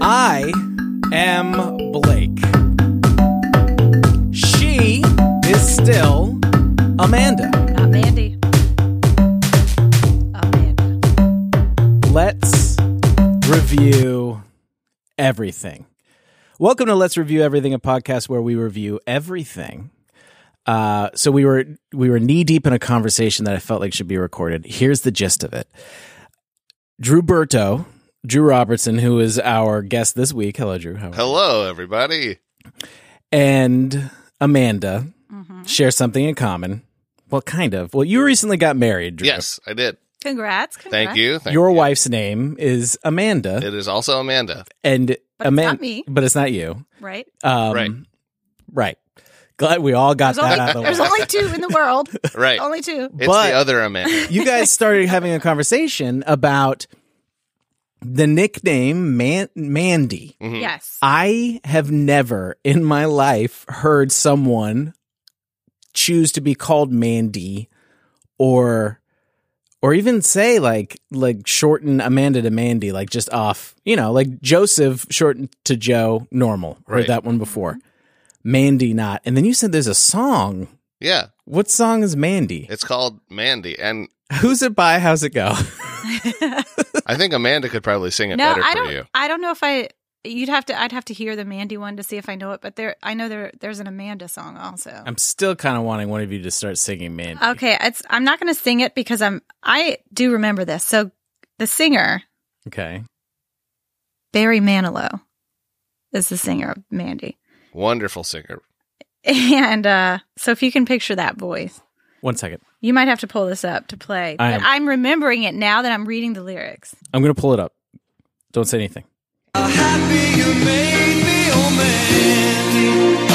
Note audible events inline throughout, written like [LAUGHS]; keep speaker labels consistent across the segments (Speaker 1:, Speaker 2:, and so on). Speaker 1: I am Blake. She is still Amanda.
Speaker 2: Not Mandy. Oh, Amanda.
Speaker 1: Let's review everything. Welcome to Let's Review Everything, a podcast where we review everything. Uh, so we were we were knee deep in a conversation that I felt like should be recorded. Here's the gist of it. Drew Berto, Drew Robertson, who is our guest this week. Hello, Drew. How are you?
Speaker 3: Hello, everybody.
Speaker 1: and Amanda
Speaker 2: Mm-hmm.
Speaker 1: Mm-hmm. share something in common. Well, kind of. Well, you recently got married. Drew.
Speaker 3: Yes, I did.
Speaker 2: Congrats. congrats.
Speaker 3: Thank you. Thank
Speaker 1: Your
Speaker 3: you.
Speaker 1: wife's name is Amanda,
Speaker 3: It is also Amanda.
Speaker 1: and
Speaker 2: But it's
Speaker 1: Aman-
Speaker 2: not me.
Speaker 1: but it's not you.
Speaker 2: Right?
Speaker 1: Um,
Speaker 3: Right.
Speaker 1: Right. Glad we all got
Speaker 2: There's
Speaker 1: that out
Speaker 2: only,
Speaker 1: of
Speaker 2: there's
Speaker 1: the way.
Speaker 2: only two in the world.
Speaker 3: [LAUGHS] Right.
Speaker 2: Only two.
Speaker 3: it's
Speaker 1: but-
Speaker 3: the other Amanda.
Speaker 1: you
Speaker 2: [LAUGHS]
Speaker 1: guys started having a conversation about the nickname Man- Mandy.
Speaker 3: Mhm.
Speaker 2: Yes.
Speaker 1: I have never in my life heard someone choose to be called Mandy or or even say like like shorten Amanda to Mandy like just off, you know, like Joseph shortened to Joe normal. Heard
Speaker 3: Right.
Speaker 1: that one before. Mandy not. And then you said there's a song.
Speaker 3: Yeah,
Speaker 1: What song is Mandy?
Speaker 3: it's called Mandy, and
Speaker 1: Who's it by? How's it go?
Speaker 2: [LAUGHS]
Speaker 3: I think Amanda could probably sing it
Speaker 2: no,
Speaker 3: better
Speaker 2: I
Speaker 3: for
Speaker 2: don't
Speaker 3: you.
Speaker 2: I don't know if I you'd have to I'd have to hear the Mandy one to see if I know it, but there I know there there's an Amanda song also.
Speaker 1: I'm still kind of wanting one of you to start singing Mandy.
Speaker 2: okay, it's I'm not going to sing it because I'm I do remember this. So the singer
Speaker 1: Okay.
Speaker 2: Barry Manilow is the singer of Mandy. [LAUGHS]
Speaker 3: Wonderful singer.
Speaker 2: And uh so if you can picture that voice
Speaker 1: One second.
Speaker 2: You might have to pull this up to play.
Speaker 1: I am-
Speaker 2: But I'm remembering it now that I'm reading the lyrics.
Speaker 1: I'm going to pull it up. Don't say anything.
Speaker 4: Happy you made me, oh man.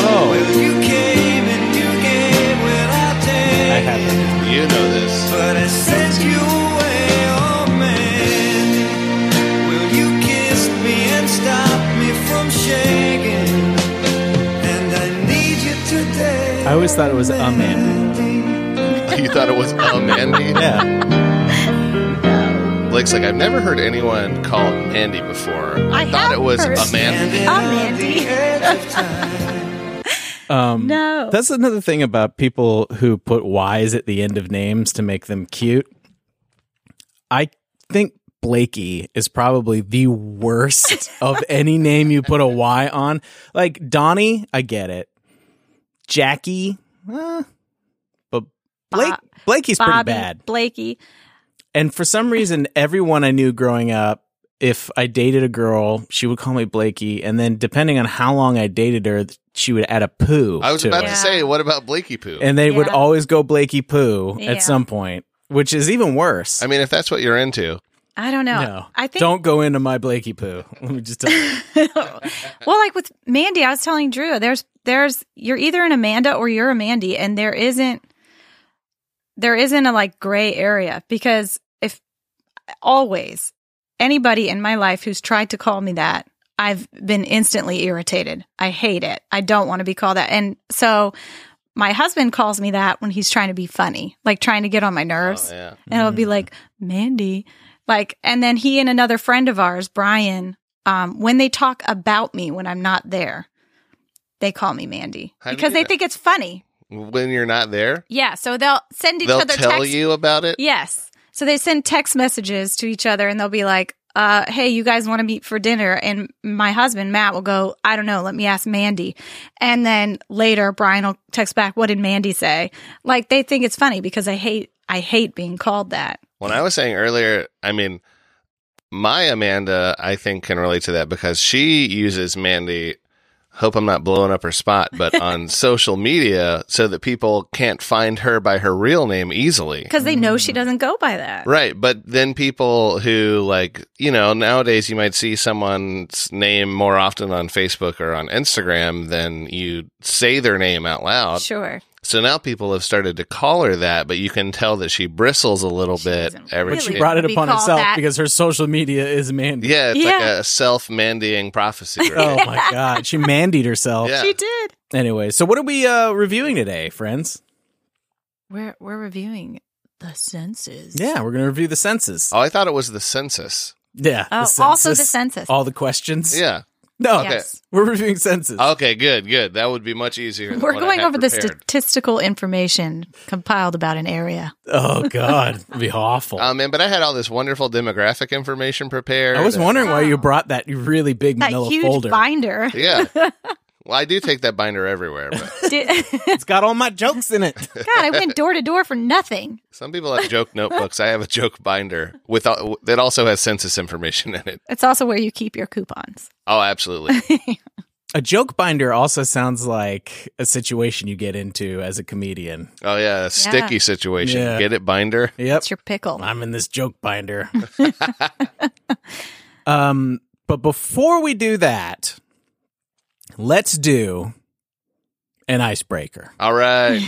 Speaker 1: Oh,
Speaker 4: You came and you gave without
Speaker 1: I
Speaker 4: take.
Speaker 1: have it.
Speaker 3: You know this. [LAUGHS]
Speaker 4: But I sent you away, oh man. Well, you kissed me and stopped me from shaking. And I need you today.
Speaker 1: I always thought it was a man.
Speaker 3: You thought it was a Mandy?
Speaker 1: Yeah.
Speaker 3: Blake's like, I've never heard anyone called Mandy before. I,
Speaker 2: I
Speaker 3: thought
Speaker 2: have
Speaker 3: it was
Speaker 2: heard-
Speaker 3: a man.
Speaker 4: Standing
Speaker 2: Oh,
Speaker 4: on
Speaker 2: Mandy.
Speaker 4: the edge of time.
Speaker 1: Um,
Speaker 2: No.
Speaker 1: That's another thing about people who put Y's at the end of names to make them cute. I think Blakey is probably the [LAUGHS] worst of any name you put a Y on. Like Donnie, I get it. Jackie, eh. but Blake,
Speaker 2: Bob-
Speaker 1: Blakey's pretty
Speaker 2: Bobby,
Speaker 1: bad.
Speaker 2: Blakey.
Speaker 1: And for some reason, everyone I knew growing up, if I dated a girl, she would call me Blakey. And then depending on how long I dated her, th- she would add a poo.
Speaker 3: I was about
Speaker 2: Yeah.
Speaker 3: to say, what about Blakey Poo?
Speaker 1: And they would
Speaker 2: Yeah.
Speaker 1: always go Blakey poo
Speaker 2: Yeah.
Speaker 1: at some point, which is even worse.
Speaker 3: I mean, if that's what you're into,
Speaker 2: I don't know.
Speaker 1: no.
Speaker 2: I think.
Speaker 1: Don't go into my Blakey poo. [LAUGHS] Let me just tell you.
Speaker 2: [LAUGHS] well, like with Mandy, I was telling Drew, there's, there's, you're either an Amanda or you're a Mandy, and there isn't, there isn't a like gray area because if always anybody in my life who's tried to call me that, I've been instantly irritated. I hate it. I don't want to be called that. And so my husband calls me that when he's trying to be funny, like trying to get on my nerves
Speaker 3: oh, yeah.
Speaker 2: and it'll be
Speaker 1: Mm.
Speaker 2: like Mandy, like, and then he and another friend of ours, Brian, um, when they talk about me when I'm not there, they call me Mandy
Speaker 3: How do you
Speaker 2: because
Speaker 3: do
Speaker 2: they
Speaker 3: that?
Speaker 2: think it's funny.
Speaker 3: when you're not there,
Speaker 2: Yeah, so they'll send each
Speaker 3: they'll
Speaker 2: other
Speaker 3: tell
Speaker 2: text.
Speaker 3: you about it.
Speaker 2: Yes, so they send text messages to each other, and they'll be like. Uh, hey, you guys want to meet for dinner? And my husband Matt will go. I don't know. Let me ask Mandy. And then later, Brian will text back. What did Mandy say? Like they think it's funny because I hate I hate being called that.
Speaker 3: When I was saying earlier, I mean, my Amanda, I think, can relate to that because she uses Mandy. Hope I'm not blowing up her spot,
Speaker 2: [LAUGHS]
Speaker 3: but on social media so that people can't find her by her real name easily.
Speaker 2: because they know she doesn't go by that.
Speaker 3: Right. But then people who, like, you know, nowadays you might see someone's name more often on Facebook or on Instagram than you say their name out loud.
Speaker 2: Sure.
Speaker 3: So now people have started to call her that, but you can tell that she bristles a little
Speaker 2: She
Speaker 3: bit
Speaker 2: doesn't
Speaker 3: every
Speaker 2: really
Speaker 1: She brought it
Speaker 2: We
Speaker 1: upon
Speaker 2: call
Speaker 1: herself
Speaker 2: that-
Speaker 1: because her social media is Mandy.
Speaker 3: Yeah, it's like
Speaker 2: Yeah.
Speaker 3: a self mandying prophecy.
Speaker 1: [LAUGHS] Oh
Speaker 3: Right?
Speaker 2: [LAUGHS]
Speaker 1: my God. She mandied herself.
Speaker 3: Yeah.
Speaker 2: She did.
Speaker 1: Anyway, so what are we uh, reviewing today, friends?
Speaker 2: We're we're reviewing the senses.
Speaker 1: Yeah, we're going to review the census.
Speaker 3: oh, I thought it was the census.
Speaker 1: Yeah.
Speaker 2: Oh, also the census.
Speaker 1: All the questions.
Speaker 3: Yeah.
Speaker 1: No,
Speaker 3: Okay.
Speaker 2: Yes.
Speaker 1: we're reviewing census.
Speaker 3: Okay, good, good. That would be much easier. than
Speaker 2: We're
Speaker 3: what I
Speaker 2: going
Speaker 3: had
Speaker 2: over the
Speaker 3: prepared.
Speaker 2: statistical information compiled about an area.
Speaker 1: [LAUGHS] oh God, it'd be awful.
Speaker 3: Oh man, but I had all this wonderful demographic information prepared.
Speaker 1: I was wondering why you brought that really big
Speaker 2: That
Speaker 1: manila
Speaker 2: huge
Speaker 1: folder.
Speaker 2: binder. [LAUGHS]
Speaker 3: Yeah. Well, I do take that binder everywhere, but
Speaker 2: Did- God,
Speaker 1: It's got all my jokes in
Speaker 2: [LAUGHS]
Speaker 1: it.
Speaker 2: I went door to door for nothing.
Speaker 3: some people have joke notebooks. I have a joke binder with all, that also has census information in it.
Speaker 2: It's also where you keep your coupons.
Speaker 3: Oh,
Speaker 2: [LAUGHS]
Speaker 3: absolutely.
Speaker 1: A joke binder also sounds like a situation you get into as a comedian.
Speaker 3: Oh yeah, a sticky situation.
Speaker 1: Yeah.
Speaker 3: Get it, binder.
Speaker 1: Yep.
Speaker 2: It's your pickle.
Speaker 1: I'm in this joke
Speaker 2: [LAUGHS]
Speaker 1: binder. [LAUGHS] um, but before we do that, let's do an icebreaker.
Speaker 3: All right.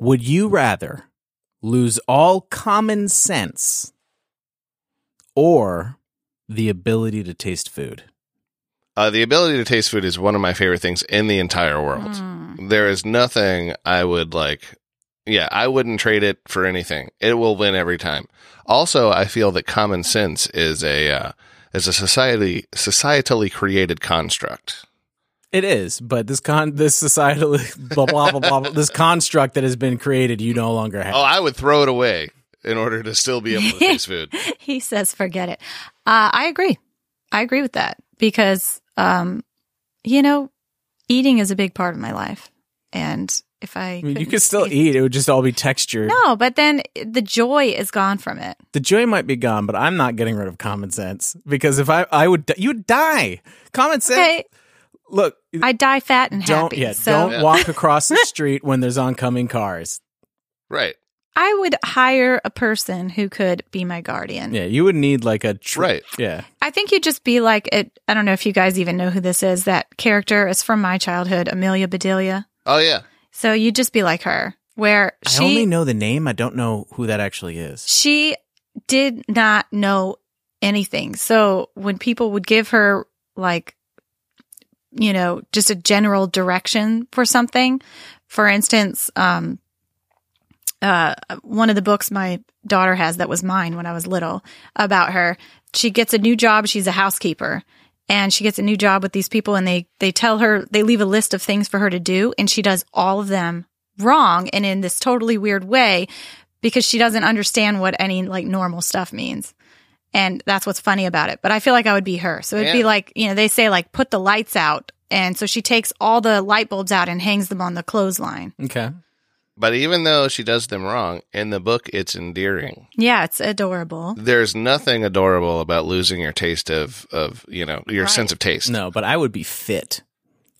Speaker 1: Would you rather lose all common sense or the ability to taste food?
Speaker 3: Uh, the ability to taste food is one of my favorite things in the entire world.
Speaker 2: Mm.
Speaker 3: There is nothing I would like. Yeah, I wouldn't trade it for anything. It will win every time. Also, I feel that common sense is a uh, is a society societally created construct.
Speaker 1: It is, but this con this societal [LAUGHS] blah blah blah blah, blah this construct that has been created, you no longer have.
Speaker 3: Oh, I would throw it away in order to still
Speaker 2: [LAUGHS]
Speaker 3: be able to taste food.
Speaker 2: [LAUGHS] He says, forget it. Uh, I agree. I agree with that because, um, you know, eating is a big part of my life. And if I,
Speaker 1: I mean, you
Speaker 2: couldn't
Speaker 1: could
Speaker 2: [LAUGHS]
Speaker 1: still
Speaker 2: taste-
Speaker 1: eat; it would just all be texture.
Speaker 2: No, but then the joy is gone from it.
Speaker 1: The joy might be gone, but I'm not getting rid of common sense because if I, I would, di- you would die. Common sense.
Speaker 2: Okay.
Speaker 1: Look,
Speaker 2: I die fat and
Speaker 1: don't
Speaker 2: happy.
Speaker 1: yeah,
Speaker 2: so
Speaker 1: don't
Speaker 3: Yeah.
Speaker 1: walk across
Speaker 2: [LAUGHS]
Speaker 1: the street when there's oncoming cars.
Speaker 3: Right.
Speaker 2: I would hire a person who could be my guardian.
Speaker 1: Yeah, you would need like a tr-
Speaker 3: Right.
Speaker 1: Yeah,
Speaker 2: I think you'd just be like it. I don't know if you guys even know who this is. That character is from my childhood, Amelia Bedelia.
Speaker 3: Oh yeah.
Speaker 2: So you'd just be like her, where
Speaker 1: I only
Speaker 2: she
Speaker 1: know the name. I don't know who that actually is.
Speaker 2: she did not know anything. So when people would give her like you know, just a general direction for something. For instance, um uh one of the books my daughter has that was mine when I was little about her, she gets a new job, she's a housekeeper. And she gets a new job with these people and they they tell her they leave a list of things for her to do and she does all of them wrong and in this totally weird way because she doesn't understand what any like normal stuff means. And that's what's funny about it. But I feel like I would be her. So it'd be
Speaker 3: Yeah.
Speaker 2: like, you know, they say like put the lights out. And so she takes all the light bulbs out and hangs them on the clothesline.
Speaker 1: Okay,
Speaker 3: But even though she does them wrong, in the book it's endearing.
Speaker 2: Yeah, it's adorable.
Speaker 3: There's nothing adorable about losing your taste of of, you know, your
Speaker 2: Right.
Speaker 3: sense of taste.
Speaker 1: no, but I would be fit.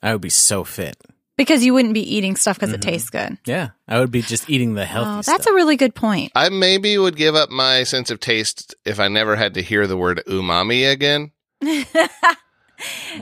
Speaker 1: I would be so fit.
Speaker 2: Because you wouldn't be eating stuff because
Speaker 1: Mhm.
Speaker 2: it tastes good.
Speaker 1: Yeah, I would be just eating the healthy.
Speaker 2: Oh, that's
Speaker 1: stuff.
Speaker 2: a really good point.
Speaker 3: I maybe would give up my sense of taste if I never had to hear the word umami again.
Speaker 1: Uh,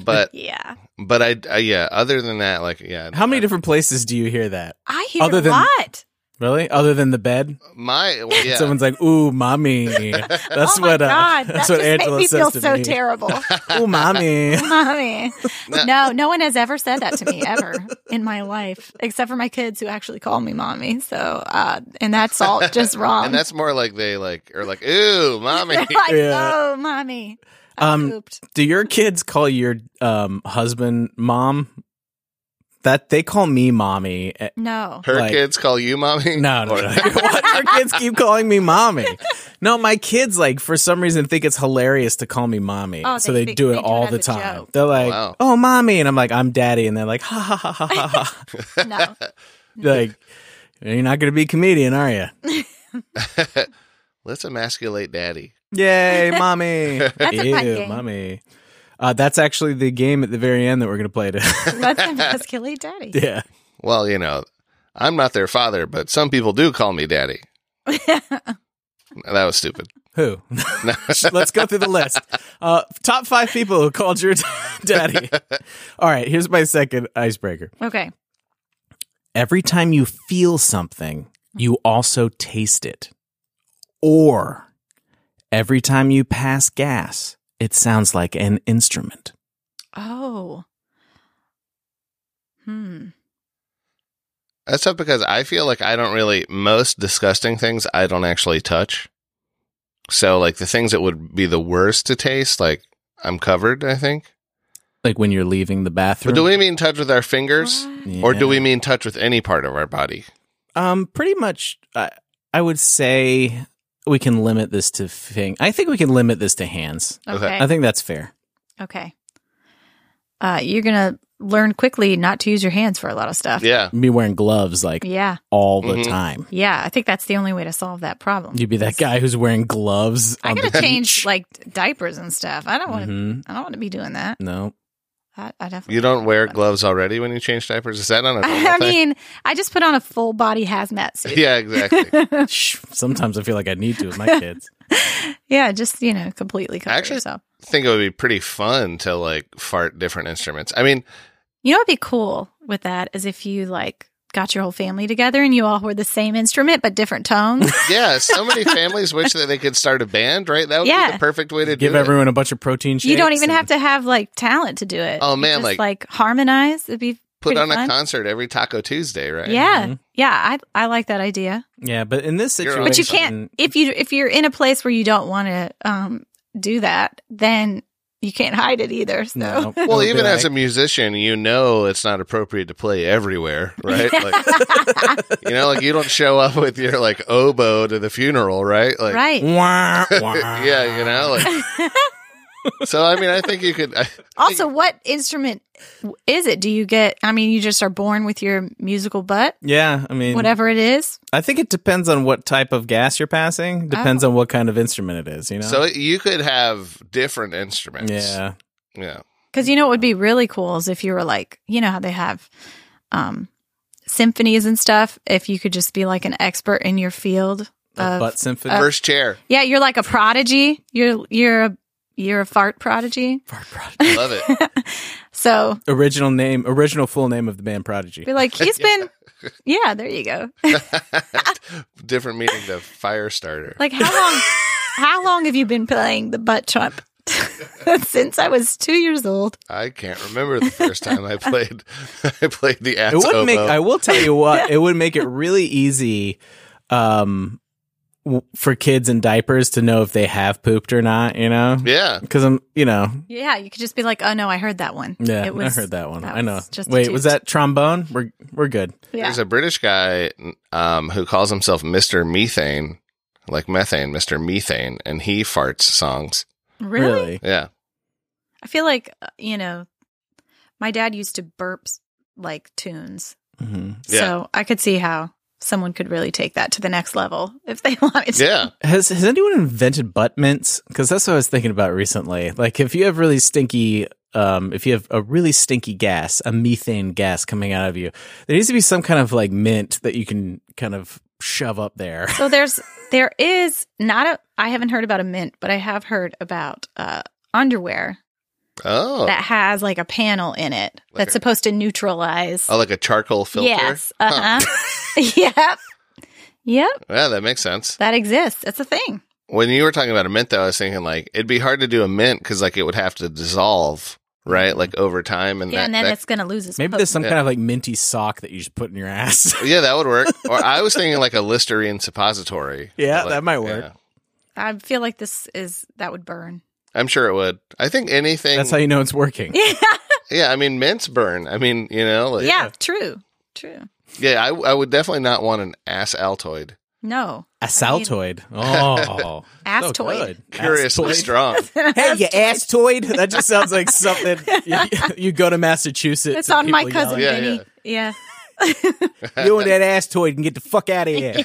Speaker 3: But
Speaker 2: yeah.
Speaker 3: but I, I yeah. Other than that, like yeah.
Speaker 1: How many different places do you hear that?
Speaker 2: I hear
Speaker 1: Other
Speaker 2: a
Speaker 1: than-
Speaker 2: lot.
Speaker 1: Really? Other than the bed?
Speaker 3: Uh, My
Speaker 1: [LAUGHS]
Speaker 3: well, yeah.
Speaker 1: Someone's like, "Ooh, mommy." That's
Speaker 2: oh my
Speaker 1: what. Uh,
Speaker 2: God.
Speaker 1: that's
Speaker 2: that
Speaker 1: what
Speaker 2: just
Speaker 1: Angela
Speaker 2: made me
Speaker 1: says
Speaker 2: feel
Speaker 1: to
Speaker 2: so
Speaker 1: me. [LAUGHS]
Speaker 2: terrible. [LAUGHS]
Speaker 1: Ooh, mommy.
Speaker 2: Mommy.
Speaker 3: No.
Speaker 2: No, no one has ever said that to me ever in my life, except for my kids who actually call me mommy. So, uh, and that's all
Speaker 1: [LAUGHS]
Speaker 2: just wrong. [LAUGHS]
Speaker 3: and that's more like they like are like ooh, mommy.
Speaker 2: They're like,
Speaker 1: Yeah.
Speaker 2: oh, mommy. I
Speaker 1: Um,
Speaker 2: pooped.
Speaker 1: Do your kids call your um, husband mom? That they call me mommy. Eh, [LAUGHS]
Speaker 2: No.
Speaker 3: Her
Speaker 1: like-
Speaker 3: kids call you mommy.
Speaker 1: No, no, [LAUGHS]
Speaker 3: Or-
Speaker 1: no. What? Your kids keep calling me mommy. No, my kids like for some reason think it's hilarious to call me mommy,
Speaker 2: Oh,
Speaker 1: so
Speaker 2: they
Speaker 1: they,
Speaker 2: think-
Speaker 1: do it
Speaker 2: they do it
Speaker 1: all
Speaker 2: as
Speaker 1: the
Speaker 2: a
Speaker 1: time.
Speaker 2: joke.
Speaker 1: They're like,
Speaker 3: Wow.
Speaker 1: "Oh, mommy," and I'm like, "I'm daddy," and they're like, "Ha ha ha ha ha."
Speaker 2: [LAUGHS]
Speaker 1: ha."
Speaker 2: No.
Speaker 1: like, you're not gonna be a comedian, are you?
Speaker 3: [LAUGHS] Let's emasculate daddy.
Speaker 2: [LAUGHS]
Speaker 1: Yay, mommy! that's
Speaker 2: a fun game.
Speaker 1: mommy. Uh, that's actually the game at the very end that we're gonna play.
Speaker 2: [LAUGHS]
Speaker 1: To- [LAUGHS]
Speaker 2: Let's emasculate daddy.
Speaker 1: yeah.
Speaker 3: Well, you know, I'm not their father, but some people do call me daddy. that was stupid.
Speaker 1: Who? Let's go through the list. Uh, top five people who called your [LAUGHS] daddy. All right, here's my second icebreaker.
Speaker 2: Okay.
Speaker 1: Every time you feel something, you also taste it. Or every time you pass gas, it sounds like an instrument.
Speaker 2: Oh. Hmm.
Speaker 3: That's tough because I feel like I don't really most disgusting things I don't actually touch. So like the things that would be the worst to taste, like I'm covered, I think.
Speaker 1: Like when you're leaving the bathroom.
Speaker 3: But do we mean touch with our fingers?
Speaker 2: What?
Speaker 1: Yeah.
Speaker 3: Or do we mean touch with any part of our body?
Speaker 1: Um, pretty much. I I would say we can limit this to thing. I think we can limit this to hands.
Speaker 3: Okay.
Speaker 2: Okay.
Speaker 1: [LAUGHS] I think that's fair.
Speaker 2: okay. Uh, you're gonna learn quickly not to use your hands for a lot of stuff.
Speaker 3: Yeah.
Speaker 1: Me wearing gloves like
Speaker 2: Yeah.
Speaker 1: all the
Speaker 3: Mhm.
Speaker 1: time.
Speaker 2: Yeah. I think that's the only way to solve that problem.
Speaker 1: You'd be that guy who's wearing gloves.
Speaker 2: I
Speaker 1: on
Speaker 2: gotta
Speaker 1: the
Speaker 2: change
Speaker 1: beach.
Speaker 2: like diapers and stuff. I don't want to.
Speaker 1: Mhm.
Speaker 2: I don't want to be doing that.
Speaker 1: No,
Speaker 2: I, I definitely.
Speaker 3: You don't wear
Speaker 2: gloves.
Speaker 3: gloves already when you change diapers? Is that on a normal
Speaker 2: [LAUGHS] I
Speaker 3: thing?
Speaker 2: mean, I just put on a full body hazmat suit.
Speaker 3: [LAUGHS] Yeah, exactly.
Speaker 1: Shh, sometimes I feel like I need to with my kids.
Speaker 2: [LAUGHS] yeah, just you know, completely cover
Speaker 3: Actually-
Speaker 2: yourself.
Speaker 3: I think it would be pretty fun to like fart different instruments. I mean,
Speaker 2: You know, what'd be cool with that is if you like got your whole family together and you all were the same instrument but different tones.
Speaker 3: yeah,
Speaker 2: [LAUGHS]
Speaker 3: so many families wish that they could start a band, right? That would be
Speaker 2: Yeah.
Speaker 3: the perfect way to
Speaker 1: Give
Speaker 3: do
Speaker 1: everyone a bunch of protein shakes.
Speaker 2: you don't even
Speaker 1: and-
Speaker 2: have to have like talent to do it.
Speaker 3: Oh,
Speaker 2: You
Speaker 3: man,
Speaker 2: just,
Speaker 3: like-
Speaker 2: like harmonize. It'd be
Speaker 3: it. Put
Speaker 2: pretty
Speaker 3: on a
Speaker 2: fun.
Speaker 3: concert every Taco Tuesday, right?
Speaker 2: Yeah,
Speaker 1: Mhm.
Speaker 2: yeah. I I like that idea.
Speaker 1: Yeah, but in this
Speaker 3: You're
Speaker 1: situation,
Speaker 3: right.
Speaker 2: But you can't if you if you're in a place where you don't want to um do that, then you can't Oh. hide it either. So.
Speaker 1: No.
Speaker 2: [LAUGHS]
Speaker 3: Well, even as a musician, you know it's not appropriate to
Speaker 2: [LAUGHS]
Speaker 3: play everywhere, right? Like, you know, like you don't show up with your like oboe to the funeral, right? Like, mm.
Speaker 2: right.
Speaker 1: Wah, wah.
Speaker 3: [LAUGHS] yeah, you know, like.
Speaker 2: [LAUGHS]
Speaker 3: so I mean, I think you could. I,
Speaker 2: Also, what instrument is it? Do you get? I mean, you just are born with your musical butt,
Speaker 1: Yeah, I mean,
Speaker 2: whatever it is.
Speaker 1: I think it depends on what type of gas you're
Speaker 2: Oh.
Speaker 1: passing. Depends on what kind of instrument it is. You know.
Speaker 3: So you could have different instruments.
Speaker 1: yeah,
Speaker 3: yeah.
Speaker 2: Because you know what would be really cool is if you were like, you know how they have um, symphonies and stuff. If you could just be like an expert in your field
Speaker 1: a
Speaker 2: of,
Speaker 1: butt symphony.
Speaker 2: Uh,
Speaker 3: First chair,
Speaker 2: yeah, you're like a prodigy. You're you're a you're a fart prodigy.
Speaker 1: Fart Prodigy.
Speaker 3: love it.
Speaker 2: [LAUGHS] So
Speaker 1: [LAUGHS] original name, original full name of the band Prodigy.
Speaker 2: be like,
Speaker 3: [LAUGHS]
Speaker 2: he's been, yeah. There you go.
Speaker 3: different meaning to fire starter.
Speaker 2: Like how
Speaker 3: [LAUGHS]
Speaker 2: long? how long have you been playing the butt trump? [LAUGHS] Since I was two years old.
Speaker 3: I can't remember the first time I played. [LAUGHS] I played the ass
Speaker 1: it would make.
Speaker 3: oboe.
Speaker 1: I will tell you
Speaker 2: [LAUGHS]
Speaker 1: what. It would make it really easy, um, w- for kids in diapers to know if they have pooped or not. You know,
Speaker 3: yeah,
Speaker 1: because I'm, you know,
Speaker 2: Yeah, you could just be like, "Oh no, I heard that one."
Speaker 1: yeah,
Speaker 2: it was,
Speaker 1: I heard that one.
Speaker 2: that
Speaker 1: I know.
Speaker 2: was just a
Speaker 1: Wait, was
Speaker 2: toot.
Speaker 1: that trombone? We're we're good.
Speaker 2: Yeah,
Speaker 3: there's a British guy um, who calls himself Mister Methane, like methane, Mister Methane, and he farts songs.
Speaker 2: really?
Speaker 3: Yeah,
Speaker 2: I feel like uh, you know, my dad used to burp like tunes,
Speaker 1: hmm
Speaker 3: Yeah.
Speaker 2: so I could see how someone could really take that to the next level if they [LAUGHS] wanted. To.
Speaker 3: yeah.
Speaker 1: Has has anyone invented butt mints? Because that's what I was thinking about recently. Like if you have really stinky um, if you have a really stinky gas, a methane gas coming out of you, there needs to be some kind of like mint that you can kind of shove up there. [LAUGHS]
Speaker 2: So there's there is not a I haven't heard about a mint, but I have heard about uh, underwear
Speaker 3: Oh,
Speaker 2: that has like a panel in it that's
Speaker 3: a-
Speaker 2: supposed to neutralize.
Speaker 3: oh, like a charcoal filter.
Speaker 2: Yes.
Speaker 3: Huh.
Speaker 2: Uh huh. [LAUGHS] yep. Yep.
Speaker 3: Yeah, that makes sense.
Speaker 2: That exists. It's a thing.
Speaker 3: When you were talking about a mint, though, I was thinking like it'd be hard to do a mint because like it would have to dissolve, right? Like over time, and
Speaker 2: Mm-hmm. yeah,
Speaker 3: that,
Speaker 2: and then
Speaker 3: that-
Speaker 2: it's going to lose its
Speaker 1: Maybe
Speaker 2: potency.
Speaker 1: there's some kind of like minty sock that you should put in your ass. [LAUGHS]
Speaker 3: yeah, that would work. Or I was thinking like a Listerine suppository.
Speaker 1: Yeah,
Speaker 3: Like,
Speaker 1: that might work.
Speaker 3: yeah.
Speaker 2: I feel like this is that would burn.
Speaker 3: I'm sure it would. I think anything.
Speaker 1: that's how you know it's working.
Speaker 2: Yeah.
Speaker 3: yeah, I mean mints burn. I mean, you know, like,
Speaker 2: yeah. True. True.
Speaker 3: yeah. I, I would definitely not want an ass Altoid.
Speaker 2: No.
Speaker 1: Asaltoid.
Speaker 2: [LAUGHS]
Speaker 1: Oh, so
Speaker 2: Astoid.
Speaker 1: good.
Speaker 3: Curiously
Speaker 1: Astoid. [LAUGHS]
Speaker 3: strong.
Speaker 1: Hey, you astoid. That just sounds like
Speaker 2: [LAUGHS]
Speaker 1: something you, you go to Massachusetts.
Speaker 2: it's
Speaker 1: and
Speaker 2: on my
Speaker 1: people yell
Speaker 2: cousin
Speaker 1: at
Speaker 3: Yeah,
Speaker 2: Vinny. Yeah.
Speaker 1: you and that astoid can get the fuck out of here.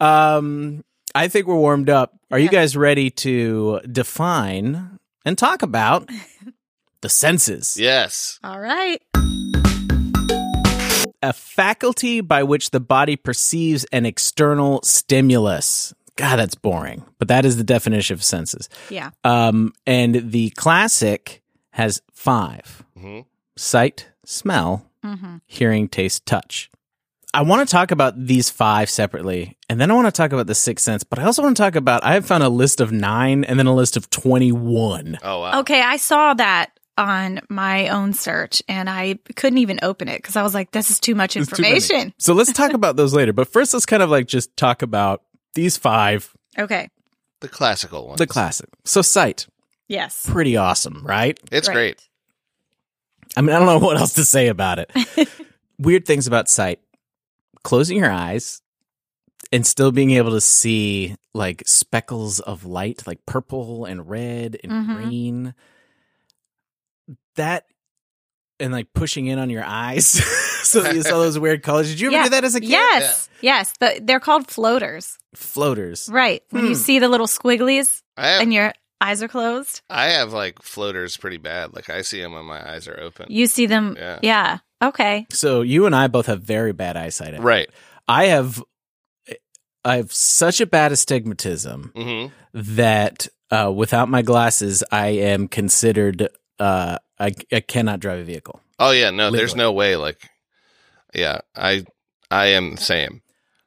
Speaker 1: um, I think we're warmed up. Are you guys ready to define and talk about the senses?
Speaker 3: yes.
Speaker 2: All right.
Speaker 1: A faculty by which the body perceives an external stimulus. God, that's boring, but that is the definition of senses.
Speaker 2: Yeah.
Speaker 1: Um, and the classic has five
Speaker 3: Mhm.
Speaker 1: sight, smell,
Speaker 2: hmm
Speaker 1: hearing, taste, touch. I want to talk about these five separately, and then I want to talk about the sixth sense, but I also want to talk about I have found a list of nine and then a list of 21.
Speaker 3: Oh wow.
Speaker 2: Okay. I saw that on my own search and I couldn't even open it because I was like, this is too much
Speaker 1: It's too many.
Speaker 2: information.
Speaker 1: So let's talk about those later, but first let's kind of like just talk about these five
Speaker 2: Okay.
Speaker 3: the classical one.
Speaker 1: The classic. So sight,
Speaker 2: Yes.
Speaker 1: pretty awesome, right?
Speaker 3: It's
Speaker 2: Right.
Speaker 3: great.
Speaker 1: I mean, I don't know [LAUGHS] what else to say about
Speaker 2: [LAUGHS]
Speaker 1: it. Weird things about sight. Closing your eyes and still being able to see like speckles of light, like purple and red and
Speaker 2: Mhm.
Speaker 1: green. That and like pushing in on your eyes [LAUGHS] so that you saw those weird colors. Did you ever
Speaker 2: Yeah.
Speaker 1: do that as a kid?
Speaker 2: Yes. Yes. The, they're called floaters.
Speaker 1: Floaters.
Speaker 2: Right. When
Speaker 1: Hmm.
Speaker 2: you see the little squigglies
Speaker 3: I have,
Speaker 2: and your eyes are closed,
Speaker 3: I have like floaters pretty bad. Like I see them when my eyes are open.
Speaker 2: you see them.
Speaker 3: Yeah.
Speaker 2: Yeah. Okay.
Speaker 1: So you and I both have very bad eyesight.
Speaker 3: Right.
Speaker 1: I have I have such a bad astigmatism
Speaker 3: hmm
Speaker 1: that uh, without my glasses, I am considered uh, I, I cannot drive a vehicle.
Speaker 3: Oh yeah. No, there's
Speaker 1: Literally.
Speaker 3: no way. Like, yeah, I I am the same.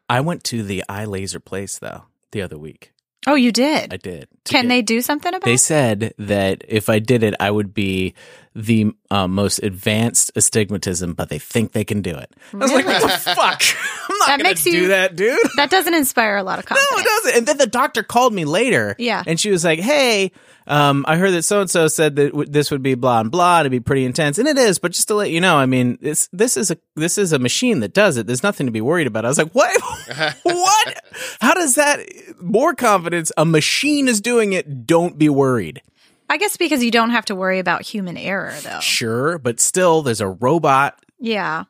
Speaker 1: I went to the eye laser place though the other week.
Speaker 2: Oh, you did.
Speaker 1: I did. to
Speaker 2: Can
Speaker 1: get-
Speaker 2: they do something about
Speaker 1: They
Speaker 2: it?
Speaker 1: said that if I did it, I would be the uh, most advanced astigmatism, but they think they can do it. I was like, what
Speaker 2: Really?
Speaker 1: the fuck? [LAUGHS] I'm not
Speaker 2: That
Speaker 1: going
Speaker 2: makes
Speaker 1: to do
Speaker 2: you-
Speaker 1: that, dude.
Speaker 2: that doesn't inspire a lot of confidence.
Speaker 1: No, it doesn't. And then the doctor called me later.
Speaker 2: Yeah.
Speaker 1: And she was like, hey, um, I heard that so and so said that w- this would be blah and blah. and It'd be pretty intense. And it is, but just to let you know, I mean, it's, this is a this is a machine that does it. There's nothing to be worried about. I was like, [LAUGHS] what? what? How does that more confidence? A machine is doing it. Don't be worried.
Speaker 2: I guess because you don't have to worry about human error, though.
Speaker 1: Sure, but still, there's a robot
Speaker 2: Yeah.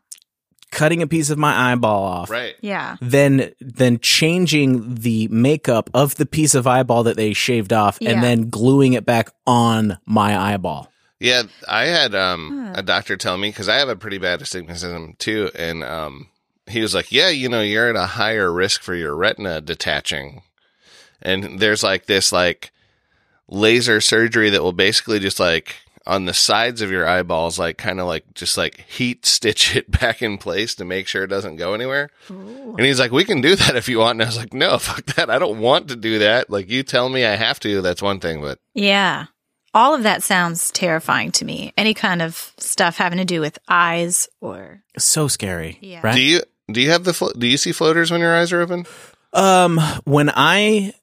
Speaker 1: cutting a piece of my eyeball off.
Speaker 3: Right.
Speaker 2: Yeah.
Speaker 1: Then, then changing the makeup of the piece of eyeball that they shaved off,
Speaker 2: Yeah.
Speaker 1: and then gluing it back on my eyeball.
Speaker 3: Yeah, I had um,
Speaker 2: Huh.
Speaker 3: a doctor tell me because I have a pretty bad astigmatism too, and um, he was like, "Yeah, you know, you're at a higher risk for your retina detaching." And there's like this like laser surgery that will basically just like on the sides of your eyeballs, like kind of like just like heat stitch it [LAUGHS] back in place to make sure it doesn't go anywhere. And he's like, "We can do that if you want." And I was like, "No, fuck that. I don't want to do that. Like, you tell me I have to. That's one thing, but
Speaker 2: Yeah. All of that sounds terrifying to me. Any kind of stuff having to do with eyes or.
Speaker 1: So scary,
Speaker 2: Yeah.
Speaker 1: right?
Speaker 3: do you do you have the flo- do you see floaters when your eyes are open?"
Speaker 1: Um, when I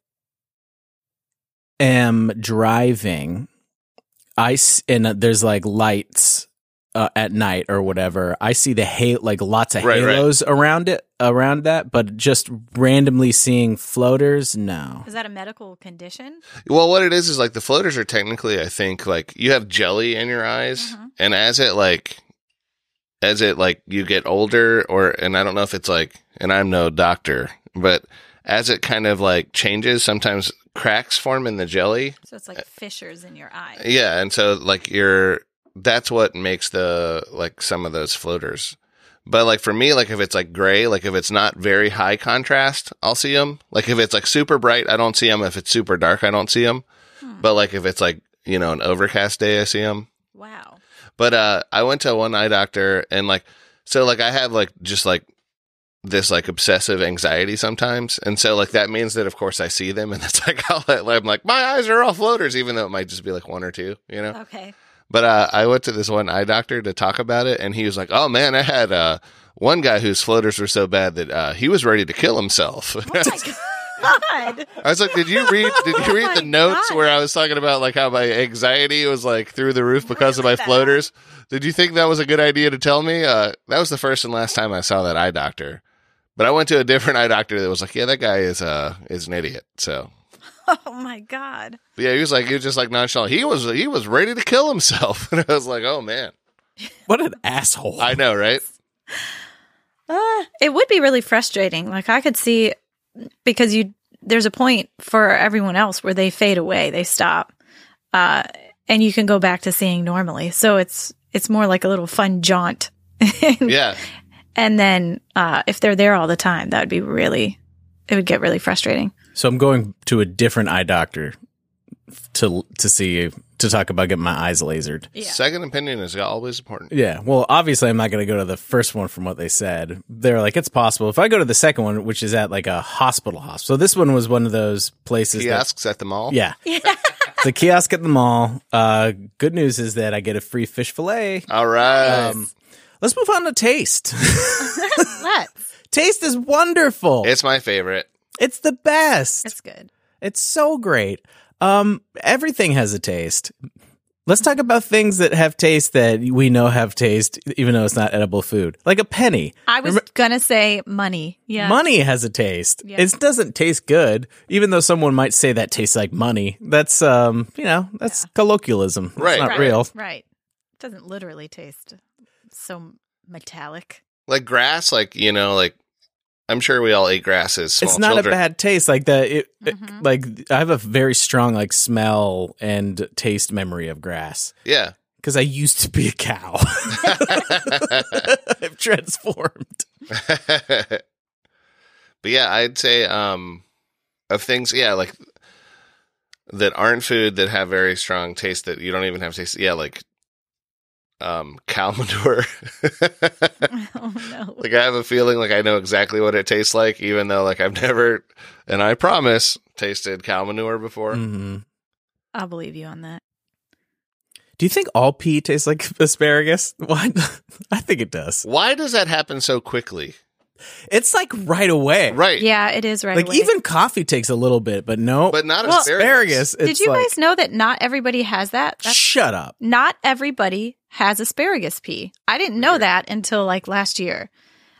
Speaker 1: am driving, I s- and uh, there's like lights uh, at night or whatever. I see the ha- like lots of
Speaker 3: Right, right.
Speaker 1: halos around it around that, but just randomly seeing floaters, no.
Speaker 2: Is that a medical condition?
Speaker 3: Well, what it is is like the floaters are technically, I think, like you have jelly in your eyes,
Speaker 2: Mhm.
Speaker 3: and as it like, as it like you get older, or and I don't know if it's like, and I'm no doctor, but as it kind of like changes, sometimes cracks form in the jelly.
Speaker 2: So it's like fissures in your eye.
Speaker 3: Yeah, and so like you're that's what makes the like some of those floaters. But like for me, like if it's like gray, like if it's not very high contrast, I'll see them. Like if it's like super bright, I don't see them. If it's super dark, I don't see them. But like if it's like you know an overcast day, I see them.
Speaker 2: Wow.
Speaker 3: But uh, I went to one eye doctor and like so like I have like just like this like obsessive anxiety sometimes, and so like that means that of course I see them, and [LAUGHS] that's like how I'm like my eyes are all floaters, even though it might just be like one or two, you know.
Speaker 2: Okay. [LAUGHS]
Speaker 3: But uh, I went to this one eye doctor to talk about it, and he was like, "Oh man, I had uh, one guy whose floaters were so bad that uh, he was ready to kill himself." [LAUGHS]
Speaker 2: God.
Speaker 3: I was like,
Speaker 2: [LAUGHS]
Speaker 3: "Did you read? Did you read the
Speaker 2: Oh my
Speaker 3: notes
Speaker 2: God.
Speaker 3: where I was talking about like how my anxiety was like through the roof because of my floaters? Did you think that was a good idea to tell me? Uh, that was the first and last time I saw that eye doctor." But I went to a different [LAUGHS] eye doctor that was like, "Yeah, that guy is uh is an idiot." So
Speaker 2: Oh my God.
Speaker 3: yeah, he was like, he was just like nonchalant. He was he was ready to kill himself, [LAUGHS] and I was like, "Oh man,
Speaker 1: What an asshole!
Speaker 3: I
Speaker 2: [LAUGHS]
Speaker 3: know, right?"
Speaker 2: Uh, it would be really frustrating. Like I could see because you there's a point for everyone else where they fade away, they stop, uh, and you can go back to seeing normally. So it's it's more like a little fun jaunt.
Speaker 3: Yeah.
Speaker 2: And then uh, if they're there all the time, that would be really it would get really frustrating.
Speaker 1: so I'm going to a different eye doctor to to see to talk about getting my eyes lasered.
Speaker 2: Yeah.
Speaker 3: Second opinion is always important.
Speaker 1: Yeah. Well, obviously, I'm not going to go to the first one from what they said. They're like, it's possible. If I go to the second one, which is at like a hospital hospital, this one was one of those places.
Speaker 3: Kiosks at the mall.
Speaker 1: That, yeah. the kiosk at the mall. Uh, good news is that I get a free fish fillet.
Speaker 3: All right.
Speaker 1: Um, let's move on to taste.
Speaker 2: [LAUGHS]
Speaker 1: [LAUGHS]
Speaker 2: Let's.
Speaker 1: taste is wonderful. It's,
Speaker 3: it's my favorite.
Speaker 1: the best.
Speaker 2: That's good.
Speaker 1: It's so great. Um, everything has a taste. Let's talk about things that have taste that we know have taste, even though it's not edible food. Like a penny.
Speaker 2: I was
Speaker 1: Remem-
Speaker 2: gonna say money. Yeah.
Speaker 1: Money has a taste.
Speaker 2: Yeah.
Speaker 1: It doesn't taste good, even though someone might say that tastes like money. That's um, you know, that's colloquialism. It's
Speaker 3: Right.
Speaker 1: not
Speaker 2: right,
Speaker 1: real.
Speaker 2: Right. Doesn't literally taste so metallic. [LAUGHS]
Speaker 3: Like grass, like you know, like I'm sure we all ate grass as small
Speaker 1: it's not
Speaker 3: children.
Speaker 1: a bad taste. Like the it, it-
Speaker 2: Mhm.
Speaker 1: like I have a very strong like smell and taste memory of grass
Speaker 3: yeah.
Speaker 1: because I used to be a cow.
Speaker 3: [LAUGHS]
Speaker 1: [LAUGHS] I've transformed.
Speaker 3: [LAUGHS] but yeah, I'd say um of things, yeah, like that aren't food that have very strong taste that you don't even have taste. Yeah, like um [LAUGHS] cow manure.
Speaker 2: oh no.
Speaker 3: like I have a feeling like I know exactly what it tastes like, even though like I've [LAUGHS] never and I promise tasted cow manure before.
Speaker 1: Mhm.
Speaker 2: I'll believe you on that.
Speaker 1: Do you think all pea tastes like [LAUGHS] asparagus? What? I think it does.
Speaker 3: Why does that happen so quickly?
Speaker 1: It's like right away.
Speaker 3: Right.
Speaker 2: Yeah, it is right.
Speaker 1: Like
Speaker 2: away.
Speaker 1: even coffee takes a little bit, but no.
Speaker 3: But not
Speaker 2: Well,
Speaker 3: asparagus.
Speaker 1: asparagus.
Speaker 2: Did
Speaker 1: it's
Speaker 2: you
Speaker 1: like,
Speaker 2: guys know that not everybody has that? That's,
Speaker 1: Shut up.
Speaker 2: not everybody has asparagus pea. I didn't know that until like last year.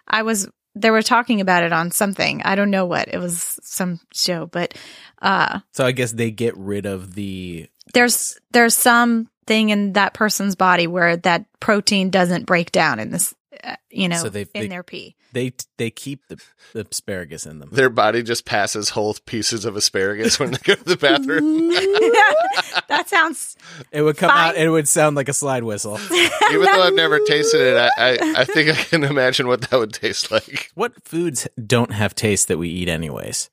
Speaker 2: I was they were talking about it on something. I don't know what. It was some show, but uh
Speaker 1: So I guess they get rid of the
Speaker 2: there's there's some thing in that person's body where that protein doesn't break down in this uh, you know
Speaker 1: So they've-
Speaker 2: in
Speaker 1: they- [LAUGHS]
Speaker 2: their pea.
Speaker 1: they they keep the, the asparagus in them.
Speaker 3: Their body just passes whole pieces of asparagus when they go
Speaker 2: [LAUGHS]
Speaker 3: to the bathroom.
Speaker 2: [LAUGHS] that sounds
Speaker 1: It would come
Speaker 2: Fine.
Speaker 1: out and it would sound like a slide
Speaker 2: [LAUGHS]
Speaker 1: whistle.
Speaker 3: Even though I've never tasted it, I, I, I think I can imagine what that would taste like.
Speaker 1: What foods don't have taste that we eat anyways?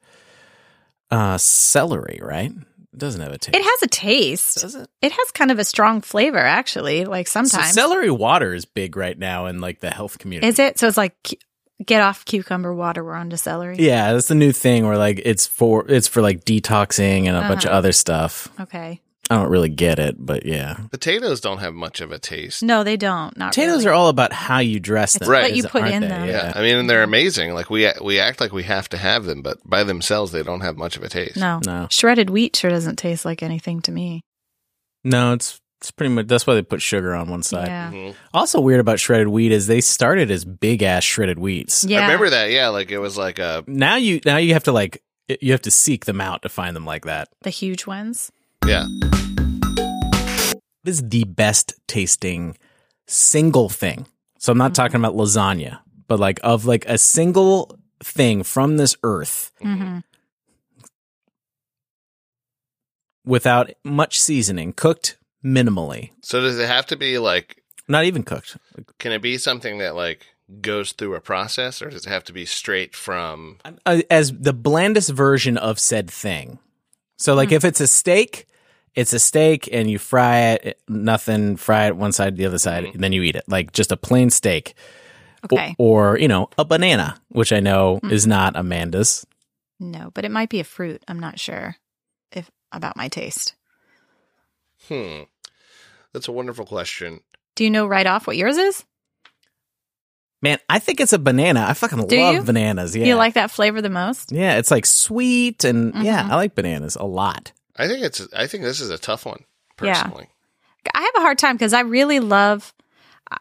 Speaker 1: Uh celery, right? Doesn't have a taste.
Speaker 2: it has a taste.
Speaker 1: does it?
Speaker 2: It has kind of a strong flavor actually, like
Speaker 1: So
Speaker 2: sometimes.
Speaker 1: celery water is big right now in like the health community.
Speaker 2: Is it? So it's like cu- get off cucumber water, we're on to celery.
Speaker 1: Yeah, that's the new thing where like it's for it's for like detoxing and a bunch
Speaker 2: Uh-huh.
Speaker 1: of other stuff.
Speaker 2: Okay.
Speaker 1: I don't really get it, but yeah.
Speaker 3: Potatoes don't have much of a taste.
Speaker 2: No, they don't. Not
Speaker 1: Potatoes
Speaker 2: really.
Speaker 1: are all about how you dress them.
Speaker 2: It's what you put
Speaker 1: aren't
Speaker 2: in
Speaker 1: they?
Speaker 2: them.
Speaker 3: Yeah, I mean, and they're amazing. Like we we act like we have to have them, but by themselves they don't have much of a taste.
Speaker 2: no.
Speaker 1: No.
Speaker 2: Shredded wheat sure doesn't taste like anything to me.
Speaker 1: No, it's it's pretty much that's why they put sugar on one side.
Speaker 2: Yeah.
Speaker 3: Mhm.
Speaker 1: Also weird about shredded wheat is they started as big ass shredded wheats.
Speaker 2: Yeah.
Speaker 3: I remember that. Yeah, like it was like a
Speaker 1: now you now you have to like you have to seek them out to find them like that.
Speaker 2: The huge ones.
Speaker 3: yeah.
Speaker 1: This is the best tasting single thing. So
Speaker 2: Mm-hmm.
Speaker 1: I'm not talking about lasagna, but like of like a single thing from this earth
Speaker 2: Mm-hmm.
Speaker 1: without much seasoning, cooked minimally.
Speaker 3: So does it have to be like?
Speaker 1: Not even cooked.
Speaker 3: Can it be something that like goes through a process, or does it have to be straight from?
Speaker 1: Uh, As the blandest version of said thing. So like if it's a steak, it's a steak and you fry it, nothing, fry it one side, the other side, and then you eat it. Like just a plain steak. O-
Speaker 2: Mm-hmm. Okay. Mm.
Speaker 1: or you know a banana which i know is not amanda's
Speaker 2: No, but it might be a fruit. I'm not sure if about my taste.
Speaker 3: Hmm. That's a wonderful question.
Speaker 2: Do you know right off what yours is?
Speaker 1: man i think it's a banana i fucking
Speaker 2: Do
Speaker 1: love
Speaker 2: you?
Speaker 1: bananas yeah
Speaker 2: You like that flavor the most?
Speaker 1: yeah it's like sweet and
Speaker 2: Mm-hmm.
Speaker 1: yeah i like bananas a lot
Speaker 3: I think it's. I think this is a tough one
Speaker 2: Yeah.
Speaker 3: personally.
Speaker 2: I have a hard time because I really love uh,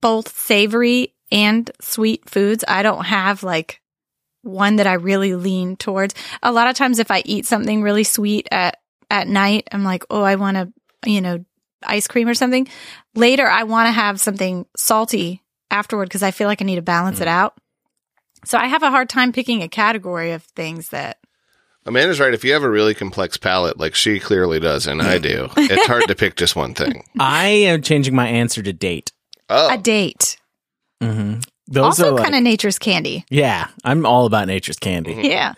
Speaker 2: both savory and sweet foods. I don't have like one that I really lean towards. A lot of times, if I eat something really sweet at at night, I'm like, oh, I want to, you know, ice cream or something. Later, I want to have something salty afterward because I feel like I need to balance
Speaker 1: Mm.
Speaker 2: it out. So I have a hard time picking a category of things that
Speaker 3: Amanda's right. If you have a really complex palate, like she clearly does, and I do, it's hard to pick just one thing.
Speaker 1: [LAUGHS] i am changing my answer to date
Speaker 3: Oh,
Speaker 2: a date.
Speaker 1: mm-hmm. those
Speaker 2: also,
Speaker 1: are like, Hmm.
Speaker 2: kind of nature's candy.
Speaker 1: yeah i'm all about nature's candy
Speaker 2: Yeah.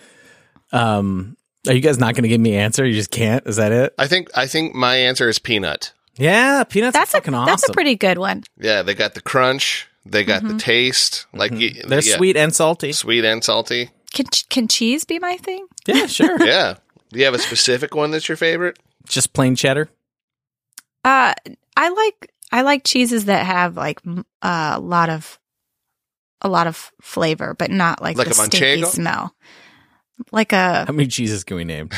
Speaker 3: Mm-hmm.
Speaker 1: um are you guys not gonna give me an answer you just can't is that it
Speaker 3: I think I think my answer is peanut.
Speaker 1: yeah peanuts
Speaker 2: That's
Speaker 1: are
Speaker 2: a,
Speaker 1: fucking awesome
Speaker 2: that's a pretty good one.
Speaker 3: Yeah, they got the crunch. They got the taste. Like y-
Speaker 1: Mm-hmm. they're
Speaker 3: yeah,
Speaker 1: sweet and salty
Speaker 3: sweet and salty.
Speaker 2: Can can cheese be my thing?
Speaker 1: yeah sure [LAUGHS]
Speaker 3: Yeah. Do you have a specific one that's your favorite?
Speaker 1: just plain cheddar
Speaker 2: Uh, I like I like cheeses that have like m- uh, a lot of a lot of flavor, but not like
Speaker 3: Like
Speaker 2: the
Speaker 3: a
Speaker 2: stinky
Speaker 3: Manchego?
Speaker 2: smell. like a
Speaker 1: [LAUGHS] How many cheeses can we name?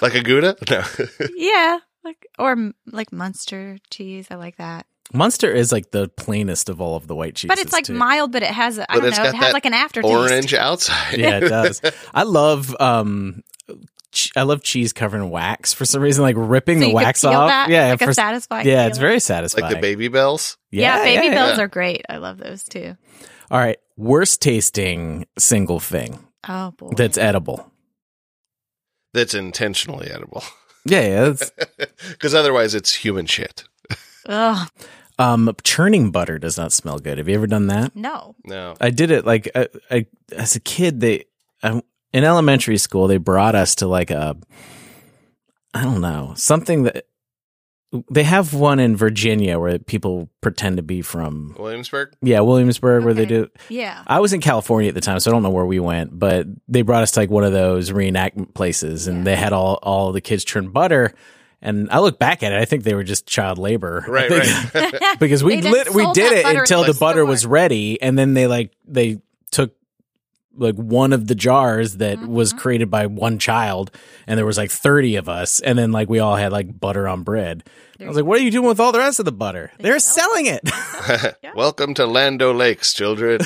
Speaker 3: Like a Gouda? [LAUGHS] No.
Speaker 2: yeah, like or m- like Munster cheese. I like that,
Speaker 1: Munster is like the plainest of all of the white cheeses.
Speaker 2: but it's like
Speaker 1: too.
Speaker 2: mild, but it has a, I
Speaker 3: But
Speaker 2: don't
Speaker 3: it's
Speaker 2: know, it
Speaker 3: got
Speaker 2: has
Speaker 3: that
Speaker 2: like an aftertaste.
Speaker 3: Orange
Speaker 1: [LAUGHS]
Speaker 3: outside. [LAUGHS]
Speaker 1: yeah, it does. I love um, ch- I love cheese covered in wax for some reason, like ripping
Speaker 2: So
Speaker 1: the
Speaker 2: you
Speaker 1: wax
Speaker 2: could peel
Speaker 1: off.
Speaker 2: that,
Speaker 1: yeah,
Speaker 2: like
Speaker 1: for
Speaker 2: a
Speaker 1: s-
Speaker 2: satisfying.
Speaker 1: yeah, it's
Speaker 2: feeling.
Speaker 1: very
Speaker 3: Like
Speaker 1: satisfying.
Speaker 3: the baby bells.
Speaker 2: Yeah, baby
Speaker 1: yeah,
Speaker 2: bells
Speaker 1: yeah.
Speaker 2: are great. I love those too.
Speaker 1: All right, worst tasting single thing
Speaker 2: Oh boy,
Speaker 1: that's edible.
Speaker 3: That's intentionally edible. [LAUGHS]
Speaker 1: Yeah, yeah. That's,
Speaker 3: Because otherwise, it's human shit.
Speaker 2: Ugh,
Speaker 1: um, churning butter does not smell good. Have you ever done that?
Speaker 2: no.
Speaker 3: No.
Speaker 1: I did it like I, I as a kid. They I, in elementary school they brought us to like a I don't know something that they have one in Virginia where people pretend to be from.
Speaker 3: Williamsburg?
Speaker 1: Yeah, Williamsburg, where they
Speaker 2: Okay.
Speaker 1: do.
Speaker 3: [LAUGHS]
Speaker 2: Yeah. [LAUGHS]
Speaker 1: I was in California at the time, so I don't know where we went, but they brought us to like one of those reenactment places, and
Speaker 2: Yeah.
Speaker 1: they had all all the kids churn butter. And I look back at it, I think they were just child labor, I [LAUGHS]
Speaker 3: Right,
Speaker 1: think-
Speaker 3: right.
Speaker 1: because we
Speaker 2: They just
Speaker 1: lit, we
Speaker 2: sold
Speaker 1: did
Speaker 2: that
Speaker 1: it
Speaker 2: butter
Speaker 1: until
Speaker 2: at
Speaker 1: the
Speaker 2: the
Speaker 1: butter
Speaker 2: store.
Speaker 1: was ready, and then they like they took like one of the jars that was created by one child, and there was like thirty of us, and then like we all had like butter on bread. I was like, "What are you doing with all the rest of the butter? They are
Speaker 2: sell
Speaker 1: selling it." [LAUGHS]
Speaker 2: [LAUGHS]
Speaker 3: [LAUGHS] Welcome to Lando Lakes, children.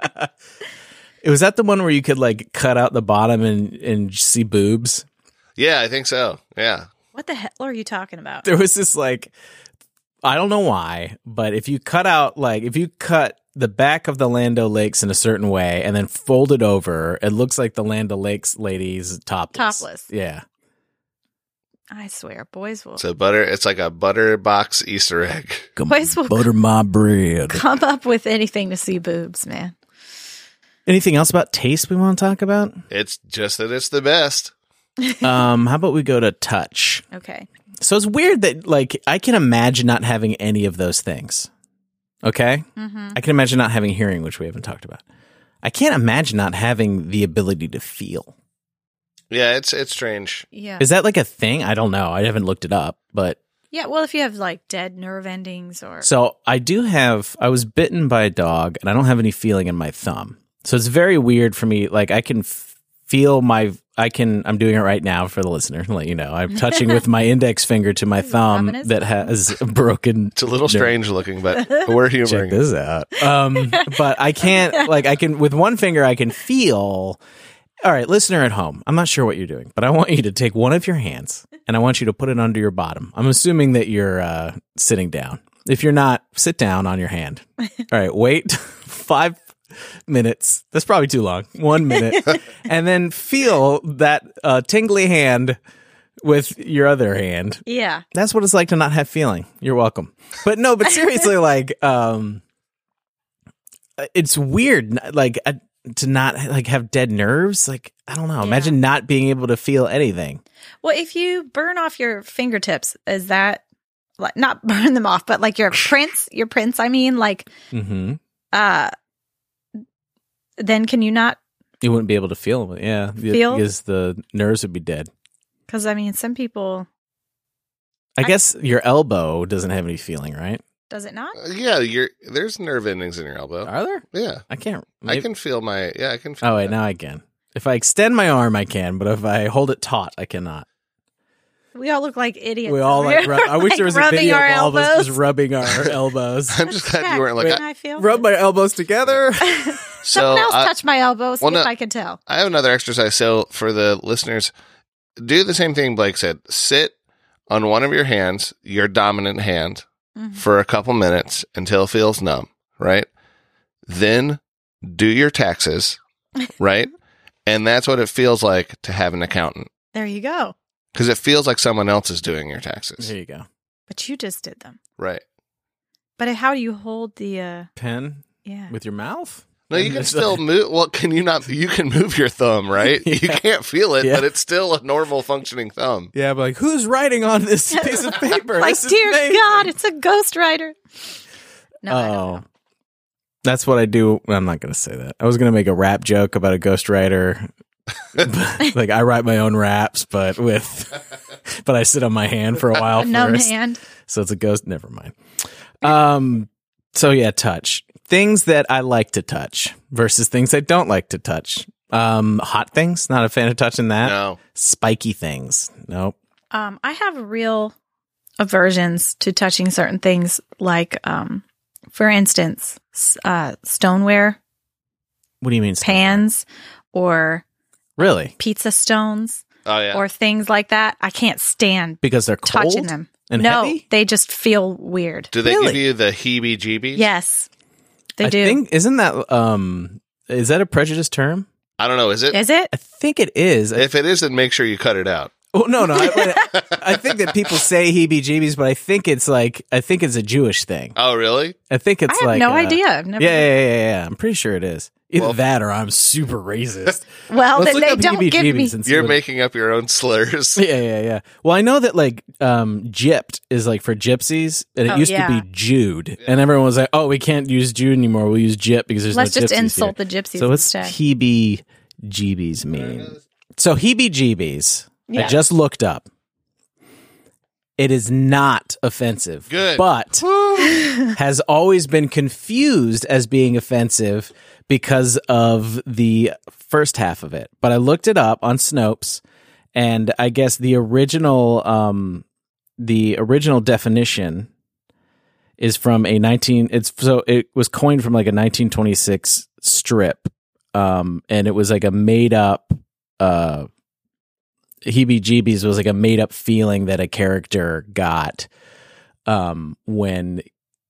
Speaker 1: it was that the one where you could like cut out the bottom and and see boobs.
Speaker 3: yeah, I think so. Yeah.
Speaker 2: What the hell are you talking
Speaker 1: [LAUGHS]
Speaker 2: about?
Speaker 1: there was this like I don't know why, but if you cut out like if you cut the back of the Lando Lakes in a certain way and then fold it over, it looks like the Lando Lakes ladies topless.
Speaker 2: Topless.
Speaker 1: Yeah.
Speaker 2: I swear, boys will
Speaker 3: So butter, it's like a butter box Easter egg.
Speaker 2: Boys will-
Speaker 1: butter my bread.
Speaker 2: come up with anything to see boobs, man.
Speaker 1: Anything else about taste we want to talk
Speaker 2: [LAUGHS]
Speaker 1: about?
Speaker 3: It's just that it's the best.
Speaker 1: um, how about we go to touch?
Speaker 2: Okay.
Speaker 1: So it's weird that like I can imagine not having any of those things. Okay?
Speaker 2: Mm-hmm.
Speaker 1: I can imagine not having hearing, which we haven't talked about. I can't imagine not having the ability to feel.
Speaker 3: Yeah, it's it's strange.
Speaker 2: Yeah.
Speaker 1: Is that like a thing? I don't know. I haven't looked it up, but
Speaker 2: yeah. Well, if you have like dead nerve endings or
Speaker 1: so I do have. I was bitten by a dog, and I don't have any feeling in my thumb. So it's very weird for me. Like I can f- feel my. I can. I'm doing it right now for the listener to let you know. I'm
Speaker 2: [LAUGHS]
Speaker 1: touching with my index finger to my
Speaker 2: He's
Speaker 1: thumb
Speaker 2: rubbing his
Speaker 1: that
Speaker 2: thumb.
Speaker 1: has [LAUGHS] a broken.
Speaker 3: It's a little
Speaker 1: nerve.
Speaker 3: strange
Speaker 2: [LAUGHS]
Speaker 3: looking, but we're
Speaker 1: Check
Speaker 3: humoring. it.
Speaker 1: this out. Um, but I can't. Like I can with one finger. I can feel. All right, listener at home, I'm not sure what you're doing, but I want you to take one of your hands and I want you to put it under your bottom. I'm assuming that you're uh, sitting down. If you're not, sit down on your hand. All right, wait [LAUGHS] five minutes. That's probably too long. One minute. and then feel that uh, tingly hand with your other hand.
Speaker 2: yeah,
Speaker 1: That's what it's like to not have feeling. You're welcome. But no, but
Speaker 2: [LAUGHS]
Speaker 1: seriously, like, um, it's weird, n- like, uh, to not like have dead nerves. Like, I don't know.
Speaker 2: Yeah.
Speaker 1: Imagine not being able to feel anything.
Speaker 2: Well, if you burn off your fingertips, is that like not [LAUGHS] burn them off, but like your prints, your prints, I mean, like
Speaker 1: Mm-hmm.
Speaker 2: uh then can you not
Speaker 1: You wouldn't be able to feel them. Yeah, Y-
Speaker 2: Feel?
Speaker 1: because the nerves would be dead.
Speaker 2: cuz I mean, some people
Speaker 1: I
Speaker 2: I-
Speaker 1: guess your elbow doesn't have any feeling, right?
Speaker 2: does it not?
Speaker 3: Uh, Yeah, you're, there's nerve endings in your elbow.
Speaker 1: Are there?
Speaker 3: Yeah,
Speaker 1: I can't.
Speaker 3: I
Speaker 1: maybe-
Speaker 3: can feel my. Yeah, I can. feel
Speaker 1: Oh wait,
Speaker 3: that.
Speaker 1: now I can. If I extend my arm, I can, but if I hold it taut, I cannot.
Speaker 2: We all look like idiots.
Speaker 1: We all
Speaker 2: over
Speaker 1: like.
Speaker 2: [LAUGHS] here.
Speaker 1: Rub- I wish
Speaker 2: Like,
Speaker 1: there was a
Speaker 2: rubbing
Speaker 1: video
Speaker 2: our
Speaker 1: of all of us
Speaker 2: elbows.
Speaker 1: just rubbing our [LAUGHS] elbows.
Speaker 3: [LAUGHS] I'm just glad you
Speaker 2: Check.
Speaker 3: weren't like.
Speaker 2: Can
Speaker 3: I,
Speaker 2: I feel
Speaker 1: Rub my elbows
Speaker 2: [LAUGHS]
Speaker 1: together.
Speaker 3: so uh,
Speaker 2: Someone else
Speaker 3: I-
Speaker 2: touched my elbow. See
Speaker 3: Well, no-
Speaker 2: if I can tell.
Speaker 3: I have another exercise. So for the listeners, do the same thing Blake said. Sit on one of your hands, your dominant hand,
Speaker 1: Mm-hmm.
Speaker 2: Mhm.
Speaker 3: for a couple minutes until it feels numb, right? Then do your
Speaker 1: [LAUGHS]
Speaker 3: taxes, right? and that's what it feels like to have an accountant
Speaker 2: There you go.
Speaker 3: because it feels like someone else is doing your taxes,
Speaker 1: There you go.
Speaker 2: But you just did them.
Speaker 3: right?
Speaker 2: But how do you hold the uh
Speaker 1: Pen
Speaker 2: yeah.
Speaker 1: with your mouth.
Speaker 3: No, you
Speaker 1: And
Speaker 3: can
Speaker 1: it's
Speaker 3: still
Speaker 1: like-
Speaker 3: move. Well, can you not? You can move your
Speaker 1: [LAUGHS]
Speaker 3: thumb, right? You
Speaker 1: Yeah.
Speaker 3: can't feel it,
Speaker 1: Yeah.
Speaker 3: but it's still a normal functioning thumb.
Speaker 1: Yeah, but like, who's writing on
Speaker 2: [LAUGHS]
Speaker 1: this piece of paper?
Speaker 2: Like
Speaker 1: This is
Speaker 2: dear
Speaker 1: amazing.
Speaker 2: god, it's a ghostwriter. No, I don't
Speaker 1: oh,
Speaker 2: know.
Speaker 1: that's what I do. I'm not going to say that. I was going to make a rap joke about a [LAUGHS] ghostwriter. like I write my own raps, but with, but I sit on my hand for a while
Speaker 2: a [LAUGHS] numb
Speaker 1: first.
Speaker 2: hand.
Speaker 1: So it's a ghost. Never mind. Um. So yeah, touch. things that I like to touch versus things I don't like to touch. Um, hot things, not a fan of touching that.
Speaker 3: No.
Speaker 1: Spiky things, nope.
Speaker 2: Um, I have real aversions to touching certain things, like, um, for instance, s- uh, stoneware,
Speaker 1: What do you mean? stuff?
Speaker 2: pans, or
Speaker 1: Really?
Speaker 2: pizza stones,
Speaker 3: Oh yeah.
Speaker 2: or things like that. I can't stand
Speaker 1: Because they're cold
Speaker 2: touching them.
Speaker 1: and
Speaker 2: no,
Speaker 1: heavy.
Speaker 2: they just feel weird.
Speaker 3: do they give
Speaker 1: really?
Speaker 3: you the heebie-jeebies?
Speaker 2: Yes, they
Speaker 1: I
Speaker 2: do.
Speaker 1: think isn't that um is that a prejudice term?
Speaker 3: I don't know. Is it?
Speaker 2: Is it?
Speaker 1: I think it is. I-
Speaker 3: if it is, then make sure you cut it out.
Speaker 1: Oh no, no. I, I think that people say heebie-jeebies, but I think it's like I think it's a Jewish thing.
Speaker 3: Oh really?
Speaker 1: I think it's
Speaker 2: I have
Speaker 1: like
Speaker 2: no
Speaker 1: uh,
Speaker 2: idea. I've never.
Speaker 1: Yeah, yeah, yeah, yeah, yeah. I'm pretty sure it is. Either
Speaker 3: Well-
Speaker 1: that or I'm super racist. Let's
Speaker 2: Well, Oh, then
Speaker 1: look
Speaker 2: they
Speaker 1: up
Speaker 2: don't give me.
Speaker 1: heebie-jeebies and see
Speaker 3: You're
Speaker 1: what-
Speaker 3: making up your own
Speaker 2: [LAUGHS]
Speaker 1: [LAUGHS]
Speaker 3: slurs.
Speaker 1: Yeah, yeah, yeah. Well, I know that like um gypped is like for gypsies, and it
Speaker 2: Oh,
Speaker 1: used
Speaker 2: yeah.
Speaker 1: to be Jude, and everyone was like, "Oh, we can't use Jude anymore. We'll use gyp because there's
Speaker 2: Let's
Speaker 1: no
Speaker 2: just
Speaker 1: gypsies
Speaker 2: insult
Speaker 1: here.
Speaker 2: the gypsies
Speaker 1: So what's
Speaker 2: instead.
Speaker 1: heebie jeebies mean? So heebie jeebies. I
Speaker 2: Yeah.
Speaker 1: just looked up. It is not offensive,
Speaker 3: Good.
Speaker 1: but has always been confused as being offensive because of the first half of it. But I looked it up on Snopes, and I guess the original um, the original definition is from a 19 it's so it was coined from like a 1926 strip um and it was like a made up uh heebie jeebies was like a made up feeling that a character got um when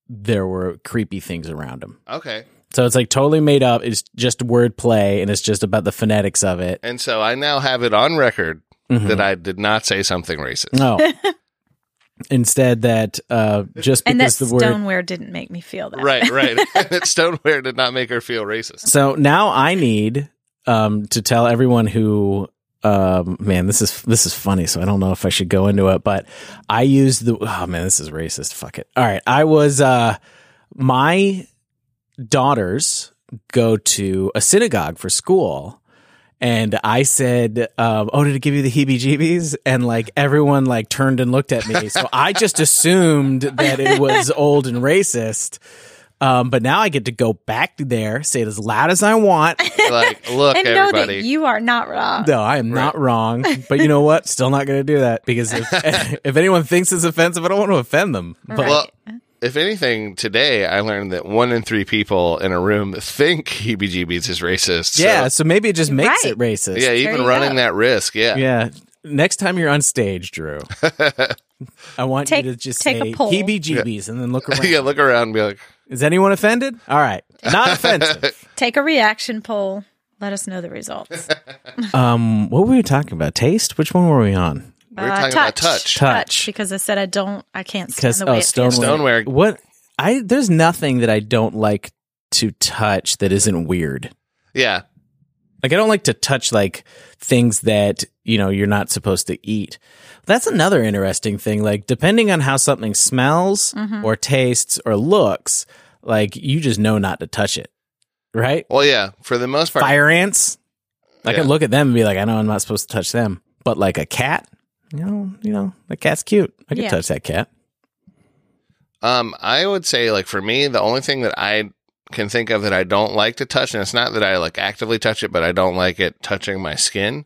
Speaker 1: there were creepy things around him
Speaker 3: Okay.
Speaker 1: so it's like totally made up it's just wordplay and it's just about the phonetics of it
Speaker 3: And so I now have it on record
Speaker 1: Mhm.
Speaker 3: that I did not say something racist.
Speaker 1: no
Speaker 2: [LAUGHS]
Speaker 1: instead that uh just
Speaker 2: and that
Speaker 1: because the word
Speaker 2: stoneware didn't make me feel that. [LAUGHS]
Speaker 3: Right, right. [LAUGHS] that stoneware did not make her feel racist.
Speaker 1: So now I need um, to tell everyone who. Um, man, this is this is funny. So I don't know if I should go into it, but I used the. Oh man, this is racist. Fuck it. All right, I was. Uh, my daughters go to a synagogue for school, and I said, um, "Oh, did it give you the heebie-jeebies?" And like everyone like turned and looked at me. So I just assumed that it was old and racist. Um, but now I get to go back there, say it as loud as I
Speaker 2: [LAUGHS]
Speaker 1: want.
Speaker 3: Like, look,
Speaker 2: And know
Speaker 3: everybody.
Speaker 2: that you are not wrong.
Speaker 1: No, I am not wrong. But you know what? Still not going to do that because
Speaker 2: [LAUGHS]
Speaker 1: if, [LAUGHS] if anyone thinks it's offensive, I don't want to offend them. But
Speaker 2: Right.
Speaker 3: Well, if anything, today I learned that one in three people in a room think heebie jeebies is racist. So,
Speaker 1: yeah, so maybe it just makes
Speaker 2: Right.
Speaker 1: it racist.
Speaker 3: yeah, even
Speaker 2: you
Speaker 3: running
Speaker 2: go.
Speaker 3: that risk. Yeah.
Speaker 1: Yeah. Next time you're on stage,
Speaker 2: [LAUGHS]
Speaker 1: Drew, I want
Speaker 2: Take-
Speaker 1: you to just
Speaker 2: take a
Speaker 1: say
Speaker 2: poll.
Speaker 1: heebie jeebies and then
Speaker 2: [LAUGHS]
Speaker 1: look around.
Speaker 3: [LAUGHS] yeah, look around and be like,
Speaker 1: Is anyone offended? All right. Not
Speaker 2: [LAUGHS]
Speaker 1: offensive.
Speaker 2: Take a reaction poll. Let us know the results.
Speaker 1: um, what were we talking about? Taste? Which one were we on?
Speaker 3: we [LAUGHS] were talking about touch.
Speaker 1: Touch.
Speaker 2: Uh, because I said I don't. I can't stand
Speaker 1: Because
Speaker 2: the way
Speaker 1: oh,
Speaker 2: it feels.
Speaker 1: stoneware.
Speaker 3: Stoneware.
Speaker 1: What I there's nothing that I don't like to touch that isn't weird.
Speaker 3: Yeah.
Speaker 1: Like I don't like to touch like things that, you know, you're not supposed to eat. That's another interesting thing. Like depending on how something smells
Speaker 2: Mm-hmm.
Speaker 1: or tastes or looks, like you just know not to touch it. Right?
Speaker 3: Well, yeah, for the most part.
Speaker 1: Fire ants. I
Speaker 3: Yeah.
Speaker 1: can look at them and be like, I know I'm not supposed to touch them. But like a cat, you know, you know, the cat's cute. I could
Speaker 2: Yeah.
Speaker 1: touch that cat.
Speaker 3: Um, I would say, like, for me, the only thing that I can think of that I don't like to touch, and it's not that I like actively touch it, but I don't like it touching my skin,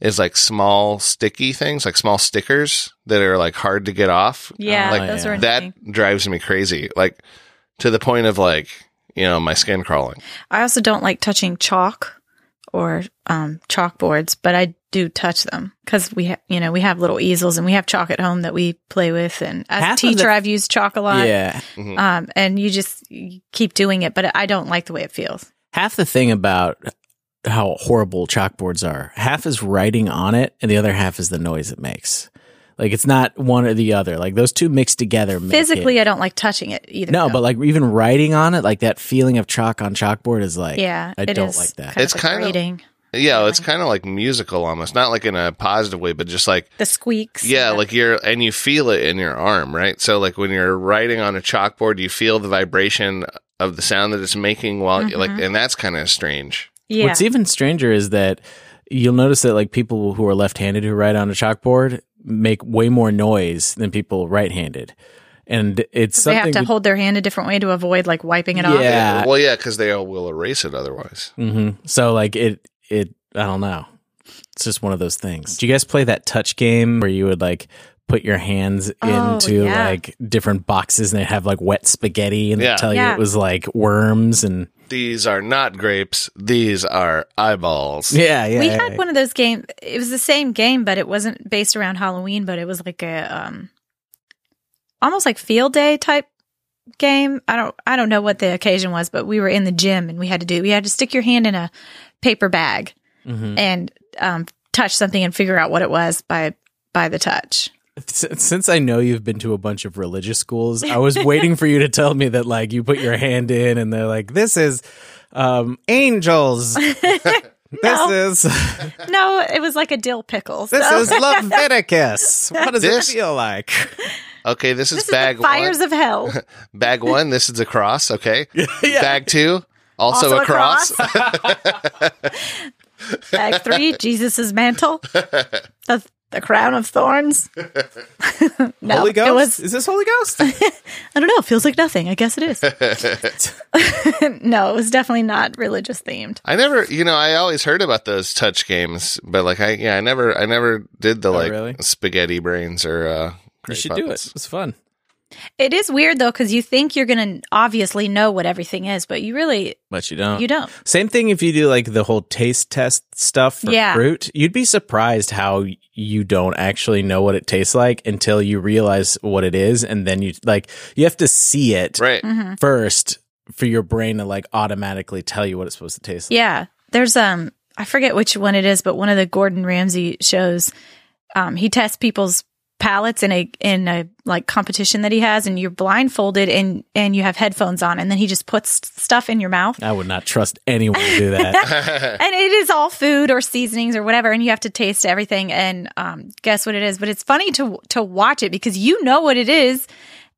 Speaker 3: is like small sticky things, like small stickers that are like hard to get off.
Speaker 2: Yeah,
Speaker 1: Like,
Speaker 2: those
Speaker 1: yeah.
Speaker 2: are
Speaker 3: That
Speaker 2: annoying.
Speaker 3: drives me crazy, like to the point of like you know my skin crawling.
Speaker 2: I also don't like touching chalk or um, chalkboards, but I do touch them because we, ha- you know, we have little easels and we have chalk at home that we play with. And as
Speaker 1: Half
Speaker 2: a
Speaker 1: of
Speaker 2: teacher,
Speaker 1: the-
Speaker 2: I've used chalk a lot.
Speaker 1: Yeah.
Speaker 2: Um, and you just you keep doing it, but I don't like the way it feels.
Speaker 1: half the thing about how horrible chalkboards are half is writing on it and the other half is the noise it makes like it's not one or the other like those two mixed together make it-
Speaker 2: Physically, I don't like touching it either.
Speaker 1: no
Speaker 2: though.
Speaker 1: but like even writing on it like that feeling of chalk on chalkboard is like
Speaker 2: yeah,
Speaker 1: i
Speaker 2: it
Speaker 1: don't
Speaker 2: is
Speaker 1: like that
Speaker 2: Kind
Speaker 3: It's
Speaker 2: of
Speaker 3: kind of-
Speaker 2: grating.
Speaker 3: Yeah, it's kind of like musical almost, not like in a positive way, but just like
Speaker 2: the squeaks.
Speaker 3: Yeah, like you're, and you feel it in your arm, right? So, like when you're writing on a chalkboard, you feel the vibration of the sound that it's making while, like, and that's kind of strange.
Speaker 2: yeah.
Speaker 1: what's even stranger is that you'll notice that like people who are left-handed who write on a chalkboard make way more noise than people right-handed and it's
Speaker 2: They
Speaker 1: something
Speaker 2: have to hold their hand a different way to avoid like wiping it off.
Speaker 1: Yeah.
Speaker 3: well, yeah, because they all will erase it otherwise.
Speaker 1: hmm So like it, it, I don't know. It's just one of those things. Do you guys play that touch game where you would like put your hands
Speaker 2: Oh,
Speaker 1: into
Speaker 2: yeah.
Speaker 1: like different boxes and they have like wet spaghetti and
Speaker 3: Yeah.
Speaker 1: they tell you
Speaker 2: Yeah.
Speaker 1: it was like worms and
Speaker 3: These are not grapes. These are
Speaker 1: [LAUGHS]
Speaker 3: eyeballs.
Speaker 1: yeah, yeah.
Speaker 2: we
Speaker 1: yeah,
Speaker 2: had
Speaker 1: yeah.
Speaker 2: one of those games. It was the same game, but it wasn't based around Halloween, but it was like a um almost like field day type game. I don't I don't know what the occasion was, but we were in the gym and we had to do we had to stick your hand in a paper bag
Speaker 1: Mhm.
Speaker 2: and um touch something and figure out what it was by by the touch.
Speaker 1: [LAUGHS] S- Since I know you've been to a bunch of religious schools, I was waiting for you to tell me that like you put your hand in and they're like, this is um
Speaker 2: [LAUGHS]
Speaker 1: angels.
Speaker 2: No.
Speaker 1: This is [LAUGHS]
Speaker 2: No, it was like a dill pickle.
Speaker 1: this
Speaker 2: so- [LAUGHS]
Speaker 1: is Leviticus. What does
Speaker 3: This-
Speaker 1: it feel like?
Speaker 3: Okay, this is
Speaker 2: This is
Speaker 3: bag
Speaker 2: the fires
Speaker 3: [LAUGHS] one.
Speaker 1: [LAUGHS]
Speaker 2: of hell.
Speaker 3: bag one. This is a cross. Okay. Bag two. Also,
Speaker 2: Also
Speaker 3: a
Speaker 2: a
Speaker 3: cross.
Speaker 1: [LAUGHS]
Speaker 2: Bag three, Jesus's mantle, the, the crown of thorns. [LAUGHS] no,
Speaker 1: Holy Ghost?
Speaker 2: it was.
Speaker 1: is this Holy Ghost?
Speaker 2: I don't know. It feels like nothing. I guess it is. [LAUGHS] no, it was definitely not religious themed.
Speaker 3: I never, you know, I always heard about those touch games, but like, I yeah, I never, I never did the like
Speaker 1: Oh, really?
Speaker 3: spaghetti brains or. uh
Speaker 1: You
Speaker 3: grape
Speaker 1: should do
Speaker 3: puppets.
Speaker 1: it. It's fun.
Speaker 2: It is weird though, because you think you're gonna obviously know what everything is, but you really
Speaker 1: But you don't.
Speaker 2: you don't.
Speaker 1: Same thing if you do like the whole taste test stuff for
Speaker 2: Yeah.
Speaker 1: fruit. You'd be surprised how y- you don't actually know what it tastes like until you realize what it is. And then you like, you have to see it
Speaker 3: Right.
Speaker 2: hmm
Speaker 1: first for your brain to like automatically tell you what it's supposed to taste like.
Speaker 2: Yeah, there's um, I forget which one it is, but one of the Gordon Ramsay shows, um, he tests people's palates in a in a like competition that he has, and you're blindfolded and and you have headphones on, and then he just puts stuff in your mouth,
Speaker 1: I would not trust anyone to do that.
Speaker 2: [LAUGHS] and it is all food or seasonings or whatever, and you have to taste everything and um, guess what it is. But it's funny to to watch it because you know what it is,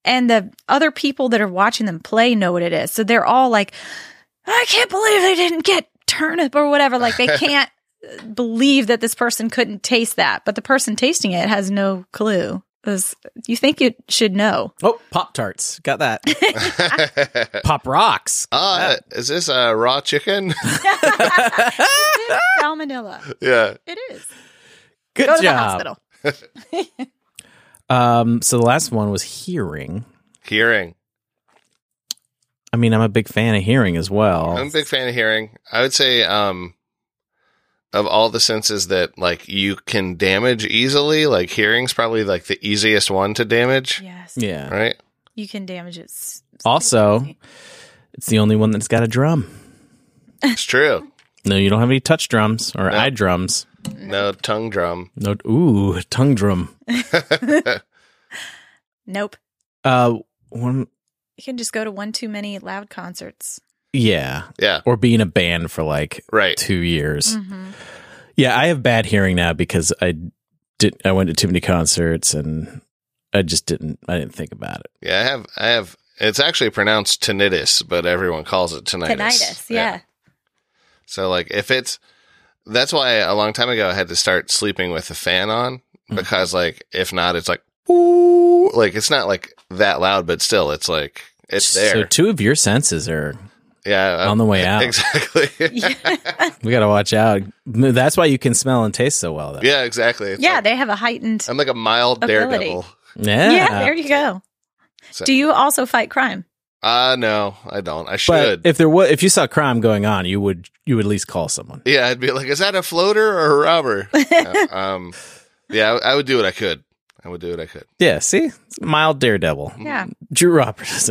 Speaker 2: and the other people that are watching them play know what it is. So they're all like, "I can't believe they didn't get turnip or whatever." Like they can't believe that this person couldn't taste that, but the person tasting it has no clue. 'Cause You think you should know?
Speaker 1: oh, Pop Tarts. Got [LAUGHS]
Speaker 2: [LAUGHS]
Speaker 1: that. Pop Rocks.
Speaker 3: Ah, is this uh, raw chicken? [LAUGHS]
Speaker 2: It's salmonella.
Speaker 3: yeah.
Speaker 2: It is.
Speaker 1: Good
Speaker 2: Go to the
Speaker 1: job.
Speaker 2: hospital.
Speaker 1: um, so the last one was hearing.
Speaker 3: Hearing.
Speaker 1: I mean, I'm a big fan of hearing as well.
Speaker 3: I'm a big fan of hearing. I would say um of all the senses that like you can damage easily, like hearing's probably like the easiest one to damage,
Speaker 2: Yes.
Speaker 1: yeah. Oh.
Speaker 3: right?
Speaker 2: You can damage it. s-
Speaker 1: Also, it's the only one that's got a drum.
Speaker 3: It's true.
Speaker 1: No, you don't have any touch drums or eye drums.
Speaker 3: No tongue drum.
Speaker 1: No, ooh, tongue drum.
Speaker 2: Nope.
Speaker 1: Uh, one,
Speaker 2: You can just go to one too many loud concerts.
Speaker 1: yeah,
Speaker 3: Yeah.
Speaker 1: or be in a band for like
Speaker 3: Right.
Speaker 1: two years.
Speaker 3: Mm.
Speaker 2: Mm-hmm.
Speaker 1: Yeah, I have bad hearing now because I did. I went to too many concerts and I just didn't. I didn't think about it.
Speaker 3: Yeah, I have I have it's actually pronounced tinnitus, but everyone calls it tinnitus.
Speaker 2: Tinnitus. Yeah.
Speaker 3: So like if it's that's why a long time ago I had to start sleeping with the fan on
Speaker 1: Hmm.
Speaker 3: because like if not it's like ooh like it's not like that loud but still it's like it's there.
Speaker 1: So two of your senses are.
Speaker 3: yeah,
Speaker 1: on the
Speaker 3: [LAUGHS]
Speaker 1: way out.
Speaker 3: Exactly.
Speaker 2: Yeah. [LAUGHS] Yeah.
Speaker 1: We got to watch out. That's why you can smell and taste so well. Though.
Speaker 3: [LAUGHS] yeah, exactly. It's like-
Speaker 2: they have a heightened.
Speaker 3: I'm like a mild
Speaker 2: Ability.
Speaker 3: daredevil.
Speaker 1: Yeah.
Speaker 2: Yeah. There you go.
Speaker 3: So-
Speaker 2: Do you also fight crime?
Speaker 3: Uh no, I don't. I
Speaker 1: but
Speaker 3: should.
Speaker 1: if there was, if you saw crime going on, you would you would at least call someone.
Speaker 3: yeah, I'd be like, is that a floater or a
Speaker 1: [LAUGHS]
Speaker 3: robber? Yeah, um, yeah, I, I would do what I could. I would do what I could. [LAUGHS]
Speaker 1: Yeah, see, it's a mild daredevil.
Speaker 2: Yeah.
Speaker 1: Drew [LAUGHS] Roberts.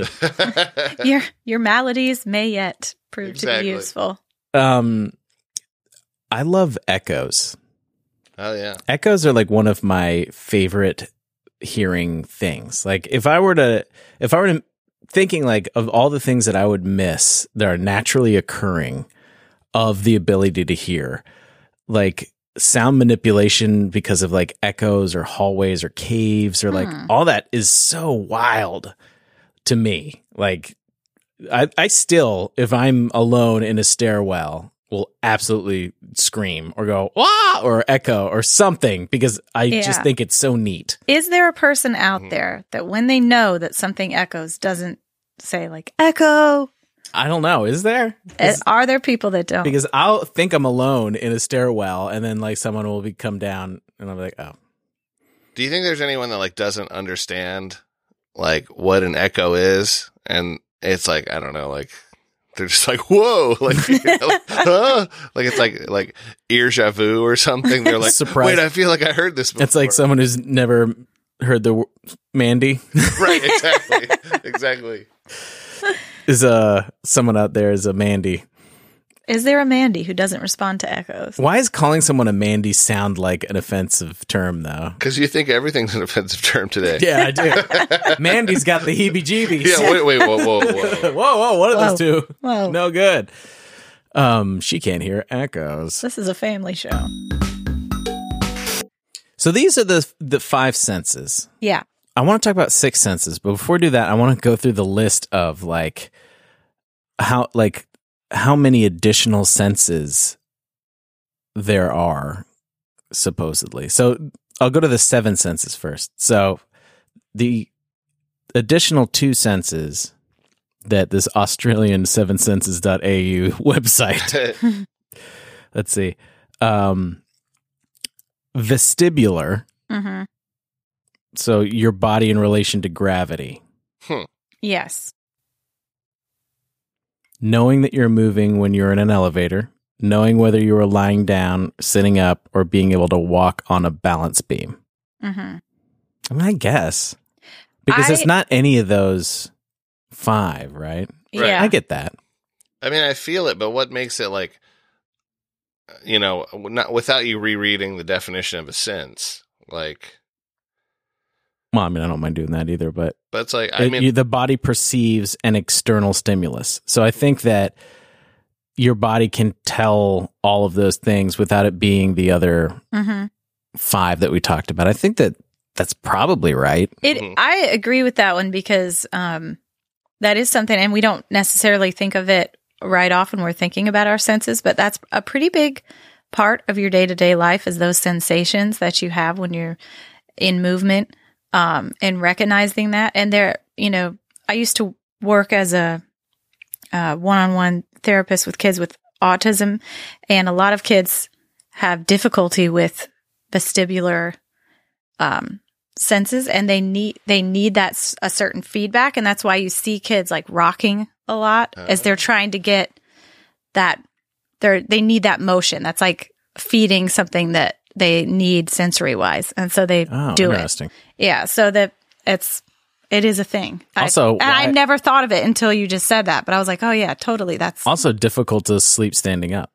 Speaker 2: Your your maladies may yet prove to be
Speaker 3: Exactly.
Speaker 2: useful.
Speaker 1: um, I love echoes.
Speaker 3: oh yeah,
Speaker 1: Echoes are like one of my favorite hearing things. Like if I were to, if I were to thinking like of all the things that I would miss that are naturally occurring of the ability to hear, like sound manipulation because of like echoes or hallways or caves or like
Speaker 2: Hmm.
Speaker 1: all that is so wild to me. Like I, I still, if I'm alone in a stairwell will absolutely scream or go wah or echo or something because I just
Speaker 2: Yeah.
Speaker 1: think it's so neat.
Speaker 2: Is there a person out
Speaker 3: Mhm.
Speaker 2: there that when they know that something echoes doesn't say like echo?
Speaker 1: I don't know, is there?
Speaker 2: Uh,
Speaker 1: Is-
Speaker 2: Are there people that don't?
Speaker 1: because I'll think I'm alone in a stairwell and then like someone will be come down and I'm like, oh,
Speaker 3: Do you think there's anyone that like doesn't understand like what an echo is? And it's like I don't know, like they're just like whoa, [LAUGHS] like you know,
Speaker 1: [LAUGHS]
Speaker 3: huh? like it's like like deja vu or something. They're like
Speaker 1: Surprise.
Speaker 3: wait, I feel like I heard this. before.
Speaker 1: it's like someone who's never heard the w- Mandy
Speaker 3: [LAUGHS] right, exactly, exactly.
Speaker 1: is uh someone out there is a Mandy.
Speaker 2: is there a Mandy who doesn't respond to echoes?
Speaker 1: Why is calling someone a Mandy sound like an offensive term though?
Speaker 3: Because you think everything's an offensive term today.
Speaker 1: [LAUGHS] Yeah, I do. Mandy's got the heebie-jeebies.
Speaker 3: Yeah, wait, wait, whoa, whoa,
Speaker 1: [LAUGHS] whoa,
Speaker 3: whoa.
Speaker 1: whoa, one of those two.
Speaker 2: Whoa.
Speaker 1: No good. Um, she can't hear echoes.
Speaker 2: This is a family show.
Speaker 1: So these are the the five senses.
Speaker 2: Yeah.
Speaker 1: I want to talk about six senses, but before I do that, I want to go through the list of like how like how many additional senses there are supposedly. So I'll go to the seven senses first. So the additional two senses that this Australian seven senses.au [LAUGHS] website
Speaker 3: [LAUGHS]
Speaker 1: let's see um vestibular
Speaker 2: hmm
Speaker 1: so your body in relation to gravity
Speaker 2: Yes.
Speaker 1: knowing that you're moving when you're in an elevator knowing whether you are lying down sitting up or being able to walk on a balance beam
Speaker 2: hmm
Speaker 1: i mean i guess because it's
Speaker 2: I-
Speaker 1: not any of those five right
Speaker 2: Yeah.
Speaker 1: i get that
Speaker 3: I mean, I feel it, but what makes it like, you know, not without you rereading the definition of a sense, like,
Speaker 1: well i mean i don't mind doing that either but
Speaker 3: but it's like, I
Speaker 1: It-
Speaker 3: mean,
Speaker 1: you- the body perceives an external stimulus. So I think that your body can tell all of those things without it being the other
Speaker 2: hmm
Speaker 1: five that we talked about. I think that that's probably right.
Speaker 2: It.
Speaker 3: Mhm.
Speaker 2: I agree with that one because um, that is something, and we don't necessarily think of it right off when we're thinking about our senses, but that's a pretty big part of your day to day life is those sensations that you have when you're in movement um, and recognizing that. And there, you know, I used to work as a one on one therapist with kids with autism, and a lot of kids have difficulty with vestibular um, senses, and they need they need that s- a certain feedback, and that's why you see kids like rocking a lot as they're trying to get that they they need that motion. That's like feeding something that they need sensory wise, and so they
Speaker 1: Oh,
Speaker 2: do it.
Speaker 1: interesting.
Speaker 2: Yeah, so that it's it is a thing.
Speaker 1: Also,
Speaker 2: I, and I
Speaker 1: why-
Speaker 2: never thought of it until you just said that, but I was like, oh yeah, totally. That's
Speaker 1: Also difficult to sleep standing up,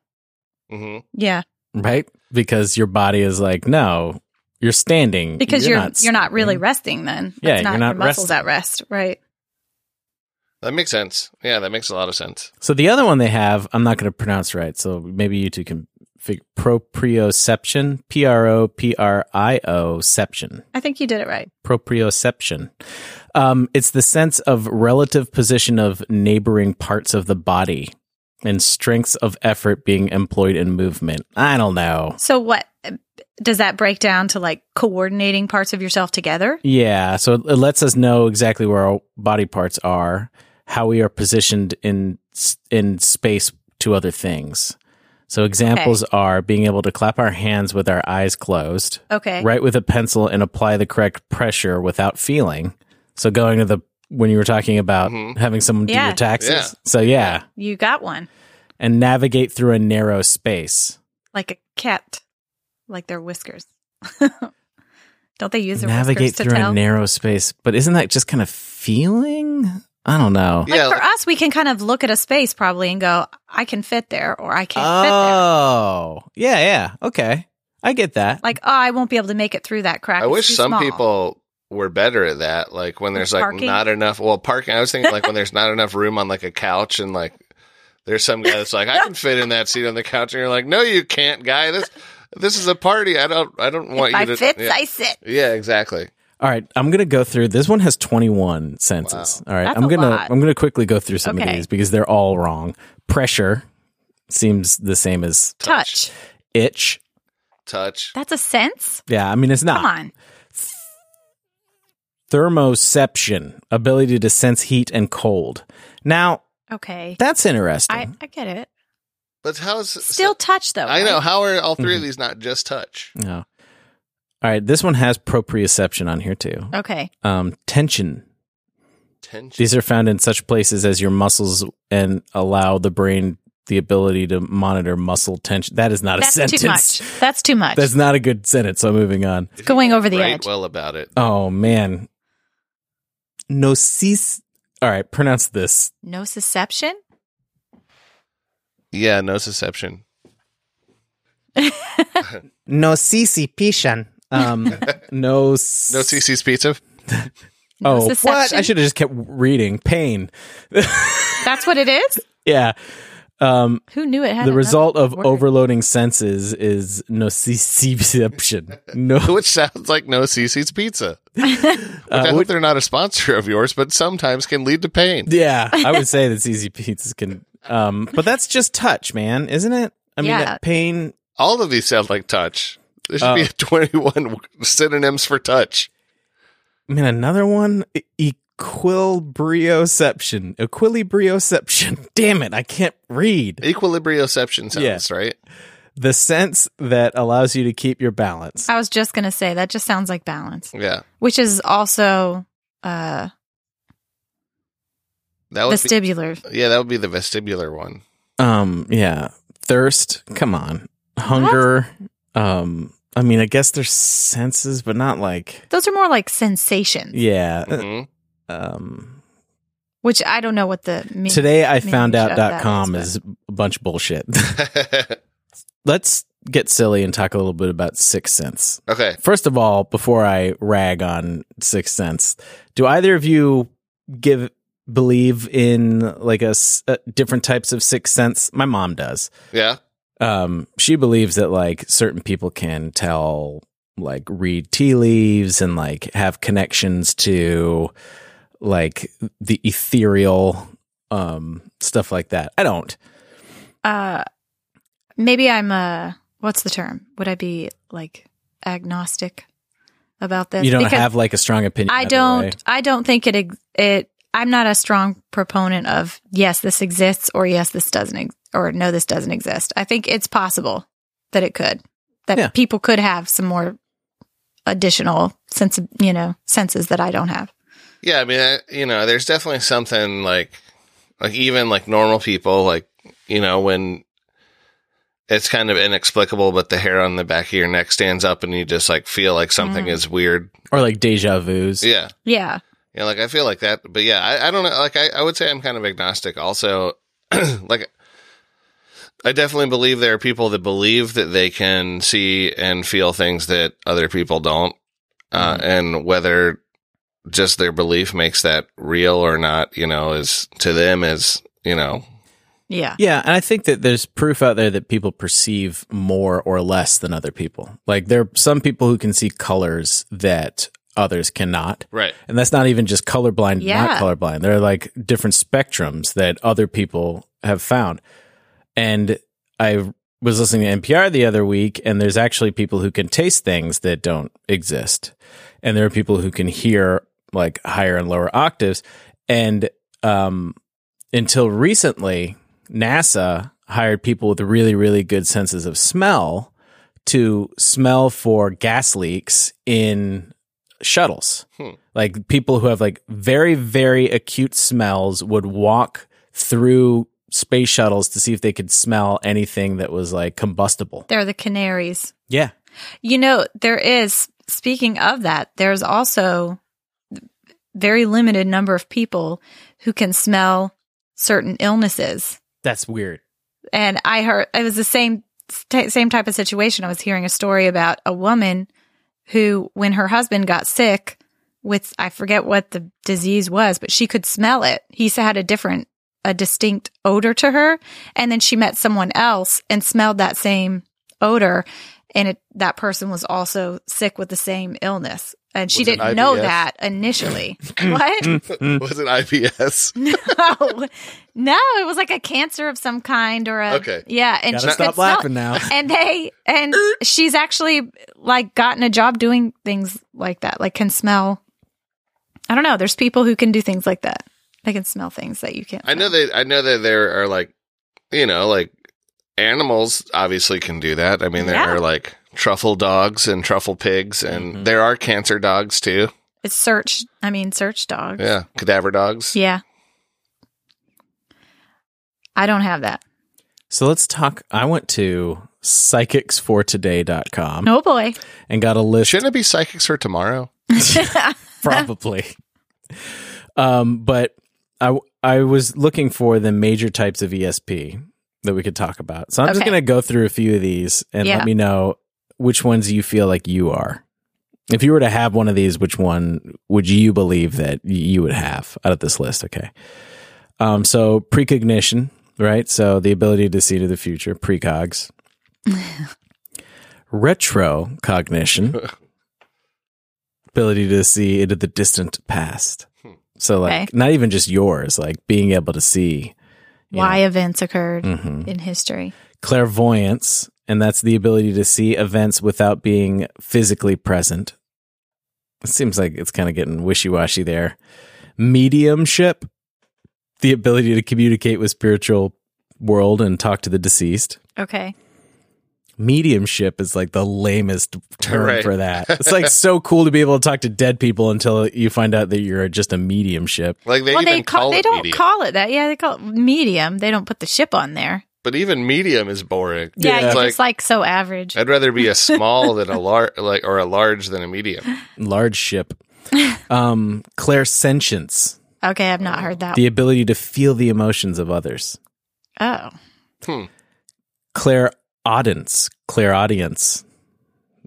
Speaker 3: mhm.
Speaker 2: yeah,
Speaker 1: right? Because your body is like, no, you're standing
Speaker 2: because you're you're not, really
Speaker 1: standing.
Speaker 2: resting then.
Speaker 1: Yeah,
Speaker 2: That's not,
Speaker 1: you're not
Speaker 2: your muscles
Speaker 1: resting.
Speaker 2: at rest, right?
Speaker 3: that makes sense. Yeah, that makes a lot of sense.
Speaker 1: So the other one they have, I'm not going to pronounce right. So maybe you two can figure proprioception, P R O P R I O ception.
Speaker 2: I think you did it right.
Speaker 1: proprioception. Um, it's the sense of relative position of neighboring parts of the body and strengths of effort being employed in movement. I don't know.
Speaker 2: So what does that break down to like coordinating parts of yourself together?
Speaker 1: Yeah, so it lets us know exactly where our body parts are, how we are positioned in s- in space to other things. So examples are being able to clap our hands with our eyes closed,
Speaker 2: Okay.
Speaker 1: write with a pencil and apply the correct pressure without feeling. So going to the when you were talking about
Speaker 3: Mhm.
Speaker 1: having someone do
Speaker 2: Yeah.
Speaker 1: your taxes.
Speaker 3: Yeah.
Speaker 1: So yeah,
Speaker 2: You got one.
Speaker 1: and navigate through a narrow space.
Speaker 2: Like a cat. Like their whiskers. [LAUGHS] Don't they use their
Speaker 1: navigate
Speaker 2: whiskers to
Speaker 1: through a
Speaker 2: tell?
Speaker 1: narrow space, but isn't that just kind of feeling? I don't know.
Speaker 2: like
Speaker 3: Yeah,
Speaker 2: for
Speaker 3: like-
Speaker 2: us, we can kind of look at a space probably and go, I can fit there or I can't fit there.
Speaker 1: Oh, yeah, yeah. Okay. I get that.
Speaker 2: like oh i won't be able to make it through that crack
Speaker 3: I
Speaker 2: It's
Speaker 3: wish
Speaker 2: too
Speaker 3: some
Speaker 2: small.
Speaker 3: people were better at that. Like when there's like
Speaker 2: Parking?
Speaker 3: not enough, well, parking, I was thinking like when there's not enough room on like a couch and like there's some guy that's like, I can fit in that seat on the couch. And you're like, no, you can't, guy. This, this is a party. I don't, I don't want
Speaker 2: if
Speaker 3: you
Speaker 2: i
Speaker 3: to.
Speaker 2: fits
Speaker 3: yeah.
Speaker 2: i sit
Speaker 3: yeah, exactly.
Speaker 1: All right, I'm going to go through. This one has 21 senses. All right.
Speaker 2: That's
Speaker 1: I'm
Speaker 2: a
Speaker 1: going to
Speaker 2: lot.
Speaker 1: I'm going to quickly go through some
Speaker 2: Okay.
Speaker 1: of these because they're all wrong. Pressure seems the same as
Speaker 2: touch.
Speaker 1: itch.
Speaker 3: Touch.
Speaker 2: That's a sense?
Speaker 1: Yeah, I mean it's not.
Speaker 2: Come on.
Speaker 1: Thermoception, ability to sense heat and cold. Now,
Speaker 2: Okay.
Speaker 1: that's interesting.
Speaker 2: I, I get it.
Speaker 3: But how's
Speaker 2: Still touch though.
Speaker 3: I know.
Speaker 2: right?
Speaker 3: How are all 3
Speaker 1: Mm-hmm.
Speaker 3: of these not just touch?
Speaker 1: no. All right, this one has proprioception on here too.
Speaker 2: Okay.
Speaker 1: Um, tension.
Speaker 3: Tension.
Speaker 1: These are found in such places as your muscles and allow the brain the ability to monitor muscle tension. That is not
Speaker 2: That's
Speaker 1: a sentence.
Speaker 2: too much. That's too much.
Speaker 1: That's not a good sentence. So moving on.
Speaker 3: If you
Speaker 2: going over the
Speaker 3: write
Speaker 2: edge.
Speaker 3: Well, about it.
Speaker 1: Oh man. Nosis. All right, pronounce this.
Speaker 2: Nociception?
Speaker 3: Yeah, nociception.
Speaker 1: Nociception. Um, no.
Speaker 3: No CC's pizza.
Speaker 1: Oh, what?
Speaker 2: Nociception?
Speaker 1: I should have just kept reading. Pain.
Speaker 2: That's what it is?
Speaker 1: Yeah. Um,
Speaker 2: Who knew it had
Speaker 1: the
Speaker 2: another
Speaker 1: result of
Speaker 2: word?
Speaker 1: overloading senses is nociception. [LAUGHS] No.
Speaker 3: [LAUGHS] which sounds like no CC's pizza. Which I hope they're not a sponsor of yours, but sometimes can lead to pain.
Speaker 1: Yeah, I would say that easy pizzas can. Um, but that's just touch, man, isn't it? I mean,
Speaker 2: Yeah.
Speaker 1: that pain.
Speaker 3: All of these sound like touch. There should be
Speaker 1: Oh.
Speaker 3: a [LAUGHS] 21 synonyms for touch.
Speaker 1: I mean, another one. E- Equilibrioception. Equilibrioception. [LAUGHS] Damn it, I can't read.
Speaker 3: Equilibrioception sounds, right?
Speaker 1: The sense that allows you to keep your balance.
Speaker 2: I was just going to say that just sounds like balance,
Speaker 3: Yeah.
Speaker 2: which is also uh
Speaker 3: That would be,
Speaker 2: vestibular.
Speaker 3: yeah, that would be the vestibular one.
Speaker 1: Um, yeah. Thirst. Come on. Hunger. Um, I mean, I guess there's senses, but not like.
Speaker 2: Those are more like sensations,
Speaker 1: Yeah.
Speaker 2: Mm-hmm.
Speaker 3: hmm
Speaker 1: Um,
Speaker 2: which I don't know what the mean.
Speaker 1: today I
Speaker 2: maybe
Speaker 1: found
Speaker 2: we should
Speaker 1: out
Speaker 2: have
Speaker 1: dot
Speaker 2: that
Speaker 1: com
Speaker 2: as
Speaker 1: is a bunch of bullshit. [LAUGHS] let's get silly and talk a little bit about Sixth Sense.
Speaker 3: [LAUGHS] okay.
Speaker 1: First of all, before I rag on Sixth Sense, do either of you give believe in like a s- uh, different types of sixth sense? My mom does.
Speaker 3: Yeah.
Speaker 1: Um, she believes that like certain people can tell, like read tea leaves and like have connections to like the ethereal um stuff like that. I don't.
Speaker 2: uh maybe I'm uh what's the term? Would I be like agnostic about this?
Speaker 1: You don't have like a strong opinion.
Speaker 2: I
Speaker 1: either
Speaker 2: don't
Speaker 1: way.
Speaker 2: I don't think it ex- it I'm not a strong proponent of yes this exists or yes this doesn't ex- or no this doesn't exist. I think it's possible that it could that
Speaker 1: Yeah.
Speaker 2: people could have some more additional sense of, you know senses that I don't have.
Speaker 3: Yeah, I mean, I, you know, there's definitely something like, like even like normal people, like you know, when it's kind of inexplicable, but the hair on the back of your neck stands up, and you just like feel like something
Speaker 2: Mm.
Speaker 3: is weird.
Speaker 1: or like deja vu's.
Speaker 3: Yeah,
Speaker 2: Yeah.
Speaker 3: yeah, like I feel like that, but yeah, I, I don't know. Like I, I would say I'm kind of agnostic. Also, [CLEARS THROAT] like I definitely believe there are people that believe that they can see and feel things that other people don't, uh, and whether just their belief makes that real or not, you know, is to them is you know,
Speaker 2: Yeah.
Speaker 1: Yeah, and I think that there's proof out there that people perceive more or less than other people. Like there are some people who can see colors that others cannot.
Speaker 3: right,
Speaker 1: And that's not even just colorblind,
Speaker 2: Yeah.
Speaker 1: not colorblind. There are like different spectrums that other people have found. And I was listening to NPR the other week, and there's actually people who can taste things that don't exist. And there are people who can hear like higher and lower octaves. And um, until recently, NASA hired people with really, really good senses of smell to smell for gas leaks in shuttles.
Speaker 3: Hmm.
Speaker 1: Like people who have like very, very acute smells would walk through space shuttles to see if they could smell anything that was like combustible.
Speaker 2: They're the canaries.
Speaker 1: Yeah.
Speaker 2: You know, there is, speaking of that, there's also very limited number of people who can smell certain illnesses.
Speaker 1: That's weird.
Speaker 2: And I heard it was the same t- same type of situation. I was hearing a story about a woman who when her husband got sick with I forget what the disease was, but she could smell it. He s- had a different a distinct odor to her, and then she met someone else and smelled that same odor and it, that person was also sick with the same illness. and she
Speaker 3: Was it
Speaker 2: didn't know
Speaker 3: IBS?
Speaker 2: that initially. [CLEARS THROAT] what?
Speaker 3: [LAUGHS] was it IBS?
Speaker 2: No, [LAUGHS] no, it was like a cancer of some kind or a
Speaker 3: Okay.
Speaker 2: Yeah, and
Speaker 1: Gotta
Speaker 2: she
Speaker 1: stop
Speaker 2: could smell it.
Speaker 1: laughing now.
Speaker 2: And they
Speaker 3: [LAUGHS]
Speaker 2: and she's actually like gotten a job doing things like that, like can smell. I don't know. There's people who can do things like that. They can smell things that you can't.
Speaker 3: I know
Speaker 2: smell.
Speaker 3: that I know that there are like you know like animals obviously can do that. I mean there
Speaker 2: Yeah.
Speaker 3: are like truffle dogs and truffle pigs and
Speaker 1: Mhm.
Speaker 3: there are cancer dogs too.
Speaker 2: It's search. I mean, search dogs.
Speaker 3: Yeah, cadaver dogs.
Speaker 2: Yeah. I don't have that.
Speaker 1: So let's talk. I went to psychicsfortoday.com
Speaker 2: No Oh, boy.
Speaker 1: and got a list
Speaker 3: Shouldn't it be psychics for tomorrow?
Speaker 2: [LAUGHS]
Speaker 1: probably. um, but I I was looking for the major types of ESP that we could talk about. So I'm just
Speaker 2: Okay.
Speaker 1: going to go through a few of these and
Speaker 2: Yeah.
Speaker 1: let me know which ones you feel like you are. If you were to have one of these, which one would you believe that y- you would have out of this list? Okay. Um, so precognition, right? So the ability to see to the future, precogs. Retrocognition, ability to see into the distant past. So, like,
Speaker 2: Okay.
Speaker 1: not even just yours, like being able to see. you
Speaker 2: Why
Speaker 1: know.
Speaker 2: events occurred
Speaker 1: Mhm
Speaker 2: in history.
Speaker 1: clairvoyance, and that's the ability to see events without being physically present. It seems like it's kind of getting wishy washy there. Mediumship, the ability to communicate with spiritual world and talk to the deceased.
Speaker 2: Okay.
Speaker 1: Mediumship is like the lamest term
Speaker 3: Right.
Speaker 1: for
Speaker 3: [LAUGHS]
Speaker 1: that. It's like so cool to be able to talk to dead people until you find out that you're just a mediumship.
Speaker 3: Like they
Speaker 2: well,
Speaker 3: even
Speaker 2: they
Speaker 3: call,
Speaker 2: call, they
Speaker 3: it
Speaker 2: don't
Speaker 3: medium.
Speaker 2: call it that. Yeah, they call it medium. They don't put the ship on there.
Speaker 3: but even medium is boring.
Speaker 1: Yeah,
Speaker 2: Yeah,
Speaker 1: Yeah.
Speaker 2: it's
Speaker 3: Like-
Speaker 2: like, so average.
Speaker 3: I'd rather
Speaker 2: [LAUGHS]
Speaker 3: be a small than a large, like or a large than a medium.
Speaker 1: Large ship. Um, clairsentience,
Speaker 2: Okay, I've not heard that.
Speaker 1: the ability to feel the emotions of others.
Speaker 2: oh,
Speaker 1: Claire Audence. Claire Audience.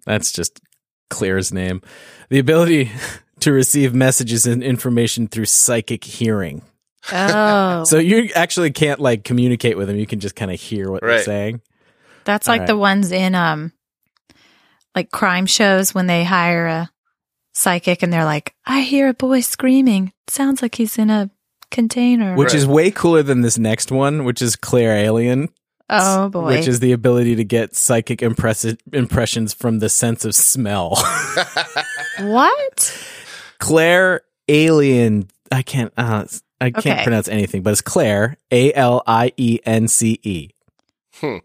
Speaker 1: That's just Claire's name. The ability [LAUGHS] to receive messages and information through psychic hearing. [LAUGHS]
Speaker 2: oh,
Speaker 1: So you actually can't like communicate with them. You can just kind of hear what they're
Speaker 3: Right.
Speaker 1: saying.
Speaker 2: that's
Speaker 1: all
Speaker 2: like the ones in um, like crime shows when they hire a psychic and they're like, I hear a boy screaming. Sounds like he's in a container.
Speaker 1: Which
Speaker 3: Right.
Speaker 1: is way cooler than this next one, which is Claire Alien.
Speaker 2: oh boy,
Speaker 1: Which is the ability to get psychic impress- impressions from the sense of smell. [LAUGHS]
Speaker 2: what?
Speaker 1: Claire Alien. I can't. Uh, I can't
Speaker 2: Okay.
Speaker 1: pronounce anything, but it's Claire A L I E N C E.
Speaker 3: Hmm.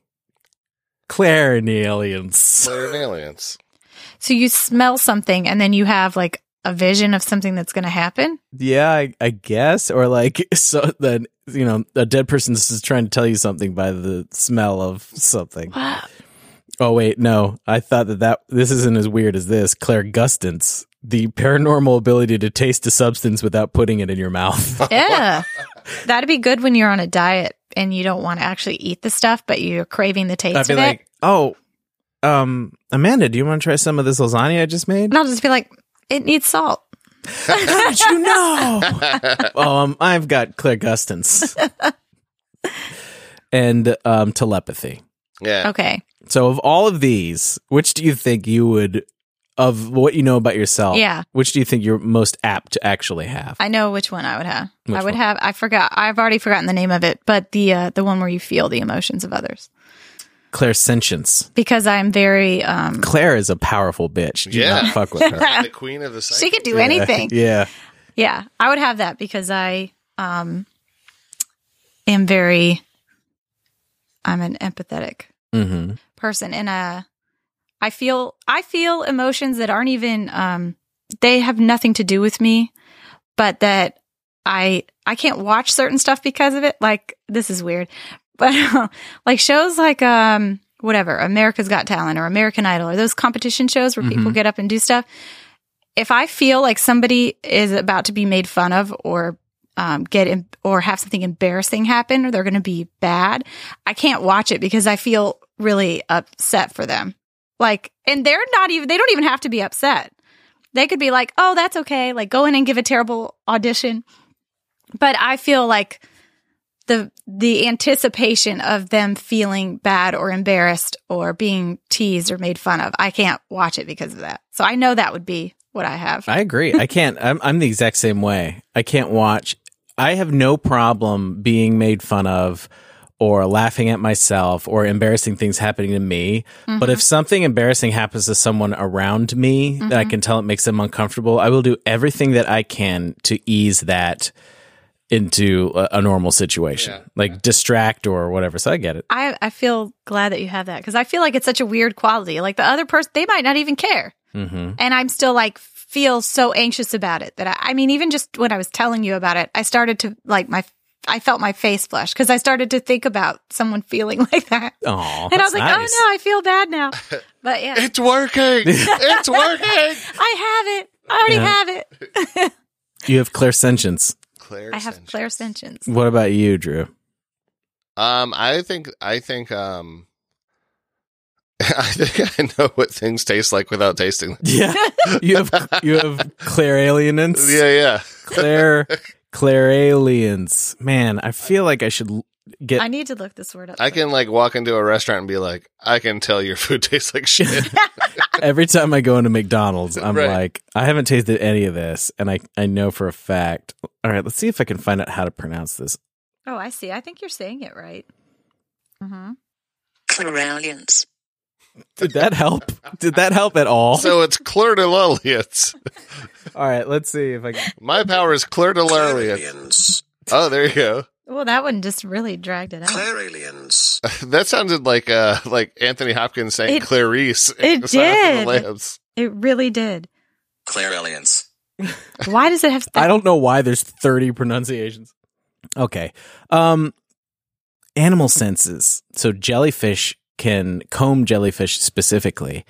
Speaker 1: Claire and the aliens.
Speaker 3: They're an aliens.
Speaker 2: So you smell something and then you have like a vision of something that's going to happen.
Speaker 1: Yeah, I, I guess, or like so then you know a dead person is just trying to tell you something by the smell of something.
Speaker 2: Wow.
Speaker 1: Oh wait, no, I thought that that this isn't as weird as this. Claire Gustance, the paranormal ability to taste a substance without putting it in your [LAUGHS] mouth.
Speaker 2: Yeah. That'd be good when you're on a diet and you don't want to actually eat the stuff, but you're craving the taste
Speaker 1: I'd
Speaker 2: of
Speaker 1: be
Speaker 2: it.
Speaker 1: like, oh, um, Amanda, do you want to try some of this lasagna I just made?
Speaker 2: [LAUGHS] and I'll just be like, it needs salt.
Speaker 1: How did you
Speaker 2: [LAUGHS]
Speaker 1: know? oh, um, I've got Claire Gustance and um, telepathy.
Speaker 3: Yeah.
Speaker 2: Okay.
Speaker 1: So, of all of these, which do you think you would, of what you know about yourself,
Speaker 2: Yeah.
Speaker 1: which do you think you're most apt to actually have?
Speaker 2: I know which one I would have.
Speaker 1: Which
Speaker 2: I
Speaker 1: one?
Speaker 2: would have I forgot I've already forgotten the name of it, but the uh, the one where you feel the emotions of others.
Speaker 1: Claire sentience.
Speaker 2: Because I'm very um
Speaker 1: Claire is a powerful bitch. Do
Speaker 3: Yeah.
Speaker 1: not fuck with her.
Speaker 3: The queen of the
Speaker 2: she
Speaker 3: psychics.
Speaker 2: could [LAUGHS] do anything.
Speaker 1: [LAUGHS] yeah.
Speaker 2: Yeah, I would have that because I um am very I'm an empathetic
Speaker 1: Mm-hmm.
Speaker 2: person and uh I feel I feel emotions that aren't even um they have nothing to do with me, but that I I can't watch certain stuff because of it. Like this is weird. [LAUGHS] But like shows like um whatever, America's Got Talent or American Idol or those competition shows where people
Speaker 1: Mhm.
Speaker 2: get up and do stuff. If I feel like somebody is about to be made fun of or um, get em or have something embarrassing happen or they're going to be bad, I can't watch it because I feel really upset for them. Like, and they're not even, they don't even have to be upset. They could be like, oh, that's okay. Like, go in and give a terrible audition. But I feel like the, the anticipation of them feeling bad or embarrassed or being teased or made fun of, I can't watch it because of that. So I know that would be what I have.
Speaker 1: I agree. I can't. I'm, I'm the exact same way. I can't watch. I have no problem being made fun of or laughing at myself or embarrassing things happening to me. But
Speaker 2: Mm-hmm.
Speaker 1: if something embarrassing happens to someone around me that
Speaker 2: Mm-hmm.
Speaker 1: I can tell it makes them uncomfortable, I will do everything that I can to ease that into a, a normal situation,
Speaker 3: Yeah.
Speaker 1: like distract or whatever. So I get it.
Speaker 2: I, I feel glad that you have that because I feel like it's such a weird quality. Like the other person, they might not even care.
Speaker 1: hmm
Speaker 2: And I'm still like, feel so anxious about it that I, I mean, even just when I was telling you about it, I started to like my, I felt my face flush because I started to think about someone feeling [LAUGHS] like that.
Speaker 1: Oh,
Speaker 2: and I was like, oh no, I feel bad
Speaker 1: [LAUGHS]
Speaker 2: now. But yeah, [LAUGHS]
Speaker 3: It's working. it's working.
Speaker 2: I have it. I already
Speaker 1: Yeah.
Speaker 2: have it.
Speaker 1: no. You have clairsentience.
Speaker 3: Claire.
Speaker 2: I have
Speaker 3: sent you.
Speaker 2: clairsentience.
Speaker 1: What about you, Drew?
Speaker 3: Um, I think I think um, [LAUGHS] I think I know what things taste like without tasting. them.
Speaker 1: Yeah. [LAUGHS] you have you have Claire alienance.
Speaker 3: Yeah, yeah.
Speaker 1: Claire Claire aliens. Man, I feel like I should l- get
Speaker 2: I need to look this word up.
Speaker 3: I can like walk into a restaurant and be like, I can tell your food [LAUGHS] tastes
Speaker 2: [LAUGHS]
Speaker 3: like shit.
Speaker 1: every time I go into McDonald's, I'm
Speaker 3: Right.
Speaker 1: like, I haven't tasted any of this and I I know for a fact. All right, let's see if I can find out how to pronounce this.
Speaker 2: Oh, I see. I think you're saying it right. hmm
Speaker 5: Claralians.
Speaker 1: Did that help? Did that help at all?
Speaker 3: so it's Claire de Lullians.
Speaker 1: all right, let's see if I can
Speaker 3: My power is Claire de Lullians.
Speaker 6: Claralians.
Speaker 3: Oh, there you go. [LAUGHS]
Speaker 2: Well, that one just really dragged it out.
Speaker 6: Claralians.
Speaker 3: That sounded like uh like Anthony Hopkins saying
Speaker 2: It-
Speaker 3: Clarice. in
Speaker 2: it
Speaker 3: Silence of the
Speaker 2: did.
Speaker 3: Lambs.
Speaker 2: It really did.
Speaker 6: Claralians.
Speaker 2: Why does it have?
Speaker 1: I don't know why there's 30 pronunciations. Okay. Um animal senses. So jellyfish can comb jellyfish specifically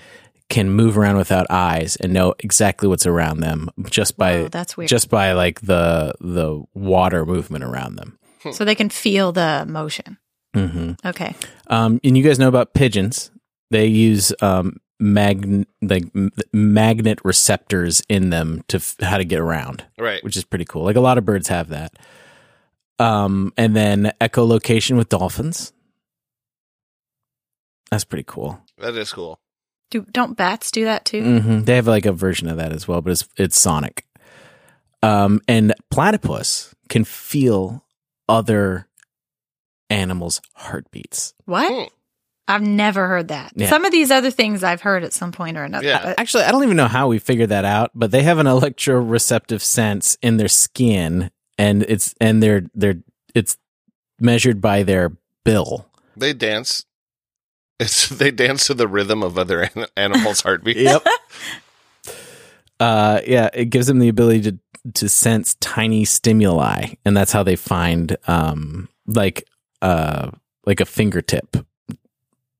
Speaker 1: can move around without eyes and know exactly what's around them just by
Speaker 2: oh, that's weird.
Speaker 1: just by like the the water movement around them.
Speaker 2: so they can feel the motion.
Speaker 1: hmm
Speaker 2: Okay.
Speaker 1: Um, and you guys know about pigeons. They use um, mag- like m- magnet receptors in them to f- how to get around.
Speaker 3: Right.
Speaker 1: which is pretty cool. Like a lot of birds have that. Um, and then echolocation with dolphins. That's pretty cool.
Speaker 3: That is cool.
Speaker 2: Do don't bats do that too?
Speaker 1: hmm They have like a version of that as well, but it's it's sonic. Um, and platypus can feel other animals' heartbeats.
Speaker 2: What?
Speaker 3: Hmm.
Speaker 2: I've never heard that.
Speaker 1: Yeah.
Speaker 2: Some of these other things I've heard at some point or another.
Speaker 3: Yeah.
Speaker 2: but-
Speaker 1: Actually, I don't even know how we figured that out, but they have an [LAUGHS] electroreceptive sense in their skin, and it's and their their it's measured by their bill.
Speaker 3: They dance. It's they dance to the rhythm of other an-
Speaker 2: [LAUGHS]
Speaker 3: animals' heartbeat.
Speaker 1: Yep. uh, yeah, it gives them the ability to to sense tiny stimuli, and that's how they find um like uh like a fingertip.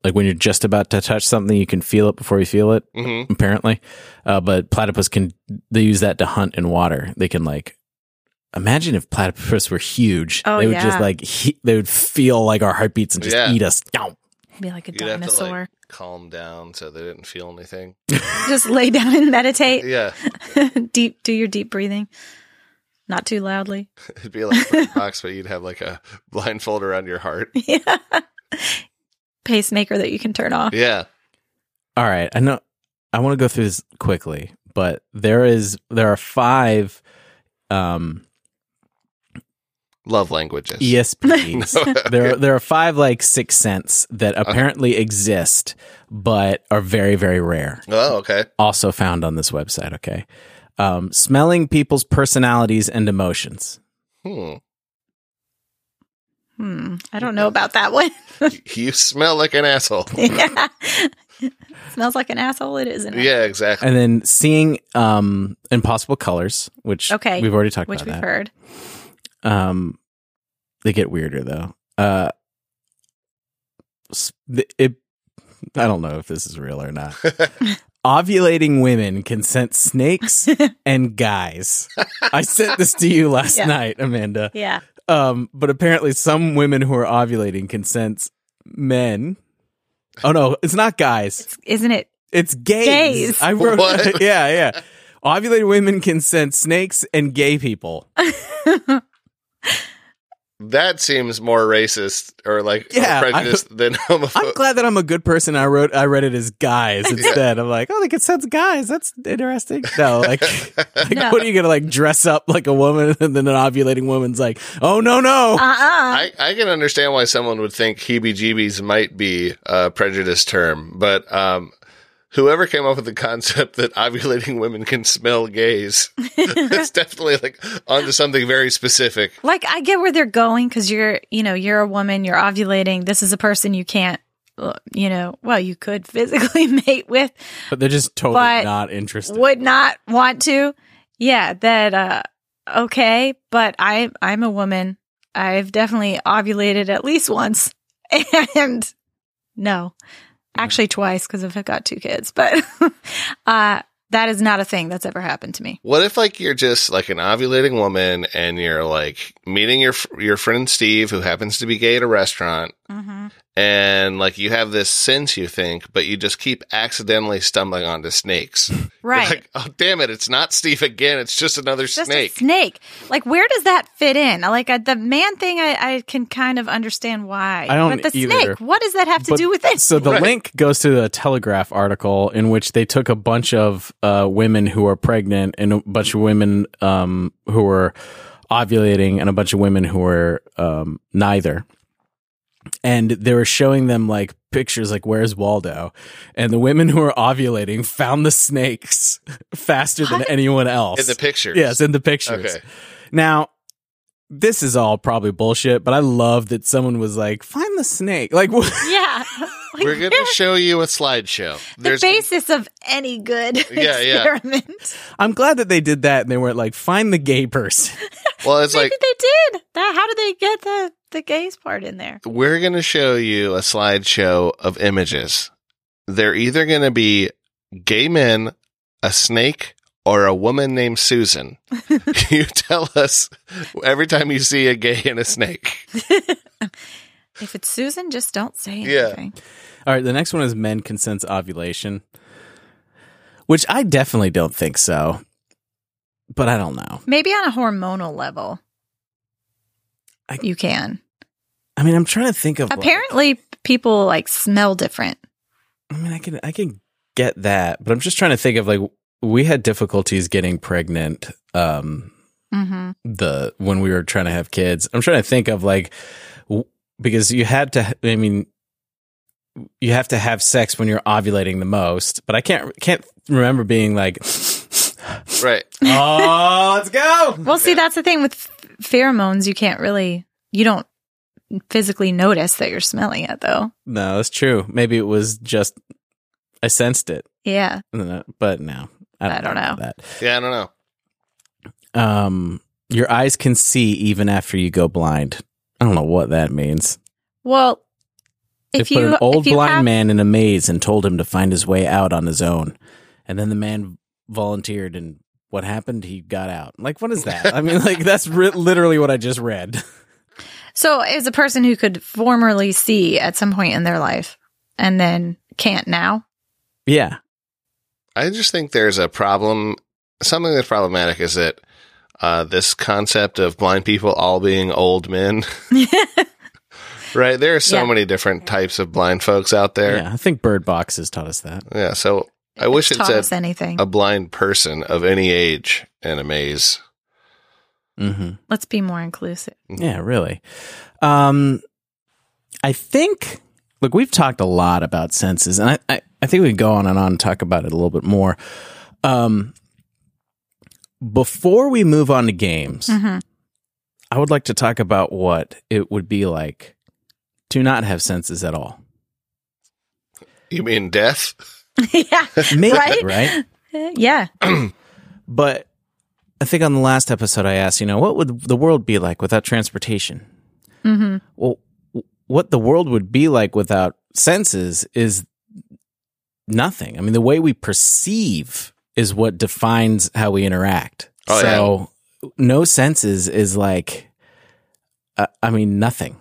Speaker 1: Like when you're just about to touch something, you can feel it before you feel it.
Speaker 3: hmm
Speaker 1: Apparently, uh, but platypus can they use that to hunt in water? They can like imagine if platypus were huge,
Speaker 2: Oh,
Speaker 1: they would
Speaker 2: yeah.
Speaker 1: just like he, they would feel like our heartbeats and just
Speaker 3: Yeah.
Speaker 1: eat us. Yow.
Speaker 2: Be like a
Speaker 3: You'd have to, like-
Speaker 2: dinosaur.
Speaker 3: Calm down so they didn't feel anything.
Speaker 2: Just lay down and meditate.
Speaker 3: Yeah.
Speaker 2: [LAUGHS] deep. Do your deep breathing. Not too loudly. [LAUGHS]
Speaker 3: It'd be like Bird Box, but you'd have like a blindfold around your heart.
Speaker 2: Yeah. Pacemaker that you can turn off.
Speaker 3: Yeah.
Speaker 1: All right, I know I want to go through this quickly, but there is there are five um E
Speaker 3: Love languages.
Speaker 1: ESPs.
Speaker 3: No.
Speaker 1: there are, there are five like sixth sense that apparently exist but are very very rare.
Speaker 3: Oh, okay.
Speaker 1: Also found on this website, okay? Um, smelling people's personalities and emotions.
Speaker 3: Hmm. [LAUGHS]
Speaker 2: Hmm. I don't know about
Speaker 1: [LAUGHS]
Speaker 2: that one. [LAUGHS]
Speaker 3: You smell like an asshole.
Speaker 2: yeah. Smells like an asshole. It is an
Speaker 3: Yeah, exactly.
Speaker 1: And then seeing um impossible colors, which
Speaker 2: Okay.
Speaker 1: we've already talked
Speaker 2: which
Speaker 1: about
Speaker 2: we've
Speaker 1: that.
Speaker 2: heard.
Speaker 1: Um, they get weirder though. Uh, s- th- it. I don't know if this is real or
Speaker 2: [LAUGHS]
Speaker 1: not. Ovulating women can sense
Speaker 2: [LAUGHS]
Speaker 1: snakes and guys. I sent this to you last
Speaker 2: Yeah.
Speaker 1: night, Amanda.
Speaker 2: Yeah.
Speaker 1: Um, but apparently, some women who are ovulating can sense men. Oh no, it's not guys.
Speaker 2: It's, isn't it?
Speaker 1: It's gays.
Speaker 2: Gays.
Speaker 1: I wrote.
Speaker 3: What?
Speaker 1: [LAUGHS] yeah, yeah. Ovulated women can sense snakes and gay people.
Speaker 3: that seems more racist or like
Speaker 1: Yeah,
Speaker 3: yeah, prejudiced than [LAUGHS]
Speaker 1: I'm
Speaker 3: homophobic.
Speaker 1: glad that I'm a good person. I wrote, I read it as guys instead. I'm like, oh, like it says guys. That's interesting. No, like, like
Speaker 2: No.
Speaker 1: what are you gonna like dress up like a woman [LAUGHS] and then an ovulating woman's like, oh no no.
Speaker 2: uh
Speaker 3: I, I can understand why someone would think heebie-jeebies might be a prejudiced term, but um, whoever came up with the concept that ovulating women can smell gays, [LAUGHS] that's definitely like onto something very specific.
Speaker 2: Like I get where they're going because you're, you know, you're a woman, you're ovulating. This is a person you can't, uh, you know, well, you could physically [LAUGHS] mate with,
Speaker 1: but they're just totally
Speaker 2: Uh, But
Speaker 1: not interested.
Speaker 2: would not want to. Yeah, that uh okay, but I I'm a woman. I've definitely ovulated at least once. [LAUGHS] And no. Actually twice because I've got two kids, but [LAUGHS] uh that is not a thing that's ever happened to me.
Speaker 3: What if like you're just like an ovulating woman and you're like meeting your your friend Steve who happens to be gay at a restaurant
Speaker 2: Mm-hmm.
Speaker 3: and like you have this sense you think but you just keep accidentally stumbling onto snakes. You're
Speaker 2: Right.
Speaker 3: Like, oh damn it, it's not Steve again, it's just another
Speaker 2: just
Speaker 3: snake.
Speaker 2: a snake. Like, where does that fit in? Like uh, the man thing, I, I can kind of understand why.
Speaker 1: I don't
Speaker 2: But the
Speaker 1: either.
Speaker 2: snake, what does that have to
Speaker 1: But-
Speaker 2: do with it?
Speaker 1: So the
Speaker 3: Right.
Speaker 1: link goes to the Telegraph article in which they took a bunch of uh, women who are pregnant and a bunch of women um, who were ovulating and a bunch of women who were um, neither. And they were showing them like pictures like where's Waldo? And the women who were ovulating found the snakes [LAUGHS] faster than
Speaker 2: What?
Speaker 1: anyone else.
Speaker 3: in the pictures.
Speaker 1: Yes, in the pictures.
Speaker 3: Okay.
Speaker 1: Now, this is all probably bullshit, but I love that someone was like, find the snake. Like, [LAUGHS] what?
Speaker 2: [LAUGHS] yeah. Like,
Speaker 3: We're
Speaker 2: [LAUGHS]
Speaker 3: going to show you a slideshow.
Speaker 2: the basis of any good
Speaker 3: Yeah, yeah.
Speaker 2: experiment.
Speaker 1: I'm glad that they did that and they weren't like, find the gay person. [LAUGHS]
Speaker 3: well,
Speaker 2: [LAUGHS]
Speaker 3: it's
Speaker 2: Maybe
Speaker 3: like
Speaker 2: they did. That, how did they get the, the gays part in there?
Speaker 3: we're going to show you a slideshow of images. They're either going to be gay men, a snake, or a woman named Susan. [LAUGHS] you tell us every time you see a gay and a snake.
Speaker 2: If it's Susan, just don't say
Speaker 3: Yeah.
Speaker 2: anything.
Speaker 1: All right, the next one is men consents ovulation, which I definitely don't think so, but I don't know.
Speaker 2: Maybe on a hormonal level.
Speaker 1: I-
Speaker 2: you can.
Speaker 1: I mean, I'm trying to think of like-
Speaker 2: Apparently, people like smell different.
Speaker 1: I mean, I can I can get that, but I'm just trying to think of like we had difficulties getting pregnant. Um,
Speaker 2: Mm-hmm.
Speaker 1: the when we were trying to have kids. I'm trying to think of like w- because you had to. I mean, you have to have sex when you're ovulating the most. But I can't can't remember being like, [LAUGHS]
Speaker 3: Right.
Speaker 1: oh, let's go.
Speaker 2: Well, see, that's the thing with ph- pheromones. You can't really, you don't physically notice that you're smelling it, though.
Speaker 1: No, that's true. Maybe it was just I sensed it,
Speaker 2: Yeah.
Speaker 1: And then I- but no, I don't,
Speaker 2: I don't
Speaker 1: know
Speaker 2: know.
Speaker 1: about that.
Speaker 3: Yeah, I don't know.
Speaker 1: Um, your eyes can see even after you go blind. I don't know what that means.
Speaker 2: Well,
Speaker 1: They
Speaker 2: if
Speaker 1: put
Speaker 2: you
Speaker 1: an old
Speaker 2: if you
Speaker 1: blind
Speaker 2: have,
Speaker 1: man in a maze and told him to find his way out on his own. And then the man volunteered, and what happened? He got out. Like, what is that? I mean, like, that's ri- literally what I just read. [LAUGHS]
Speaker 2: so is a person who could formerly see at some point in their life and then can't now.
Speaker 1: yeah.
Speaker 3: I just think there's a problem. Something that's problematic is that uh, this concept of blind people all being old men. [LAUGHS] right. There are so
Speaker 2: Yeah.
Speaker 3: many different types of blind folks out there. Yeah.
Speaker 1: Yeah. I think Bird Box has taught us that.
Speaker 3: so I wish it
Speaker 2: taught
Speaker 3: said
Speaker 2: us anything.
Speaker 3: a blind person of any age in a maze.
Speaker 1: Mm-hmm.
Speaker 2: Let's be more inclusive. [LAUGHS]
Speaker 1: Yeah, really. Um, I think, look, we've talked a lot about senses, and I, I, I think we can go on and on and talk about it a little bit more. Um, before we move on to games,
Speaker 2: Mhm.
Speaker 1: I would like to talk about what it would be like to not have senses at all.
Speaker 3: You mean death?
Speaker 2: yeah.
Speaker 1: Maybe,
Speaker 2: Right?
Speaker 1: right?
Speaker 2: Yeah.
Speaker 1: But I think on the last episode, I asked, you know, what would the world be like without transportation?
Speaker 2: hmm
Speaker 1: well w- what the world would be like without senses is nothing i mean the way we perceive is what defines how we interact
Speaker 3: Oh,
Speaker 1: so no senses is like uh, i mean nothing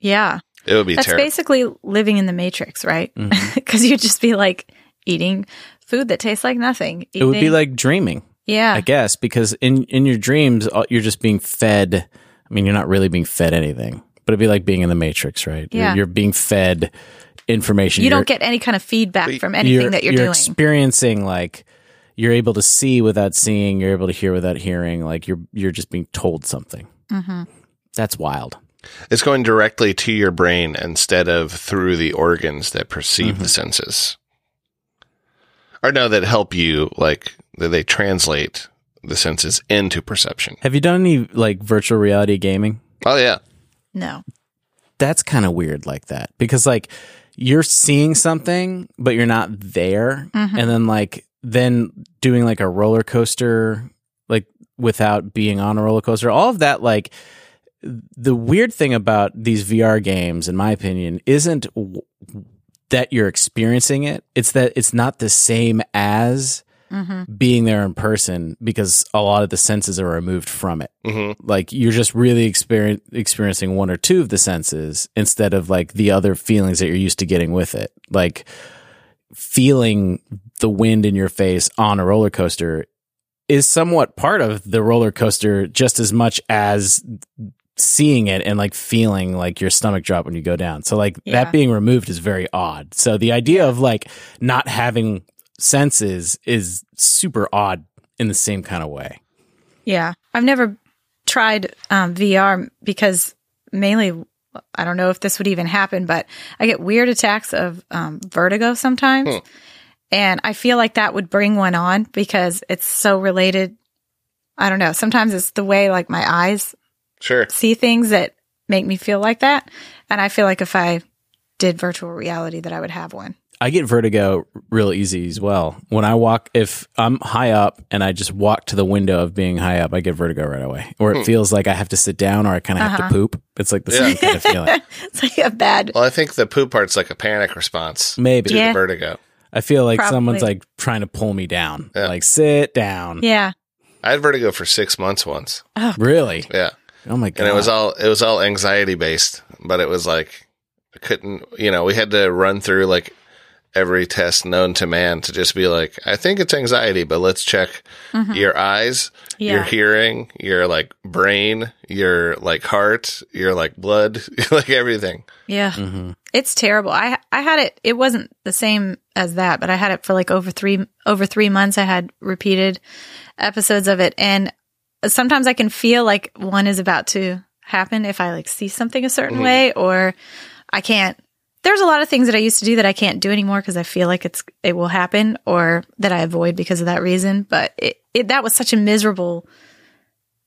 Speaker 2: Yeah.
Speaker 3: It would be
Speaker 2: That's
Speaker 3: terrible.
Speaker 2: basically living in the matrix, right? [LAUGHS]
Speaker 1: Mm.
Speaker 2: Because you'd just be like eating food that tastes like nothing.
Speaker 1: it would be
Speaker 2: eating-
Speaker 1: like dreaming
Speaker 2: yeah.
Speaker 1: i guess because in in your dreams uh, you're just being fed I mean, you're not really being fed anything, but it'd be like being in the Matrix, right? You're-
Speaker 2: Yeah.
Speaker 1: You're, being fed information.
Speaker 2: You
Speaker 1: You're-
Speaker 2: don't get any kind of feedback from anything that you're, doing.
Speaker 1: experiencing like you're able to see without seeing, you're able to hear without hearing. Like you're you're just being told something.
Speaker 2: Mhm.
Speaker 1: That's wild.
Speaker 3: It's going directly to your brain instead of through the organs that perceive the senses. Or no, that help you, like, that they translate the senses into perception.
Speaker 1: Have you done any like virtual reality gaming?
Speaker 3: Oh, yeah.
Speaker 2: No.
Speaker 1: That's kind of weird, like that, because like you're seeing something, but you're not there, and then like then doing like a roller coaster, like without being on a roller coaster, all of that, like the weird thing about these VR games, in my opinion, isn't w- that you're experiencing it. It's that it's not the same as
Speaker 2: Mm-hmm.
Speaker 1: being there in person because a lot of the senses are removed from it.
Speaker 3: Mhm.
Speaker 1: Like you're just really experience, experiencing one or two of the senses instead of like the other feelings that you're used to getting with it. Like feeling the wind in your face on a roller coaster is somewhat part of the roller coaster just as much as seeing it and like feeling like your stomach drop when you go down. So like
Speaker 2: Yeah.
Speaker 1: that being removed is very odd. So the idea of like not having senses is super odd in the same kind of way.
Speaker 2: Yeah. I've never tried um, VR because mainly I don't know if this would even happen, but I get weird attacks of um, vertigo sometimes. And I feel like that would bring one on because it's so related. I don't know. Sometimes it's the way like my eyes
Speaker 3: Sure.
Speaker 2: see things that make me feel like that. And I feel like if I did virtual reality that I would have one. [LAUGHS]
Speaker 1: I get vertigo real easy as well. When I walk, if I'm high up and I just walk to the window of being high up, I get vertigo right away. Or
Speaker 3: Hmm.
Speaker 1: it feels like I have to sit down or I kind of
Speaker 2: Uh-huh.
Speaker 1: have to poop. It's like the same kind of
Speaker 2: [LAUGHS]
Speaker 1: feeling.
Speaker 2: It's like a bad
Speaker 3: Well, I think the poo part's like a panic response
Speaker 1: Maybe.
Speaker 3: to
Speaker 2: Yeah.
Speaker 3: the vertigo.
Speaker 1: I feel like someone's
Speaker 2: Probably.
Speaker 1: like trying to pull me down.
Speaker 3: Yeah.
Speaker 1: Like, sit down.
Speaker 2: Yeah.
Speaker 3: I had vertigo for six months once.
Speaker 1: Really?
Speaker 3: Yeah.
Speaker 1: Oh my God.
Speaker 3: and it was all it was all anxiety based but it was like I couldn't you know we had to run through like every test known to man to just be like i think it's anxiety but let's check your eyes your
Speaker 2: Mm-hmm. Yeah.
Speaker 3: hearing your like brain your like heart your like blood [LAUGHS] like everything
Speaker 2: Yeah. It's terrible. I I had it it wasn't the same as that, but I had it for like over 3 over 3 months I had repeated episodes of it and sometimes I can feel like one is about to happen if I like see something a certain way or I can't there's a lot of things that I used to do that I can't do anymore because I feel like it's it will happen or that I avoid because of that reason, but it, it that was such a miserable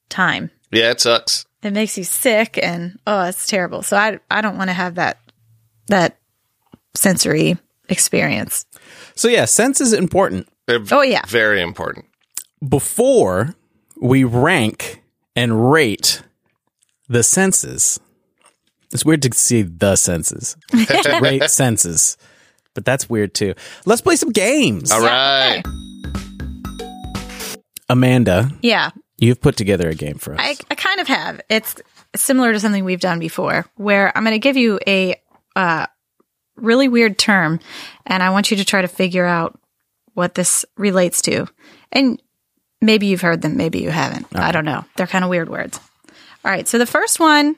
Speaker 2: time
Speaker 3: yeah it sucks
Speaker 2: that makes you sick and oh it's terrible so i i don't want to have that that sensory experience
Speaker 1: so, yeah, sense is important.
Speaker 3: They're
Speaker 2: Oh, yeah.
Speaker 3: very important
Speaker 1: Before we rank and rate the senses, it's weird to see the
Speaker 3: [LAUGHS]
Speaker 1: senses, to rate senses, but that's weird too. Let's play some games.
Speaker 3: All right,
Speaker 1: Amanda,
Speaker 2: yeah
Speaker 1: you've put together a game for us.
Speaker 2: I, I kind of have. It's similar to something we've done before, where I'm going to give you a uh, really weird term, and I want you to try to figure out what this relates to. And maybe you've heard them, maybe you haven't. I don't know. They're kind of weird words. All right. So the first one,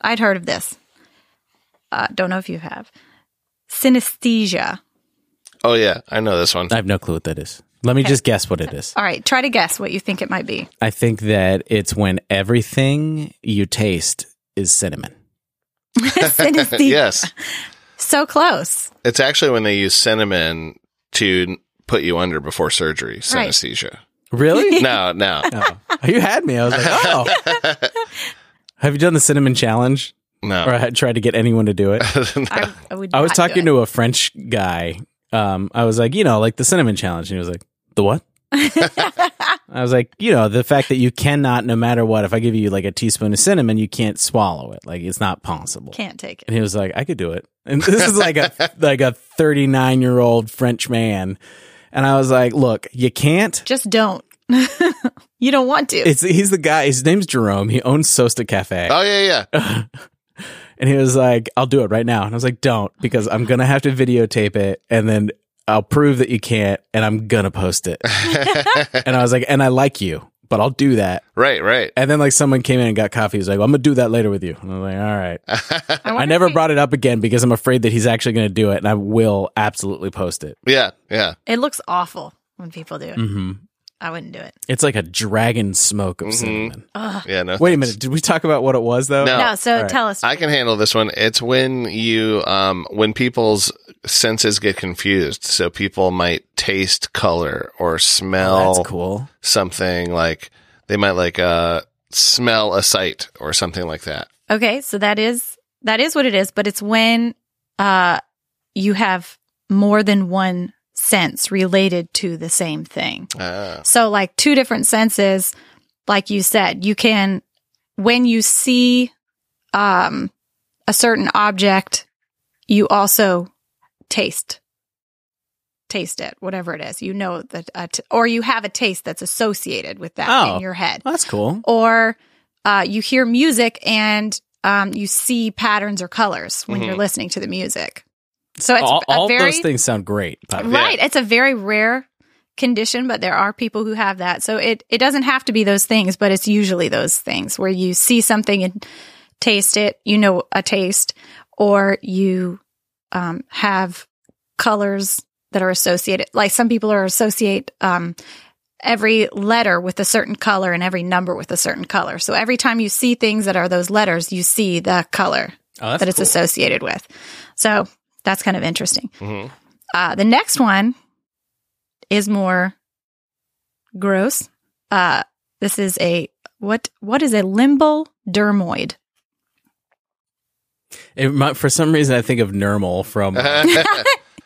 Speaker 2: I'd heard of this. Uh, don't know if you have. Synesthesia.
Speaker 3: oh yeah i know this one
Speaker 1: I have no clue what that is. Let me just guess what it is.
Speaker 2: All right. Try to guess what you think it might be. [LAUGHS]
Speaker 1: I think that it's when everything you taste is cinnamon.
Speaker 2: Synesthesia.
Speaker 3: Uh, yes
Speaker 2: So close.
Speaker 3: it's actually when they use cinnamon to put you under before surgery
Speaker 2: Right.
Speaker 3: synesthesia [LAUGHS]
Speaker 1: Really?
Speaker 2: [LAUGHS]
Speaker 3: no no
Speaker 1: oh. You had me. I was like, oh.
Speaker 3: [LAUGHS]
Speaker 1: have you done the cinnamon challenge?
Speaker 3: no
Speaker 1: Or had tried to get anyone to do it?
Speaker 2: I, I, would
Speaker 1: I was
Speaker 2: not do
Speaker 1: talking
Speaker 2: it.
Speaker 1: to a French guy. Um, I was like, you know, like the cinnamon challenge, and he was like, the what? I was like, you know, the fact that you cannot, no matter what, if I give you like a teaspoon of cinnamon, you can't swallow it. Like it's not possible.
Speaker 2: Can't take it.
Speaker 1: And he was like, I could do it. And this is like a like a 39 year old French man. And I was like, look, you can't.
Speaker 2: Just don't. [LAUGHS] you don't want to.
Speaker 1: It's he's the guy. His name's Jerome. He owns Sosta Cafe.
Speaker 3: Oh yeah,
Speaker 1: [LAUGHS]
Speaker 3: yeah.
Speaker 1: And he was like, I'll do it right now. And I was like, don't, because I'm going to have to videotape it and then
Speaker 2: [LAUGHS]
Speaker 1: I'll prove that you can't and I'm going to post it. and I was like, and I like you, but I'll do that.
Speaker 3: Right, right.
Speaker 1: And then like someone came in and got coffee. He's like, well, I'm gonna do that later with you. And I was like, all right. I,
Speaker 2: wonder
Speaker 1: never
Speaker 2: if he-
Speaker 1: brought it up again because I'm afraid that he's actually gonna do it, and I will absolutely post it.
Speaker 3: yeah, yeah.
Speaker 2: It looks awful when people do it.
Speaker 1: hmm
Speaker 2: I wouldn't do it.
Speaker 1: It's like a dragon smoke of
Speaker 2: Mm-hmm.
Speaker 3: Mhm.
Speaker 1: cinnamon.
Speaker 2: Ugh.
Speaker 3: Yeah, no.
Speaker 1: Ah, Wait a
Speaker 3: thanks.
Speaker 1: minute. Did we talk about what it was though?
Speaker 3: No.
Speaker 2: No, so
Speaker 1: Oh, All right.
Speaker 2: tell us.
Speaker 3: I can handle this one. It's when you um when people's senses get confused. So people might taste color or
Speaker 1: Oh,
Speaker 3: smell
Speaker 1: that's cool.
Speaker 3: something like they might like uh smell a sight or something like that.
Speaker 2: okay, so that is that is what it is, but it's when uh you have more than one sense related to the same thing.
Speaker 1: Oh.
Speaker 3: Ah.
Speaker 2: So like two different senses, like you said, you can when you see um a certain object, you also taste taste it, whatever it is. You know that uh, t- or you have a taste that's associated with that
Speaker 1: Oh.
Speaker 2: in your head.
Speaker 1: That's cool.
Speaker 2: or uh, you hear music and um, you see patterns or colors when
Speaker 3: Mhm.
Speaker 2: you're listening to the music. So it's
Speaker 1: Mm-hmm. all
Speaker 2: a
Speaker 1: all
Speaker 2: very
Speaker 1: those things sound great. by the way.
Speaker 2: right. It's a very rare condition, but there are people who have that. So it it doesn't have to be those things, but it's usually those things where you see something and taste it. You know a taste, or you um, have colors that are associated. Like some people are associate. Um, Every letter with a certain color and every number with a certain color. So every time you see things that are those letters, you see the color
Speaker 1: Oh, that's
Speaker 2: that it's
Speaker 1: cool.
Speaker 2: associated with. So that's kind of interesting.
Speaker 3: Mhm.
Speaker 2: Uh, the next one is more gross. Uh, this is a what? What is a limbal dermoid?
Speaker 1: It mi- for some reason, I think of Nermal from.
Speaker 3: [LAUGHS]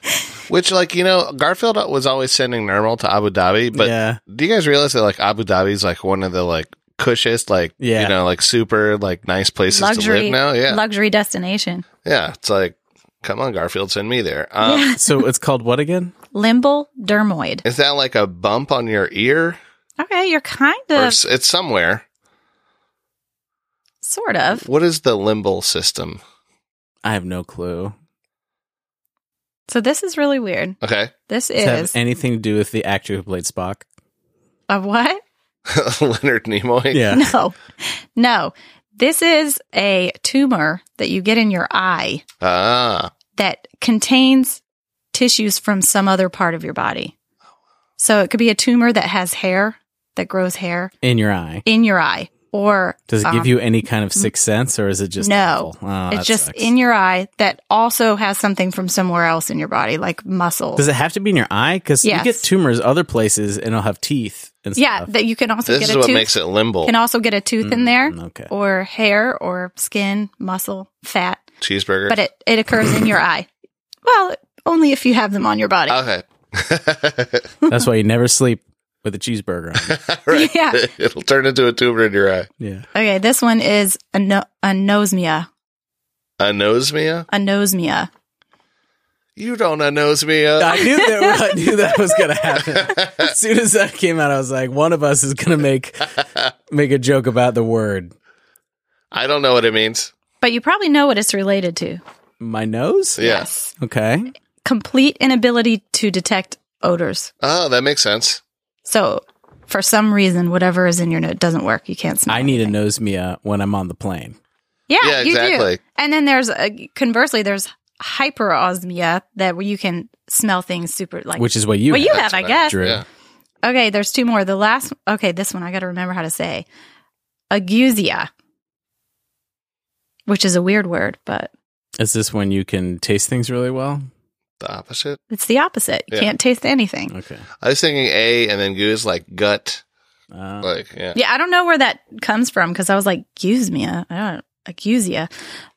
Speaker 3: Uh-huh, Which like, you know, Garfield was always sending Nermal to Abu Dhabi, but
Speaker 1: yeah,
Speaker 3: do you guys realize that like Abu Dhabi's like one of the like cushest, like
Speaker 1: Yeah.
Speaker 3: you know, like super like nice places to
Speaker 2: Luxury-
Speaker 3: live now? Yeah.
Speaker 2: Luxury destination.
Speaker 3: yeah. It's like come on, Garfield, send me there.
Speaker 2: [LAUGHS]
Speaker 3: Um,
Speaker 2: Yeah.
Speaker 1: so it's called what again?
Speaker 2: Limbal dermoid.
Speaker 3: Is that like a bump on your ear?
Speaker 2: Okay, you're kind
Speaker 3: or
Speaker 2: of,
Speaker 3: s- it's somewhere.
Speaker 2: sort of.
Speaker 3: What is the limbal system?
Speaker 1: I have no clue.
Speaker 2: So this is really weird.
Speaker 3: Okay. [LAUGHS]
Speaker 2: This
Speaker 1: Does it have
Speaker 2: is
Speaker 1: anything to do with the actor who played Spock?
Speaker 2: a what?
Speaker 3: Leonard Nimoy.
Speaker 1: Yeah.
Speaker 2: [LAUGHS] No, no. This is a tumor that you get in your eye
Speaker 3: Ah.
Speaker 2: that contains tissues from some other part of your body. So it could be a tumor that has hair that grows hair
Speaker 1: In your eye.
Speaker 2: in your eye, or
Speaker 1: Does it
Speaker 2: um,
Speaker 1: give you any kind of sixth sense, or is it just
Speaker 2: No.
Speaker 1: awful? Oh, that
Speaker 2: it's just
Speaker 1: sucks.
Speaker 2: in your eye that also has something from somewhere else in your body, like muscle.
Speaker 1: Does it have to be in your eye? Because
Speaker 2: Yes.
Speaker 1: you get tumors other places, and it'll have teeth and
Speaker 2: yeah,
Speaker 1: stuff.
Speaker 2: that you can also
Speaker 3: This
Speaker 2: get
Speaker 3: is
Speaker 2: a
Speaker 3: what
Speaker 2: tooth.
Speaker 3: makes it limbal.
Speaker 2: can also get a tooth in there,
Speaker 1: Mm, okay.
Speaker 2: or hair, or skin, muscle, fat.
Speaker 3: Cheeseburger.
Speaker 2: But it it occurs in your eye. Well, only if you have them on your body.
Speaker 3: okay. [LAUGHS]
Speaker 1: That's why you never sleep with a cheeseburger. On.
Speaker 2: [LAUGHS]
Speaker 3: right. [LAUGHS]
Speaker 2: Yeah.
Speaker 3: It'll turn into a tumor in your eye.
Speaker 1: yeah.
Speaker 2: Okay, this one is ano- anosmia.
Speaker 3: Anosmia?
Speaker 2: Anosmia.
Speaker 3: You don't anosmia.
Speaker 1: I knew that. I knew that was gonna happen. As soon as that came out, I was like, one of us is gonna make make a joke about the word.
Speaker 3: I don't know what it means.
Speaker 2: But you probably know what it's related to.
Speaker 1: My nose.
Speaker 3: Yeah.
Speaker 1: Okay.
Speaker 2: Complete inability to detect odors.
Speaker 3: Oh, that makes sense.
Speaker 2: So, for some reason, whatever is in your nose doesn't work. You can't smell.
Speaker 1: I need a nose mia when I'm on the plane.
Speaker 2: Yeah,
Speaker 3: Yeah,
Speaker 2: you
Speaker 3: exactly.
Speaker 2: do. And then there's uh, conversely, there's hyperosmia that where you can smell things super like.
Speaker 1: which is what you
Speaker 2: well, you
Speaker 1: have,
Speaker 2: have, I
Speaker 3: what I-
Speaker 2: guess.
Speaker 1: Drew.
Speaker 3: Yeah.
Speaker 2: Okay, there's two more. The last. Okay, this one I got to remember how to say. Agusia, which is a weird word, but
Speaker 1: Is this when you can taste things really well?
Speaker 3: The opposite.
Speaker 2: it's the opposite. You
Speaker 3: Yeah.
Speaker 2: can't taste anything.
Speaker 1: Okay.
Speaker 3: I was thinking A and then goose like gut.
Speaker 1: Uh,
Speaker 3: Like, yeah.
Speaker 2: Yeah, I don't know where that comes from because I was like, excuse me, uh, I don't accuse you.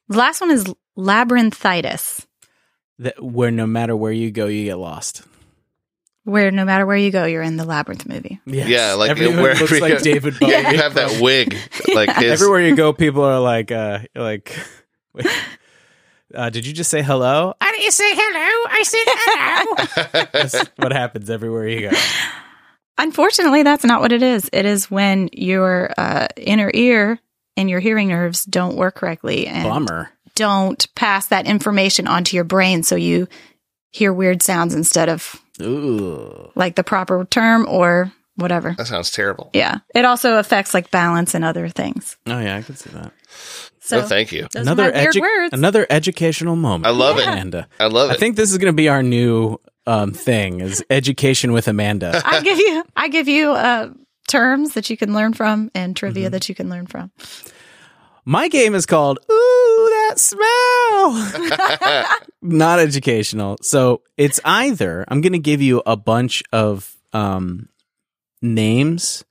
Speaker 2: The last one is labyrinthitis,
Speaker 1: that where no matter where you go, you get lost.
Speaker 2: where no matter where you go, you're in the labyrinth movie.
Speaker 1: Yes.
Speaker 3: Yeah, like,
Speaker 1: everyone
Speaker 3: wherever
Speaker 1: looks
Speaker 3: you
Speaker 1: like
Speaker 3: go- [LAUGHS]
Speaker 1: David Bowie.
Speaker 2: Yeah.
Speaker 3: Oh, You
Speaker 1: [LAUGHS]
Speaker 3: have
Speaker 2: [LAUGHS]
Speaker 3: that wig. Like his,
Speaker 1: Everywhere you go, people are like, uh, like, [LAUGHS] wait, uh, did you just say hello? I didn't say hello. I said hello.
Speaker 3: [LAUGHS]
Speaker 1: That's what happens everywhere you go.
Speaker 2: [LAUGHS] Unfortunately, that's not what it is. It is when your uh, inner ear and your hearing nerves don't work correctly and
Speaker 1: Bummer.
Speaker 2: don't pass that information onto your brain, so you hear weird sounds instead of
Speaker 1: Ooh.
Speaker 2: like the proper term or whatever.
Speaker 3: That sounds terrible.
Speaker 2: Yeah. It also affects like balance and other things.
Speaker 1: Oh yeah, I can see that.
Speaker 2: So
Speaker 3: oh, thank you.
Speaker 2: those are my weird
Speaker 1: edu-
Speaker 2: words.
Speaker 1: another educational moment.
Speaker 3: I love it.
Speaker 1: Amanda.
Speaker 3: I love
Speaker 1: I
Speaker 3: it.
Speaker 1: think this is going to be our new um, thing: is education with Amanda.
Speaker 2: [LAUGHS]
Speaker 3: [LAUGHS]
Speaker 2: I give you I give you uh terms that you can learn from and trivia
Speaker 1: Mm-hmm.
Speaker 2: that you can learn from.
Speaker 1: My game is called Ooh, that smell.
Speaker 3: [LAUGHS]
Speaker 1: Not educational. So it's either I'm going to give you a bunch of um, names.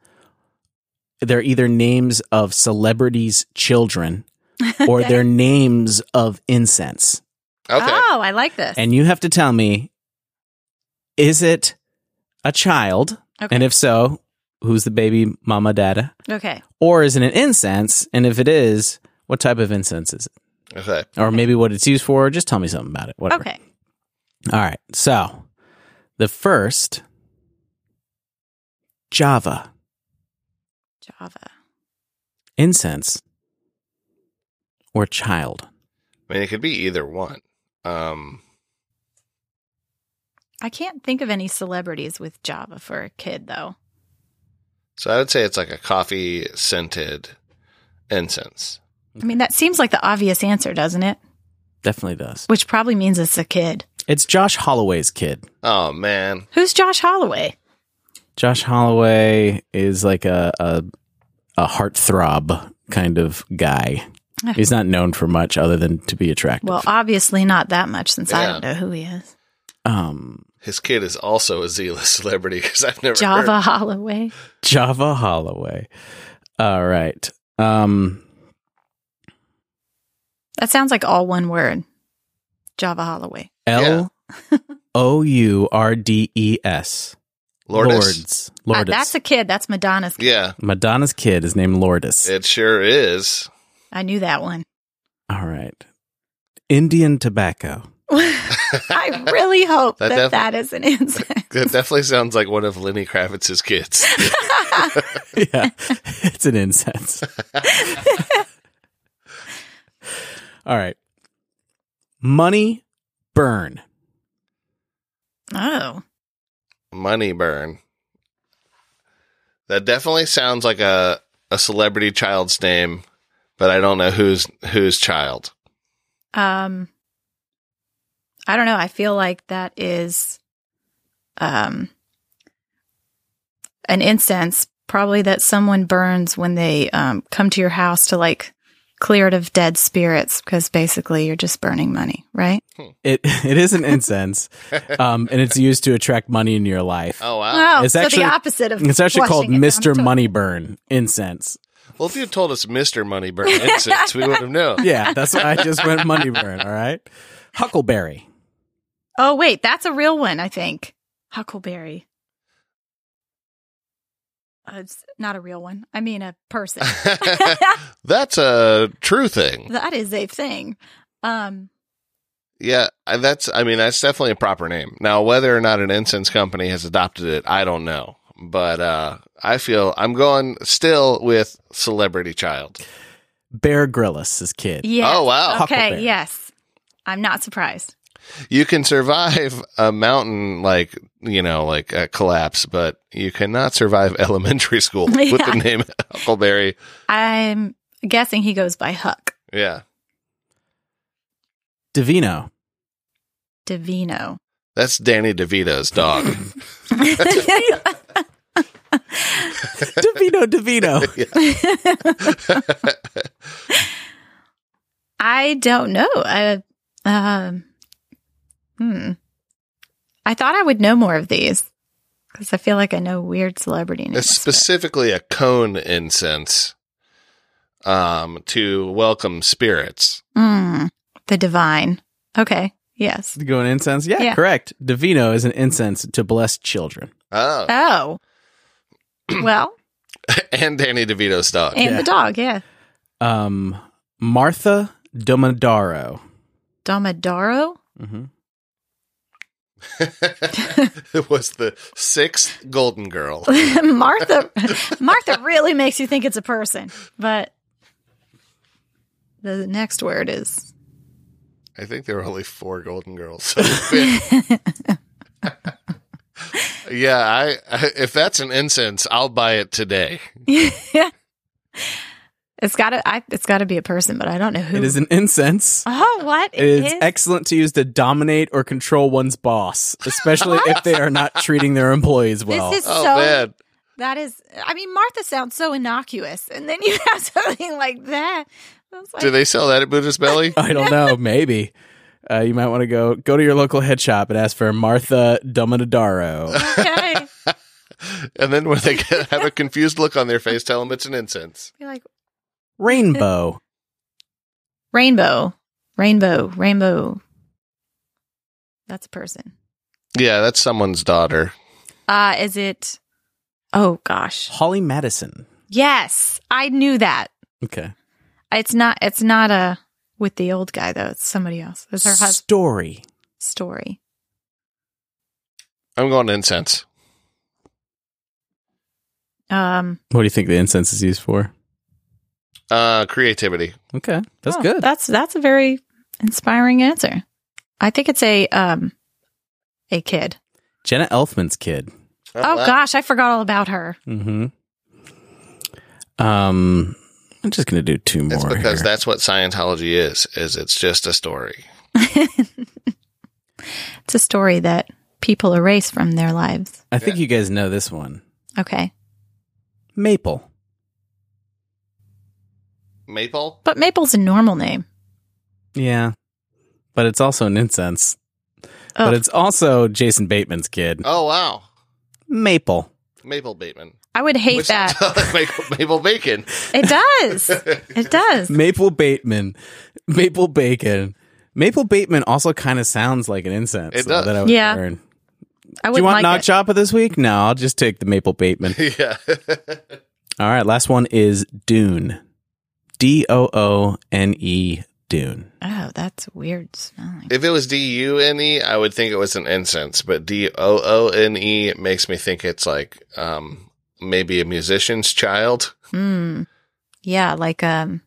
Speaker 1: They're either names of celebrities'
Speaker 3: [LAUGHS]
Speaker 1: children or they're names of incense.
Speaker 3: okay.
Speaker 2: Oh, I like this.
Speaker 1: And you have to tell me is it a child?
Speaker 2: Okay.
Speaker 1: And if so, who's the baby mama dada?
Speaker 2: okay.
Speaker 1: Or is it an incense? And if it is, what type of incense is it?
Speaker 3: Okay.
Speaker 1: or maybe what it's used for. Just tell me something about it. Whatever.
Speaker 2: Okay.
Speaker 1: All right. So the first Java
Speaker 2: Java.
Speaker 1: incense or child.
Speaker 3: I mean, it could be either one. Um,
Speaker 2: I can't think of any celebrities with Java for a kid though.
Speaker 3: so I would say it's like a coffee scented incense.
Speaker 2: I mean, that seems like the obvious answer, doesn't it?
Speaker 1: Definitely does.
Speaker 2: Which probably means it's a kid.
Speaker 1: It's Josh Holloway's kid.
Speaker 3: Oh man,
Speaker 2: Who's Josh Holloway?
Speaker 1: Josh Holloway is like a a, a heartthrob kind of
Speaker 2: [LAUGHS]
Speaker 1: guy. He's not known for much other than to be attractive.
Speaker 2: Well, obviously not that much since I don't
Speaker 3: Yeah.
Speaker 2: know who he is.
Speaker 1: um,
Speaker 3: his kid is also a Z-list [LAUGHS] celebrity because I've never
Speaker 2: Java Holloway.
Speaker 1: Java Holloway. All right. Um,
Speaker 2: That sounds like all one word. Java Holloway.
Speaker 1: L O U R D E S.
Speaker 3: Heard. Lourdes.
Speaker 1: Lords.
Speaker 2: Ah,
Speaker 1: Lourdes.
Speaker 2: that's a kid. That's Madonna's kid.
Speaker 3: Yeah,
Speaker 1: Madonna's kid is named Lourdes.
Speaker 3: it sure is.
Speaker 2: I knew that one.
Speaker 1: All right. Indian
Speaker 2: [LAUGHS]
Speaker 1: tobacco.
Speaker 2: I really hope
Speaker 3: That
Speaker 2: that
Speaker 3: def-
Speaker 2: that is an [LAUGHS] incense.
Speaker 3: It definitely sounds like one of Lenny Kravitz's kids.
Speaker 1: yeah. [LAUGHS] It's an
Speaker 2: [LAUGHS]
Speaker 1: incense. All right. Money burn.
Speaker 2: Oh,
Speaker 3: Money burn. That definitely sounds like a a celebrity child's name, but I don't know who's whose child.
Speaker 2: um, I don't know. I feel like that is, um, an incense probably that someone burns when they um, come to your house to like clear it of dead spirits because basically you're just burning money, right?
Speaker 1: It [LAUGHS] it is an incense. um, and it's used to attract money into your life.
Speaker 3: Oh wow.
Speaker 2: Oh,
Speaker 1: It's
Speaker 2: so
Speaker 1: actually-
Speaker 2: the opposite of
Speaker 1: It's actually called
Speaker 2: flushing it down the
Speaker 1: Mr.
Speaker 2: toilet.
Speaker 1: Money Burn incense.
Speaker 3: Well, if you had told us Mr. Moneyburn incense, we would
Speaker 1: [LAUGHS]
Speaker 3: have known. [LAUGHS]
Speaker 1: Yeah, that's why I just went Money Burn, all right? Huckleberry.
Speaker 2: Oh wait, that's a real one, I think. Huckleberry. Uh, it's not a real one. I mean, a person.
Speaker 3: That's a true thing.
Speaker 2: that is a thing. Um,
Speaker 3: Yeah, I- that's. I mean, that's definitely a proper name. Now, whether or not an incense company has adopted it, I don't know. But uh, I feel I'm going still with celebrity child.
Speaker 1: Bear Grylls' his kid.
Speaker 2: yes.
Speaker 3: Oh, wow.
Speaker 2: Okay.
Speaker 1: Huckleberry.
Speaker 2: Yes. I'm not surprised.
Speaker 3: You can survive a mountain like you know like a collapse, but you cannot survive [LAUGHS] elementary school with the
Speaker 2: Yeah.
Speaker 3: name Huckleberry.
Speaker 2: I'm guessing he goes by Huck
Speaker 3: Yeah,
Speaker 1: Divino.
Speaker 2: Divino.
Speaker 3: that's Danny DeVito's dog. [LAUGHS]
Speaker 1: Divino Divino.
Speaker 2: [LAUGHS] I don't know. I um hmm. I thought I would know more of these because I feel like I know weird celebrity names.
Speaker 3: It's specifically a cone incense um to welcome spirits.
Speaker 2: but- Mm, the divine. Okay. Yes.
Speaker 1: Go in incense. Yeah,
Speaker 2: Yeah.
Speaker 1: correct. Divino is an incense to bless children.
Speaker 3: Oh,
Speaker 2: Oh. well,
Speaker 3: and Danny DeVito's dog.
Speaker 2: and the dog. Yeah.
Speaker 1: Um, Martha Domodaro.
Speaker 2: Domodaro.
Speaker 1: hmm
Speaker 3: [LAUGHS] it was the sixth golden girl.
Speaker 2: [LAUGHS] Martha. Martha really makes you think it's a person, but the next word is [LAUGHS] [LAUGHS]
Speaker 3: I think there were only four golden girls. Yeah, I, I if that's an incense, I'll buy it today.
Speaker 2: it's got to. It's got to be a person, but I don't know who.
Speaker 1: It is an incense.
Speaker 2: Oh, what
Speaker 1: It is excellent to use to dominate or control one's boss, especially if they are not treating their employees well.
Speaker 2: This is
Speaker 3: Oh
Speaker 2: so.
Speaker 3: man,
Speaker 2: That is. I mean, Martha sounds so innocuous, and then you [LAUGHS] have something like that. I was like,
Speaker 3: do they sell that at Buddha's Belly?
Speaker 1: I don't
Speaker 2: [LAUGHS]
Speaker 1: know. Maybe uh, you might want to go go to your local head shop and ask for Martha
Speaker 2: [LAUGHS]
Speaker 1: Dominadaro.
Speaker 2: okay.
Speaker 3: And then when they get, have a confused look on their face, tell them it's an incense.
Speaker 2: Be like
Speaker 1: Rainbow.
Speaker 2: rainbow, rainbow, rainbow. That's a person.
Speaker 3: Yeah, that's someone's daughter.
Speaker 2: Uh, is it? Oh gosh,
Speaker 1: Holly Madison.
Speaker 2: yes, I knew that.
Speaker 1: Okay.
Speaker 2: It's not. It's not a with the old guy though. It's somebody else. It's her husband's
Speaker 1: Story.
Speaker 2: story.
Speaker 3: I'm going incense.
Speaker 2: Um,
Speaker 1: What do you think the incense is used for?
Speaker 3: Uh, creativity.
Speaker 1: Okay. That's
Speaker 2: oh,
Speaker 1: good.
Speaker 2: That's that's a very inspiring answer. I think it's a um a kid.
Speaker 1: Jenna Elfman's kid.
Speaker 2: Oh gosh, I forgot all about her.
Speaker 1: Mm-hmm. Um, I'm just gonna do two more.
Speaker 3: It's because
Speaker 1: here.
Speaker 3: that's what Scientology is. Is it's just a story.
Speaker 2: It's a story that people erase from their lives.
Speaker 1: I think you guys know this one.
Speaker 2: Okay.
Speaker 1: Maple.
Speaker 3: Maple.
Speaker 2: But Maple's a normal name.
Speaker 1: Yeah, but it's also an incense.
Speaker 2: Oh,
Speaker 1: But it's also Jason Bateman's kid.
Speaker 3: Oh wow,
Speaker 1: Maple.
Speaker 3: Maple Bateman.
Speaker 2: I would hate
Speaker 3: Which-
Speaker 2: that.
Speaker 3: [LAUGHS] Maple, Maple Bacon. [LAUGHS]
Speaker 2: it does.
Speaker 1: [LAUGHS]
Speaker 2: It does.
Speaker 1: Maple Bateman, Maple Bacon. Maple Bateman also kind of sounds like an incense.
Speaker 3: It
Speaker 1: so
Speaker 3: does.
Speaker 1: That I would
Speaker 2: Yeah.
Speaker 1: learn. Do
Speaker 2: I
Speaker 1: you
Speaker 2: wouldn't
Speaker 1: want
Speaker 2: like
Speaker 1: knock
Speaker 2: it.
Speaker 1: choppa this week? No, I'll just take the Maple Bateman.
Speaker 3: yeah. [LAUGHS]
Speaker 1: All right, last one is Dune. D O O N E Dune.
Speaker 2: Oh, that's weird smelling.
Speaker 3: If it was D U N E, I would think it was an incense, but D O O N E makes me think it's like um, maybe a musician's child.
Speaker 2: Mm. Yeah, like um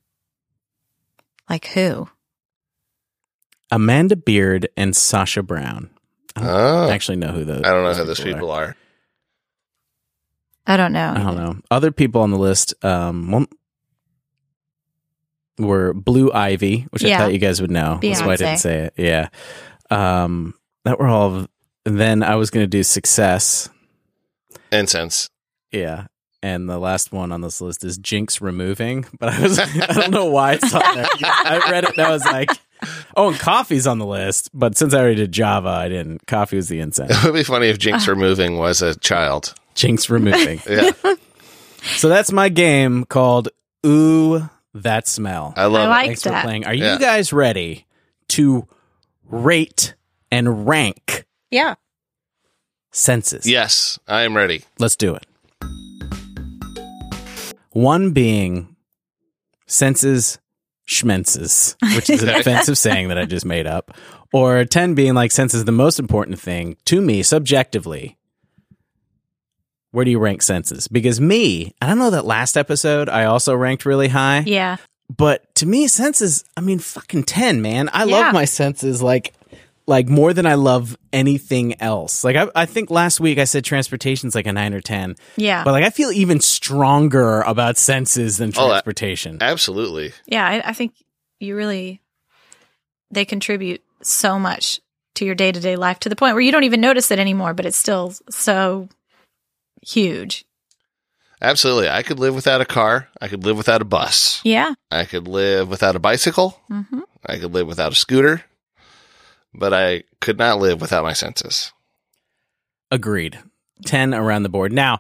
Speaker 2: like who?
Speaker 1: Amanda Beard and Sasha Brown. I don't
Speaker 3: Oh,
Speaker 1: actually know who those.
Speaker 3: I don't know who those people are.
Speaker 2: I don't know.
Speaker 1: I don't know. Other people on the list um, one, were Blue Ivy, which I
Speaker 2: Yeah.
Speaker 1: thought you guys would know. That's why I didn't
Speaker 2: Beyonce.
Speaker 1: say it. Yeah. Um, that were all. Of, and then I was going to do Success.
Speaker 3: Incense. [LAUGHS]
Speaker 1: Yeah. And the last one on this list is Jinx Removing, but I was [LAUGHS] I don't know why it's on
Speaker 2: [LAUGHS]
Speaker 1: there. I read it and I was like, oh, and Coffee's on the list, but since I already did Java, I didn't. Coffee was the
Speaker 2: [LAUGHS]
Speaker 1: incense.
Speaker 3: It would be funny if Jinx Removing was a child.
Speaker 1: Jinx Removing.
Speaker 3: Yeah,
Speaker 1: So that's my game called Ooh That Smell. [LAUGHS]
Speaker 3: I love
Speaker 2: I like
Speaker 1: Thanks
Speaker 2: that.
Speaker 1: for playing. Are
Speaker 3: Yeah.
Speaker 1: you guys ready to rate and rank
Speaker 2: Yeah.
Speaker 1: senses?
Speaker 3: it. Yes, I am ready.
Speaker 1: Let's do it. One being senses schmenses, which is an
Speaker 3: Okay.
Speaker 1: offensive saying that I just made up, or 10 being like senses the most important thing to me subjectively. Where do you rank senses? Because me, I don't know that last episode I also ranked really high.
Speaker 2: Yeah.
Speaker 1: but to me senses i mean fucking 10 man i
Speaker 2: Yeah.
Speaker 1: love my senses like like more than i love anything else like I, I think last week i said transportation's like a 9 or 10
Speaker 2: Yeah.
Speaker 1: but like i feel even stronger about senses than
Speaker 3: Oh, I-
Speaker 1: transportation
Speaker 3: Absolutely.
Speaker 2: yeah I, I think you really they contribute so much to your day-to-day life to the point where you don't even notice it anymore but it's still so huge
Speaker 3: Absolutely. I could live without a car. I could live without a bus.
Speaker 2: yeah
Speaker 3: I could live without a bicycle.
Speaker 2: mm-hmm.
Speaker 3: I could live without a scooter. But I could not live without my senses.
Speaker 1: agreed 10 around the board now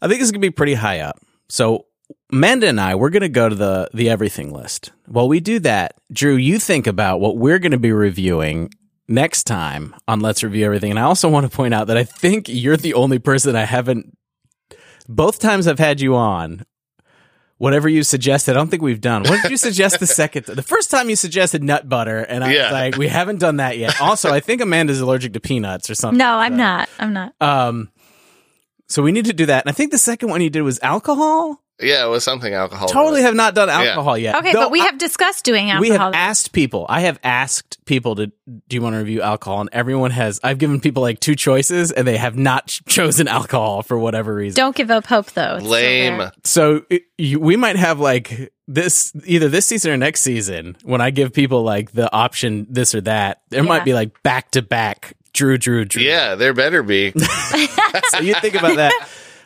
Speaker 1: i think this is going to be pretty high up so Manda and I, we're going to go to the the everything list. While we do that, Drew, you think about what we're going to be reviewing next time on Let's Review Everything. And I also want to point out that I think you're the only person I haven't. Both times I've had you on, whatever you suggested, I don't think we've done. What did you suggest the second? The first time you suggested nut butter, and I
Speaker 3: Yeah.
Speaker 1: was like, we haven't done that yet. Also, I think Amanda's allergic to peanuts or something.
Speaker 2: no i'm
Speaker 1: So- uh,
Speaker 2: not i'm not
Speaker 1: um, so we need to do that. And I think the second one you did was alcohol.
Speaker 3: Yeah, it was something alcohol.
Speaker 1: Totally
Speaker 3: related.
Speaker 1: have not done alcohol yet.
Speaker 2: Okay,
Speaker 1: Though
Speaker 2: but we
Speaker 1: I-
Speaker 2: have discussed doing
Speaker 1: we
Speaker 2: alcohol.
Speaker 1: have asked people. I have asked people to do you want to review alcohol, and everyone has. I've given people like two choices, and they have not ch- chosen alcohol for whatever reason.
Speaker 2: Don't give up hope, though. It's still
Speaker 3: lame.
Speaker 2: there.
Speaker 1: so it, you, we might have like this either this season or next season when I give people like the option this or that. There
Speaker 2: Yeah.
Speaker 1: might be like back to back. Drew, Drew, Drew.
Speaker 3: Yeah, there better be.
Speaker 1: So you think about that.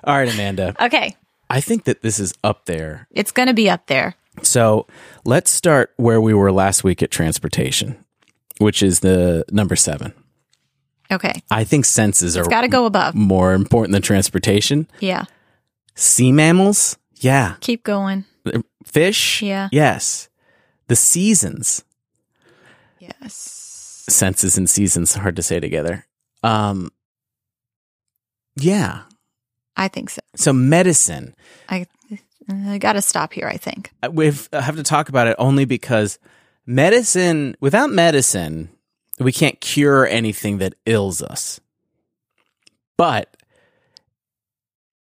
Speaker 1: All right, Amanda.
Speaker 2: Okay,
Speaker 1: I think that this is up there.
Speaker 2: it's going to be up there.
Speaker 1: So let's start where we were last week at transportation, which is the number seven.
Speaker 2: Okay,
Speaker 1: I think senses
Speaker 2: it's
Speaker 1: are
Speaker 2: got to go above.
Speaker 1: more important than transportation.
Speaker 2: Yeah,
Speaker 1: Sea mammals? Yeah.
Speaker 2: keep going.
Speaker 1: Fish?
Speaker 2: Yeah.
Speaker 1: Yes. The seasons.
Speaker 2: Yes.
Speaker 1: Senses and seasons, hard to say together. Um Yeah.
Speaker 2: I think so.
Speaker 1: So medicine.
Speaker 2: I I got to stop here. I think.
Speaker 1: I- We've I have to talk about it only because medicine without medicine, we can't cure anything that ills us. But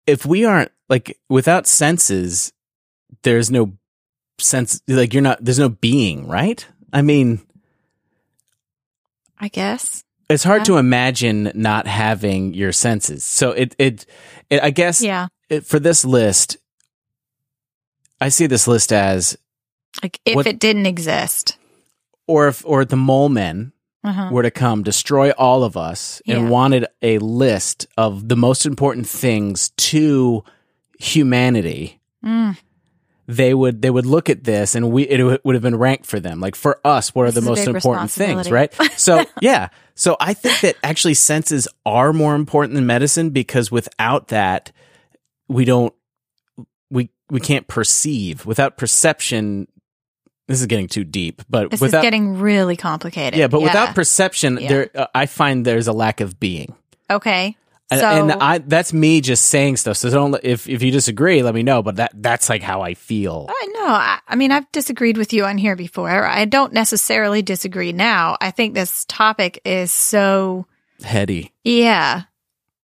Speaker 1: if we aren't like without senses, there's no sense like you're not there's no being, right? I mean,
Speaker 2: I guess.
Speaker 1: it's hard
Speaker 2: Yeah.
Speaker 1: to imagine not having your senses. So it it, it I guess
Speaker 2: Yeah.
Speaker 1: it, for this list I see this list as
Speaker 2: Like if
Speaker 1: What-
Speaker 2: it didn't exist.
Speaker 1: or if or the mole men
Speaker 2: Uh-huh.
Speaker 1: were to come destroy all of us
Speaker 2: Yeah.
Speaker 1: and wanted a list of the most important things to humanity
Speaker 2: Mm,
Speaker 1: they would they would look at this and we it would- would have been ranked for them like for us what are
Speaker 2: This
Speaker 1: the
Speaker 2: is a
Speaker 1: most
Speaker 2: big
Speaker 1: important things right
Speaker 2: [LAUGHS] responsibility.
Speaker 1: so yeah so i think that actually senses are more important than medicine because without that we don't we we can't perceive without perception this is getting too deep but
Speaker 2: this
Speaker 1: without
Speaker 2: is getting really complicated.
Speaker 1: yeah but without perception
Speaker 2: Yeah.
Speaker 1: there uh, i find there's a lack of being
Speaker 2: okay. So
Speaker 1: and, and i that's me just saying stuff so don't if if you disagree let me know but that that's like how i feel
Speaker 2: I know. I, I mean, I've disagreed with you on here before. I don't necessarily disagree now. I think this topic is so,
Speaker 1: heady
Speaker 2: yeah.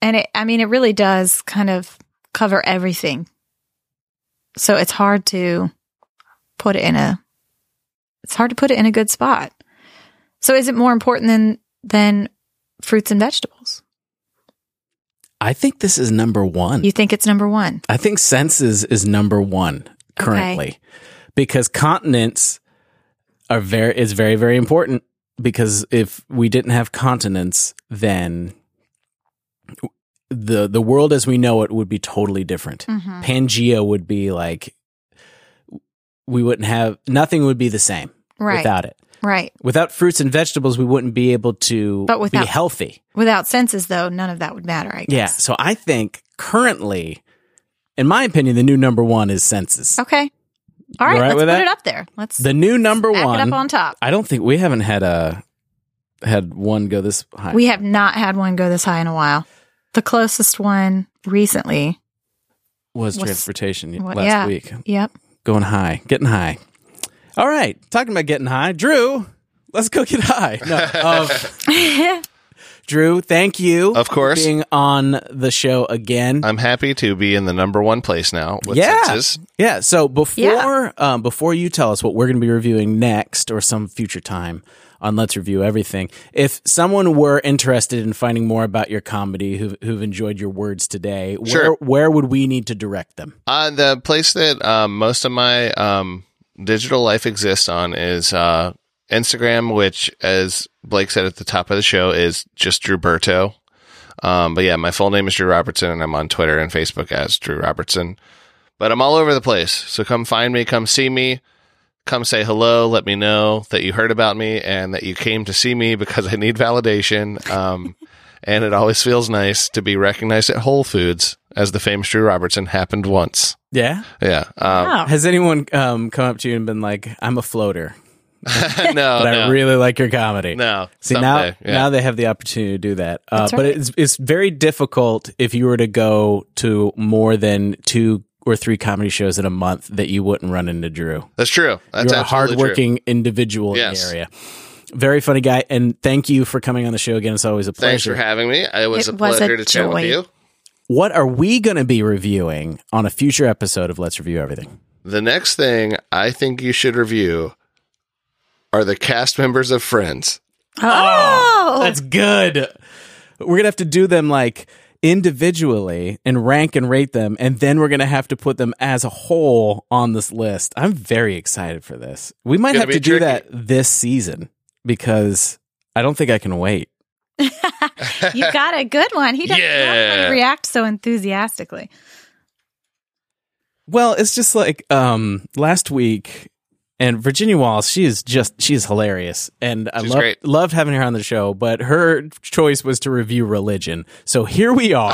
Speaker 2: And it, I mean, it really does kind of cover everything. So it's hard to put it in a, it's hard to put it in a good spot. So is it more important than, than fruits and vegetables?
Speaker 1: i think this is number one
Speaker 2: You think it's number one?
Speaker 1: I think senses is number one currently because continents are very is very very important because if we didn't have continents then the the world as we know it would be totally different.
Speaker 2: Mm-hmm.
Speaker 1: Pangea would be like we wouldn't have nothing would be the same
Speaker 2: Right.
Speaker 1: without it.
Speaker 2: right.
Speaker 1: Without fruits and vegetables we wouldn't be able to
Speaker 2: But without-
Speaker 1: be healthy.
Speaker 2: Without senses, though, none of that would matter, I
Speaker 1: Yeah.
Speaker 2: guess.
Speaker 1: So I think currently in my opinion the new number 1 is senses.
Speaker 2: Okay. All right,
Speaker 1: all right
Speaker 2: let's
Speaker 1: with
Speaker 2: put
Speaker 1: that?
Speaker 2: it up there. Let's
Speaker 1: The new number
Speaker 2: back
Speaker 1: one.
Speaker 2: it up on top.
Speaker 1: I don't think we haven't had a had one go this high.
Speaker 2: We have not had one go this high in a while. The closest one recently.
Speaker 1: was
Speaker 2: was-
Speaker 1: transportation
Speaker 2: what-
Speaker 1: last
Speaker 2: yeah.
Speaker 1: week.
Speaker 2: Yep.
Speaker 1: Going high, getting high. All right, talking about getting high, Drew. Let's go get high. No, um, Drew, thank you.
Speaker 3: Of course.
Speaker 1: for being on the show again.
Speaker 3: I'm happy to be in the number one place now with
Speaker 1: Yeah.
Speaker 3: senses.
Speaker 1: yeah. So before
Speaker 2: Yeah.
Speaker 1: um, before you tell us what we're going to be reviewing next or some future time on Let's Review Everything, if someone were interested in finding more about your comedy, who've, who've enjoyed your words today, where
Speaker 3: Sure.
Speaker 1: where would we need to direct them?
Speaker 3: Uh, the place that um, most of my um, digital life exists on is uh, Instagram, which, as Blake said at the top of the show, is just Drew Berto. Um, but yeah, my full name is Drew Robertson, and I'm on Twitter and Facebook as Drew Robertson. But I'm all over the place. So come find me, come see me, come say hello, let me know that you heard about me and that you came to see me because I need validation. Um, and it always feels nice to be recognized at Whole Foods, as the famous Drew Robertson happened once.
Speaker 1: Yeah.
Speaker 3: Yeah.
Speaker 1: [LAUGHS] Oh.
Speaker 3: Um, [LAUGHS]
Speaker 2: Wow.
Speaker 1: Has anyone um, come up to you and been like, "I'm a floater,
Speaker 3: no,
Speaker 1: but I
Speaker 3: Oh, no,
Speaker 1: really like your comedy"?
Speaker 3: no.
Speaker 1: See
Speaker 3: Someday,
Speaker 1: now,
Speaker 3: yeah.
Speaker 1: now they have the opportunity to do that, uh,
Speaker 2: That's
Speaker 1: but
Speaker 2: right.
Speaker 1: it's it's very difficult if you were to go to more than two or three comedy shows in a month that you wouldn't run into Drew.
Speaker 3: that's true. That's
Speaker 1: You're a
Speaker 3: absolutely true.
Speaker 1: hardworking individual in
Speaker 3: Yes.
Speaker 1: the area. Very funny guy, and thank you for coming on the show again. It's always a
Speaker 3: Thanks
Speaker 1: pleasure.
Speaker 3: for having me. It was
Speaker 2: It
Speaker 3: a
Speaker 2: was a
Speaker 3: pleasure to chat
Speaker 2: joy.
Speaker 3: with you.
Speaker 1: What are we going to be reviewing on a future episode of Let's Review Everything?
Speaker 3: The next thing I think you should review are the cast members of Friends.
Speaker 2: Oh,
Speaker 1: [LAUGHS] That's good. We're going to have to do them like individually and rank and rate them. And then we're going to have to put them as a whole on this list. I'm very excited for this. We might
Speaker 3: Gonna
Speaker 1: have
Speaker 3: be
Speaker 1: to do
Speaker 3: tricky.
Speaker 1: that this season because I don't think I can wait.
Speaker 2: [LAUGHS] you got a good one. He doesn't
Speaker 3: Yeah.
Speaker 2: normally react so enthusiastically.
Speaker 1: Well, it's just like um last week and Virginia Wallace, she is just she is hilarious and I
Speaker 3: She's
Speaker 1: love
Speaker 3: great.
Speaker 1: loved having her on the show, but her choice was to review religion. So here we
Speaker 3: [LAUGHS]
Speaker 1: are.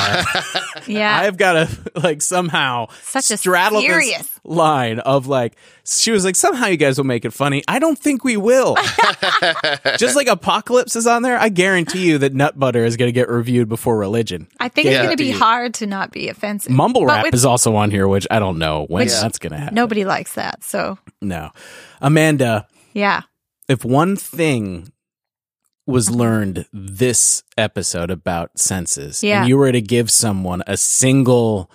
Speaker 2: Yeah.
Speaker 1: I've got to [LAUGHS] like somehow
Speaker 2: Such a
Speaker 1: straddle
Speaker 2: serious-
Speaker 1: this line of like she was like somehow you guys will make it funny. I don't think we
Speaker 2: [LAUGHS]
Speaker 1: will. just like apocalypse is on there, I guarantee you that nut butter is going to get reviewed before religion.
Speaker 2: I think it's
Speaker 3: Yeah.
Speaker 2: going to be hard to not be offensive.
Speaker 1: Mumble
Speaker 2: But
Speaker 1: rap
Speaker 2: with-
Speaker 1: is also on here, which I don't know when
Speaker 2: Which-
Speaker 1: that's going to happen.
Speaker 2: Nobody likes that. So,
Speaker 1: No. Amanda,
Speaker 2: yeah.
Speaker 1: if one thing was
Speaker 2: Uh-huh.
Speaker 1: learned this episode about senses,
Speaker 2: Yeah.
Speaker 1: and you were to give someone a single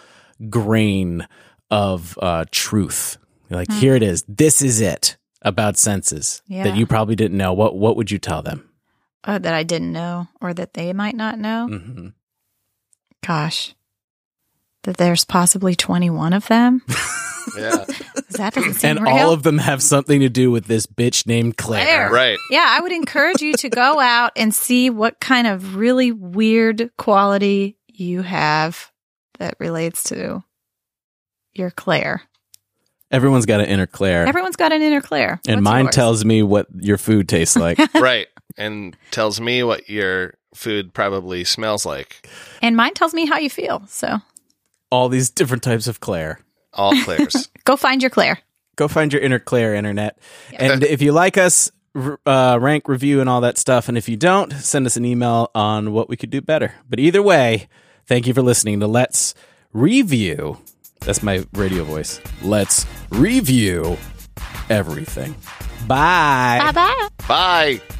Speaker 1: grain of uh, truth, like
Speaker 2: Hmm.
Speaker 1: here it is, this is it about senses
Speaker 2: Yeah.
Speaker 1: that you probably didn't know, what what would you tell them?
Speaker 2: Oh, that I didn't know or that they might not know.
Speaker 1: hmm
Speaker 2: Gosh. That there's possibly 21 of
Speaker 1: [LAUGHS]
Speaker 2: them.
Speaker 3: Yeah,
Speaker 2: That doesn't seem
Speaker 1: And
Speaker 2: real.
Speaker 1: all of them have something to do with this bitch named Claire.
Speaker 2: Claire.
Speaker 3: [LAUGHS] right.
Speaker 2: Yeah, I would encourage you
Speaker 1: [LAUGHS]
Speaker 2: to go out and see what kind of really weird quality you have that relates to your Claire.
Speaker 1: Everyone's got an inner Claire.
Speaker 2: Everyone's got an inner Claire.
Speaker 1: and
Speaker 2: What's
Speaker 1: mine
Speaker 2: yours?
Speaker 1: tells me what your food
Speaker 2: [LAUGHS]
Speaker 1: tastes like.
Speaker 3: right and tells me what your food probably smells like
Speaker 2: and mine tells me how you feel. So
Speaker 1: all these different types of Claire.
Speaker 3: all [LAUGHS] claire's
Speaker 2: go find your Claire.
Speaker 1: go find your inner Claire internet. And if you like us, r- uh, rank, review, and all that stuff. And if you don't, send us an email on what we could do better. But either way, thank you for listening to Let's Review. That's my radio voice. Let's review everything. Bye.
Speaker 2: Bye bye.
Speaker 3: bye